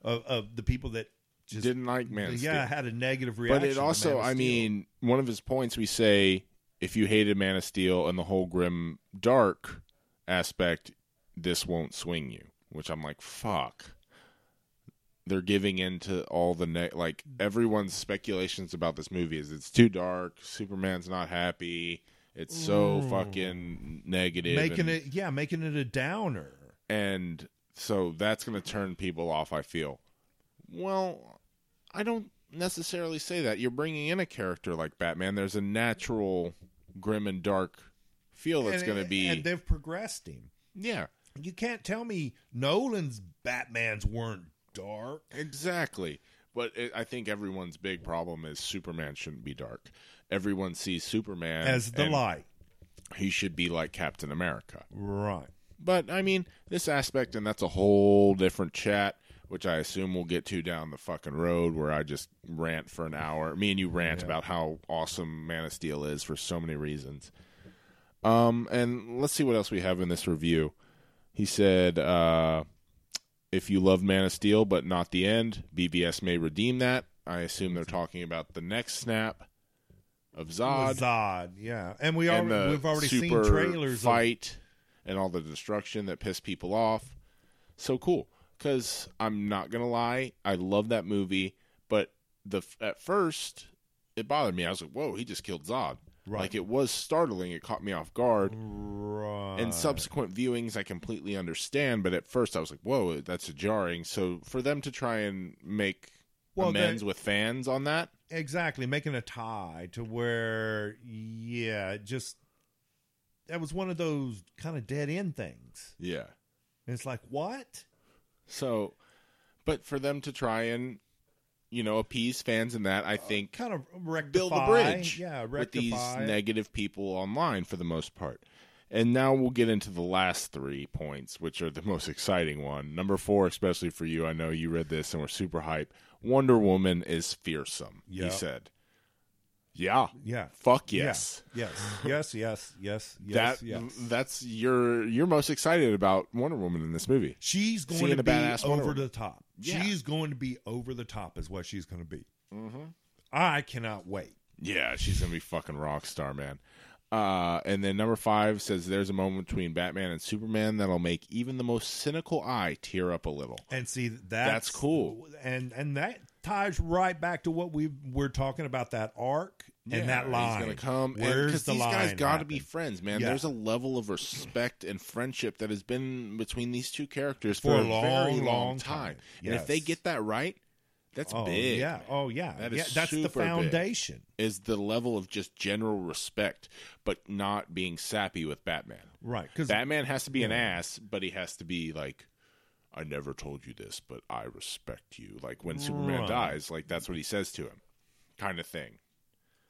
Speaker 1: of, of the people that just
Speaker 2: didn't like Man of
Speaker 1: yeah
Speaker 2: Steel,
Speaker 1: had a negative reaction.
Speaker 2: but it
Speaker 1: to
Speaker 2: also,
Speaker 1: Man of
Speaker 2: I
Speaker 1: Steel.
Speaker 2: mean, one of his points we say if you hated Man of Steel and the whole grim dark aspect, this won't swing you. Which I'm like, fuck. They're giving in to all the ne- like everyone's speculations about this movie is it's too dark. Superman's not happy. It's so
Speaker 1: Ooh.
Speaker 2: fucking negative.
Speaker 1: making
Speaker 2: and,
Speaker 1: it yeah, making it a downer.
Speaker 2: and so that's going to turn people off. I feel. Well, I don't necessarily say that. You're bringing in a character like Batman. There's a natural grim and dark feel that's
Speaker 1: And-
Speaker 2: going to be.
Speaker 1: and they've progressed him.
Speaker 2: yeah,
Speaker 1: You can't tell me Nolan's Batman's weren't dark.
Speaker 2: exactly. But it, I think everyone's big problem is Superman shouldn't be dark. Everyone sees Superman
Speaker 1: as the
Speaker 2: and
Speaker 1: light.
Speaker 2: He should be like Captain America.
Speaker 1: Right.
Speaker 2: But I mean, this aspect, and that's a whole different chat, which I assume we'll get to down the fucking road, where I just rant for an hour. Me and you rant about how awesome Man of Steel is for so many reasons. Um, and let's see what else we have in this review. He said, uh, "If you love Man of Steel, but not the end, BVS may redeem that." I assume they're talking about the next snap of Zod
Speaker 1: Zod, yeah. And we
Speaker 2: and
Speaker 1: already
Speaker 2: the
Speaker 1: we've already seen
Speaker 2: super
Speaker 1: trailers of
Speaker 2: fight and all the destruction that pissed people off. So cool because I'm not gonna lie, I love that movie, but the at first it bothered me. I was like, "Whoa, he just killed Zod!"
Speaker 1: Right.
Speaker 2: Like it was startling. It caught me off guard.
Speaker 1: right.
Speaker 2: And subsequent viewings, I completely understand, but at first I was like, "Whoa, that's jarring." So for them to try and make
Speaker 1: Well, they-
Speaker 2: amends with fans on that,
Speaker 1: exactly making a tie to where yeah, it just that was one of those kind of dead end things.
Speaker 2: yeah,
Speaker 1: And it's like, what?
Speaker 2: So, but for them to try and, you know, appease fans in that, I think
Speaker 1: Kind of rectify,
Speaker 2: build a bridge
Speaker 1: Yeah, rectify.
Speaker 2: with these negative people online for the most part. And now we'll get into the last three points, which are the most exciting one. Number four, especially for you, I know you read this and were super hype. Wonder Woman is fearsome,
Speaker 1: Yeah.
Speaker 2: he said. Yeah,
Speaker 1: yeah.
Speaker 2: fuck yes.
Speaker 1: Yes. Yes, yes, yes, yes,
Speaker 2: that
Speaker 1: yes.
Speaker 2: that's your you're most excited about Wonder Woman in this movie.
Speaker 1: She's going
Speaker 2: Seeing
Speaker 1: to
Speaker 2: a
Speaker 1: be
Speaker 2: badass Wonder
Speaker 1: over
Speaker 2: Woman.
Speaker 1: the top.
Speaker 2: Yeah.
Speaker 1: She's going to be over the top is what she's going to be.
Speaker 2: Mm-hmm.
Speaker 1: I cannot wait.
Speaker 2: Yeah, she's gonna be fucking rock star, man. Uh, and then number five says there's a moment between Batman and Superman that'll make even the most cynical eye tear up a little.
Speaker 1: And see that's,
Speaker 2: That's cool.
Speaker 1: And and that ties right back to what we were talking about that arc
Speaker 2: Yeah,
Speaker 1: and that line.
Speaker 2: he's gonna come.
Speaker 1: Where's
Speaker 2: Because
Speaker 1: the
Speaker 2: these guys
Speaker 1: line
Speaker 2: got to be
Speaker 1: happen?
Speaker 2: friends, man.
Speaker 1: Yeah.
Speaker 2: There's a level of respect and friendship that has been between these two characters for,
Speaker 1: For a
Speaker 2: very
Speaker 1: long,
Speaker 2: long,
Speaker 1: long
Speaker 2: time.
Speaker 1: time.
Speaker 2: And if they
Speaker 1: Yes.
Speaker 2: get that right, that's
Speaker 1: Oh
Speaker 2: big.
Speaker 1: yeah. Oh yeah.
Speaker 2: That
Speaker 1: yeah,
Speaker 2: is
Speaker 1: that's
Speaker 2: super
Speaker 1: the
Speaker 2: big.
Speaker 1: foundation.
Speaker 2: Is the level of just general respect, but not being sappy with Batman.
Speaker 1: Right. Cuz
Speaker 2: Batman has to be an ass, but he has to be like, I never told you this, but I respect you. Like when Superman
Speaker 1: Right.
Speaker 2: dies, like that's what he says to him, kind of thing.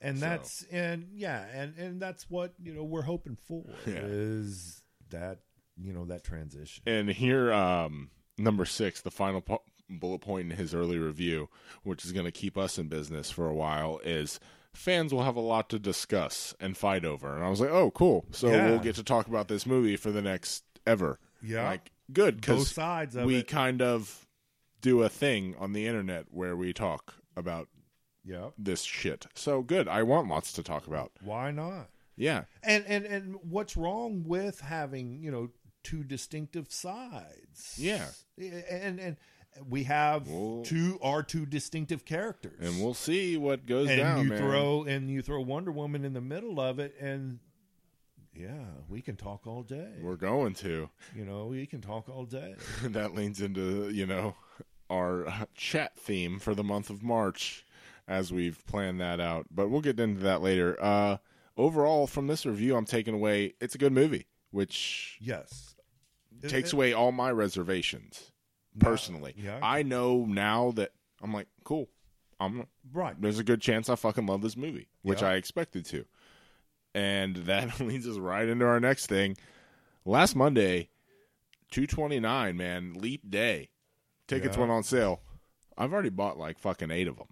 Speaker 1: and
Speaker 2: So.
Speaker 1: that's and yeah and and that's what you know we're hoping for
Speaker 2: Yeah.
Speaker 1: is that you know that transition
Speaker 2: And here, um, number six, the final po- bullet point in his early review, which is going to keep us in business for a while, is fans will have a lot to discuss and fight over. And I was like, oh, cool. So
Speaker 1: Yeah.
Speaker 2: we'll get to talk about this movie for the next ever.
Speaker 1: Yeah.
Speaker 2: Like, good.
Speaker 1: both
Speaker 2: Because
Speaker 1: sides of
Speaker 2: we
Speaker 1: it
Speaker 2: kind of do a thing on the internet where we talk about
Speaker 1: yeah
Speaker 2: this shit. So good. I want lots to talk about.
Speaker 1: why not
Speaker 2: Yeah.
Speaker 1: and and and what's wrong with having you know two distinctive sides
Speaker 2: Yeah.
Speaker 1: and and we have
Speaker 2: We'll-
Speaker 1: two are two distinctive characters
Speaker 2: And we'll see what goes
Speaker 1: and
Speaker 2: down.
Speaker 1: you
Speaker 2: man.
Speaker 1: throw and you throw wonder woman in the middle of it and yeah we can talk all day
Speaker 2: We're going to.
Speaker 1: you know we can talk all day
Speaker 2: that leans into, you know, our uh, chat theme for the month of March as we've planned that out. But we'll get into that later. Uh, overall, from this review, I'm taking away it's a good movie, which
Speaker 1: yes Uh, It-
Speaker 2: takes
Speaker 1: it-
Speaker 2: away all my reservations personally.
Speaker 1: yeah.
Speaker 2: I know now that I'm like, cool. I'm
Speaker 1: right
Speaker 2: there's a good chance I fucking love this movie, which
Speaker 1: Yeah.
Speaker 2: I expected to. And that leads us right into our next thing. Last Monday, 229, man, leap day. Tickets
Speaker 1: Yeah.
Speaker 2: went on sale. I've already bought like fucking 8 of them.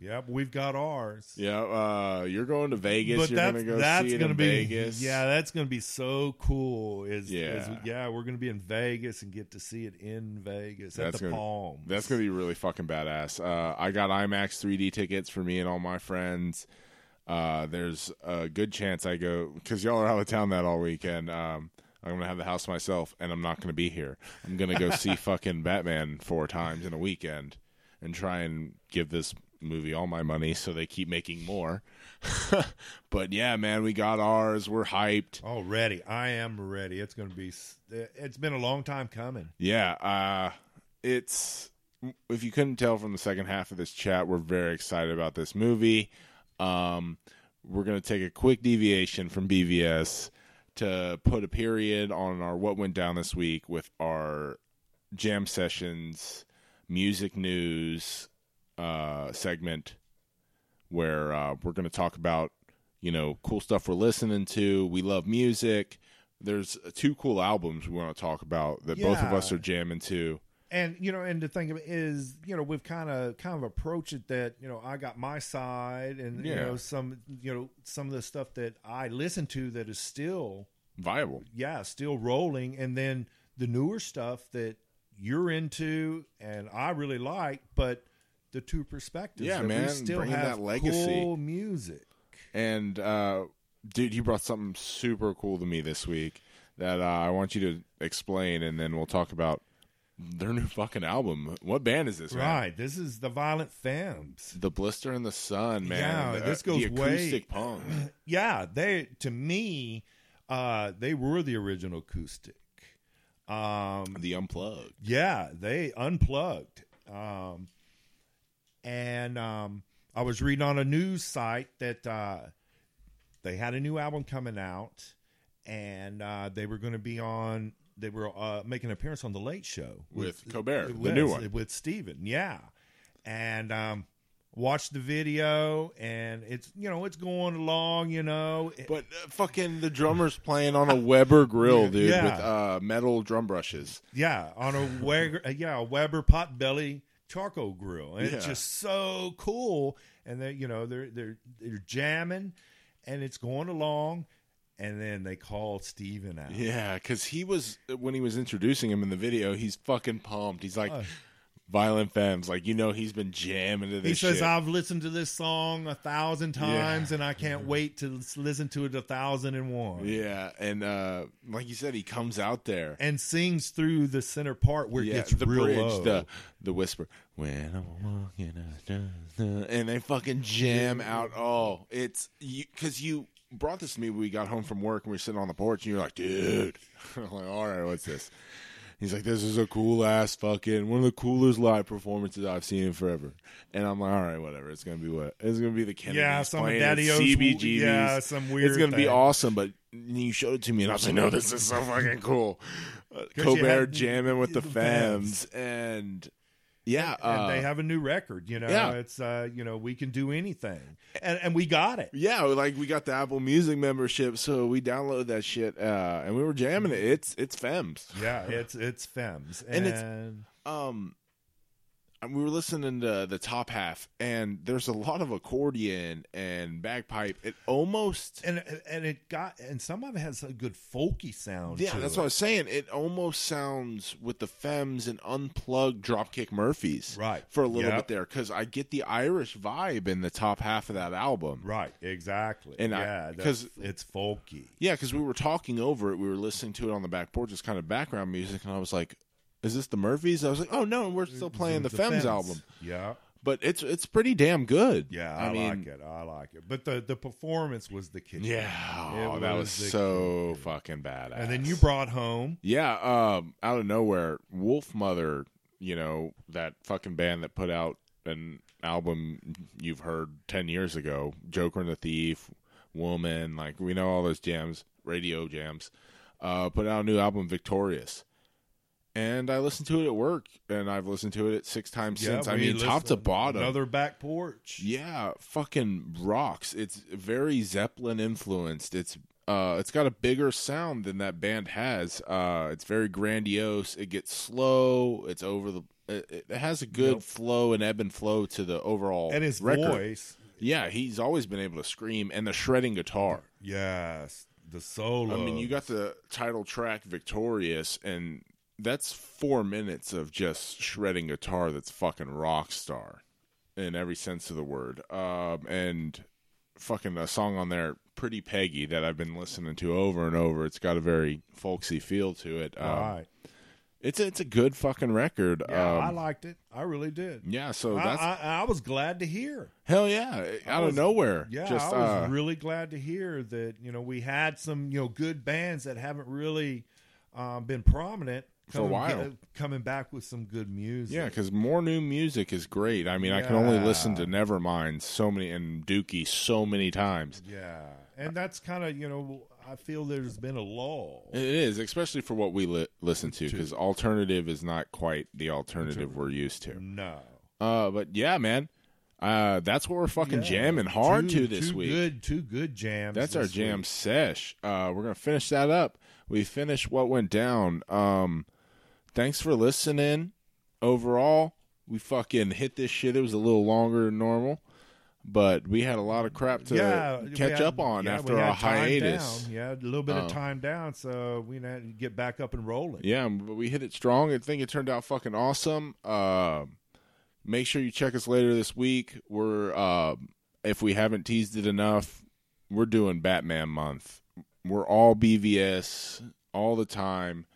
Speaker 1: Yep, we've got ours.
Speaker 2: Yeah, uh, you're going to Vegas,
Speaker 1: but
Speaker 2: you're
Speaker 1: that's
Speaker 2: going to go
Speaker 1: that's
Speaker 2: see it
Speaker 1: gonna
Speaker 2: in
Speaker 1: be
Speaker 2: Vegas.
Speaker 1: yeah, that's gonna be so cool. Is yeah,
Speaker 2: Yeah.
Speaker 1: yeah, we're gonna be in Vegas and get to see it in Vegas at
Speaker 2: That's
Speaker 1: the
Speaker 2: gonna-
Speaker 1: Palm.
Speaker 2: That's gonna be really fucking badass. Uh, I got IMAX 3D tickets for me and all my friends. Uh, there's a good chance I go because y'all are out of town that all weekend. Um, I'm gonna have the house myself, and I'm not gonna be here. I'm gonna go see fucking Batman four times in a weekend, and try and give this movie all my money so they keep making more. but yeah, man, we got ours. We're hyped.
Speaker 1: oh, ready. I am ready. It's gonna be. s- It's been a long time coming.
Speaker 2: Yeah, uh, it's if you couldn't tell from the second half of this chat, we're very excited about this movie. Um, we're gonna take a quick deviation from BVS to put a period on our what went down this week with our jam sessions, music news uh, segment, where uh, we're gonna talk about you know cool stuff we're listening to. We love music. There's two cool albums we want to talk about that both of
Speaker 1: Yeah.
Speaker 2: us are jamming to.
Speaker 1: And you know, and the thing of it is, you know, we've kind of kind of approached it that you know I got my side, and you
Speaker 2: Yeah.
Speaker 1: know some you know some of the stuff that I listen to that is still
Speaker 2: Viable.
Speaker 1: yeah, still rolling. And then the newer stuff that you're into and I really like, but the two perspectives.
Speaker 2: Yeah,
Speaker 1: that
Speaker 2: man,
Speaker 1: We still
Speaker 2: bringing
Speaker 1: have
Speaker 2: that legacy.
Speaker 1: Cool music.
Speaker 2: And uh, dude, you brought something super cool to me this week that uh, I want you to explain, and then we'll talk about their new fucking album. What band is this? man?
Speaker 1: Right. This is the Violent Femmes.
Speaker 2: The Blister and the Sun, man.
Speaker 1: Yeah,
Speaker 2: The-
Speaker 1: this goes
Speaker 2: the acoustic
Speaker 1: way-
Speaker 2: punk.
Speaker 1: Yeah, they to me, uh, they were the original acoustic. Um,
Speaker 2: the unplugged.
Speaker 1: Yeah, they unplugged. Um, and um, I was reading on a news site that uh, they had a new album coming out, and uh, they were going to be on. They were uh, making an appearance on the Late Show
Speaker 2: With Colbert,
Speaker 1: with-
Speaker 2: the new one.
Speaker 1: with Steven, yeah. And um, watched the video, and it's you know it's going along, you know. It-
Speaker 2: But uh, fucking the drummer's playing on a Weber grill, dude,
Speaker 1: Yeah.
Speaker 2: with uh, metal drum brushes.
Speaker 1: Yeah, on a Weber, yeah, a Weber Potbelly charcoal grill. And It's
Speaker 2: Yeah.
Speaker 1: just so cool, and they, you know, they're they're they're jamming, and it's going along, and then they call Steven out.
Speaker 2: Yeah, because he was when he was introducing him in the video, he's fucking pumped. He's like, Violent Femmes. Like you know, he's been jamming to this.
Speaker 1: He says,
Speaker 2: shit.
Speaker 1: I've listened to this song a thousand times and I can't wait to l- listen to it a thousand and one.
Speaker 2: Mm-hmm. "Yeah," and uh, like you said, he comes out there.
Speaker 1: And sings through the center part where
Speaker 2: yeah,
Speaker 1: it gets
Speaker 2: the
Speaker 1: real
Speaker 2: bridge,
Speaker 1: low.
Speaker 2: the the whisper. When I'm walking, uh, uh, uh," and they fucking jam out. all. it's you because you brought this to me. when We got home from work and we were sitting on the porch, and you're like, "Dude," I'm like, "All right, what's this?" He's like, "This is a cool ass fucking one of the coolest live performances I've seen in forever." And I'm like, "All right, whatever. It's gonna be what it's gonna be the Kennedys
Speaker 1: yeah, some
Speaker 2: playing at
Speaker 1: daddy
Speaker 2: CBGB's.
Speaker 1: Yeah, some weird.
Speaker 2: It's gonna be
Speaker 1: thing.
Speaker 2: awesome, but you showed it to me, and I was like, "No, this is so fucking cool." Uh,
Speaker 1: 'Cause you
Speaker 2: Colbert
Speaker 1: had-
Speaker 2: jamming with the,
Speaker 1: the
Speaker 2: fams,
Speaker 1: fans.
Speaker 2: and yeah,
Speaker 1: and
Speaker 2: uh,
Speaker 1: they have a new record. You know,
Speaker 2: yeah.
Speaker 1: it's uh, you know, we can do anything, and and we got it.
Speaker 2: yeah, like we got the Apple Music membership, so we downloaded that shit, uh, and we were jamming it. It's it's fems.
Speaker 1: Yeah, it's it's Fems,
Speaker 2: And
Speaker 1: and,
Speaker 2: it's- Um, and we were listening to the top half, and there's a lot of accordion and bagpipe. It almost
Speaker 1: and and it got and some of it has a good folky sound.
Speaker 2: Yeah,
Speaker 1: to
Speaker 2: that's
Speaker 1: it.
Speaker 2: what I was saying. It almost sounds with the Fems and unplugged Dropkick Murphys,
Speaker 1: Right.
Speaker 2: for a little
Speaker 1: Yep.
Speaker 2: bit there, because I get the Irish vibe in the top half of that album.
Speaker 1: Right, exactly.
Speaker 2: And I-
Speaker 1: yeah,
Speaker 2: 'cause-
Speaker 1: because it's folky.
Speaker 2: Yeah, because we were talking over it, we were listening to it on the back porch, just kind of background music, and I was like, "Is this the Murphys?" I was like, "Oh no, we're still playing the, Fems album."
Speaker 1: Yeah,
Speaker 2: But it's it's pretty damn good.
Speaker 1: yeah, I, like it. I like it. But the the performance was the key.
Speaker 2: Yeah,
Speaker 1: It
Speaker 2: oh, that was
Speaker 1: was the-
Speaker 2: so fucking badass.
Speaker 1: And then you brought home
Speaker 2: Yeah, um, out of nowhere, Wolf Mother, you know, that fucking band that put out an album you've heard 10 years ago Joker and the Thief, Woman, like we know all those jams, radio jams, uh, put out a new album, Victorious. And I listened to it at work, and I've listened to it six times
Speaker 1: Yeah,
Speaker 2: since. I
Speaker 1: we
Speaker 2: mean, top to
Speaker 1: listened-
Speaker 2: bottom.
Speaker 1: another back porch.
Speaker 2: Yeah, fucking rocks. It's very Zeppelin influenced. It's uh it's got a bigger sound than that band has. Uh it's very grandiose. It gets slow. It's over the it, it has a good
Speaker 1: Yep.
Speaker 2: flow and ebb and flow to the overall
Speaker 1: And his
Speaker 2: record.
Speaker 1: voice,
Speaker 2: Yeah, he's always been able to scream and the shredding guitar.
Speaker 1: yes, the solo.
Speaker 2: I mean, you got the title track Victorious and that's 4 minutes of just shredding guitar that's fucking rock star in every sense of the word. Um and fucking a song on there Pretty Peggy that I've been listening to over and over. It's got a very folksy feel to it. Um,
Speaker 1: right.
Speaker 2: It's a, it's a good fucking record.
Speaker 1: Yeah,
Speaker 2: um,
Speaker 1: I liked it. I really did.
Speaker 2: yeah, so
Speaker 1: I,
Speaker 2: that's
Speaker 1: I, I was glad to hear.
Speaker 2: hell yeah, out
Speaker 1: was-
Speaker 2: of nowhere.
Speaker 1: Yeah,
Speaker 2: just
Speaker 1: I was
Speaker 2: uh,
Speaker 1: really glad to hear that. You know, we had some you know good bands that haven't really um, been prominent
Speaker 2: For a while.
Speaker 1: uh, coming back with some good music.
Speaker 2: Yeah, because more new music is great. I mean, I can only
Speaker 1: Yeah.
Speaker 2: listen to Nevermind so many and Dookie so many times.
Speaker 1: yeah, and that's kind of you know I feel there's been a lull.
Speaker 2: It is, especially for what we li- listen to, because alternative is not quite the alternative we're used to.
Speaker 1: No,
Speaker 2: Uh, but yeah, man, uh, that's what we're fucking jamming hard
Speaker 1: Two-
Speaker 2: to this
Speaker 1: two
Speaker 2: week.
Speaker 1: Good, two good jams.
Speaker 2: That's our
Speaker 1: this
Speaker 2: jam
Speaker 1: week.
Speaker 2: sesh. Uh, we're gonna finish that up. We finished what went down. Um, thanks for listening. Overall, we fucking hit this shit. It was a little longer than normal, but we had a lot of crap to
Speaker 1: yeah, we
Speaker 2: catch
Speaker 1: had-
Speaker 2: up on
Speaker 1: yeah, we
Speaker 2: after
Speaker 1: had
Speaker 2: our
Speaker 1: time
Speaker 2: hiatus.
Speaker 1: Down. Yeah, a little bit
Speaker 2: Um,
Speaker 1: of time down, so we had to get back up and rolling.
Speaker 2: Yeah, but we hit it strong. I think it turned out fucking awesome. Uh, make sure you check us later this week. We're uh, if we haven't teased it enough, we're doing Batman month. We're all BVS all the time.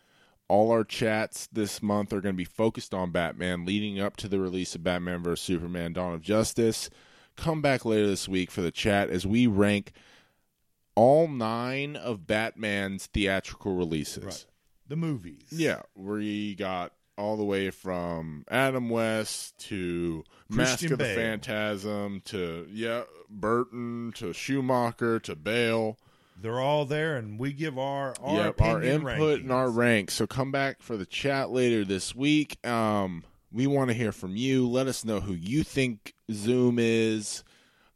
Speaker 2: All our chats this month are going to be focused on Batman, leading up to the release of Batman vs Superman: Dawn of Justice. Come back later this week for the chat as we rank all nine of Batman's theatrical releases.
Speaker 1: Right. The movies.
Speaker 2: Yeah, we got all the way from Adam West to Mask
Speaker 1: Christian
Speaker 2: of the
Speaker 1: Bale.
Speaker 2: Phantasm to yeah Burton to Schumacher to Bale.
Speaker 1: They're all there, and we give our our,
Speaker 2: Yep,
Speaker 1: opinion
Speaker 2: our input and our
Speaker 1: rankings.
Speaker 2: ranks. So come back for the chat later this week. Um, we want to hear from you. Let us know who you think Zoom is,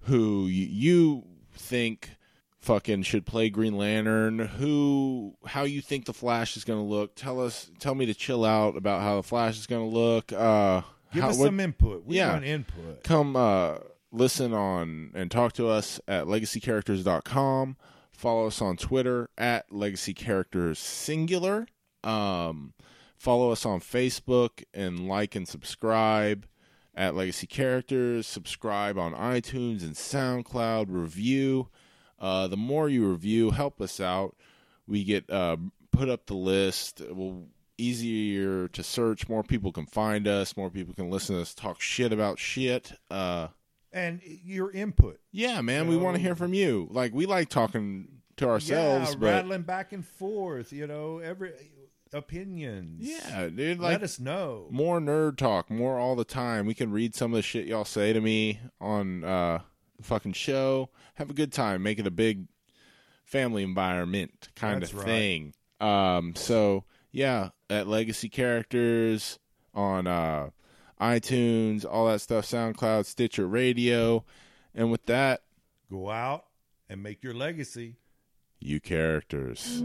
Speaker 2: who y- you think fucking should play Green Lantern, who how you think the Flash is going to look. Tell us, tell me to chill out about how the Flash is going to look. Uh,
Speaker 1: Give
Speaker 2: how-
Speaker 1: us
Speaker 2: what-
Speaker 1: some input. We
Speaker 2: Yeah.
Speaker 1: want input.
Speaker 2: come uh, listen on and talk to us at legacycharacters.com follow us on twitter at legacycharacters singular um, Follow us on Facebook and like and subscribe at Legacy Characters. Subscribe on iTunes and SoundCloud. Review. Uh, the more you review, help us out. We get uh, put up the list. We'll easier to search. More people can find us. More people can listen to us talk shit about shit. Uh,
Speaker 3: and your input.
Speaker 2: yeah, man, we want to hear from you. Like we like talking to ourselves,
Speaker 3: yeah,
Speaker 2: but
Speaker 3: rattling back and forth. You know, every opinions.
Speaker 2: yeah, dude, like
Speaker 3: let us know.
Speaker 2: more nerd talk, more all the time. We can read some of the shit y'all say to me on uh the fucking show. Have a good time. Make it a big family environment kind
Speaker 3: That's
Speaker 2: of
Speaker 3: right.
Speaker 2: thing. Um so yeah, at Legacy Characters on uh iTunes, all that stuff, SoundCloud, Stitcher Radio. And with that,
Speaker 3: Go out and make your legacy.
Speaker 2: you characters.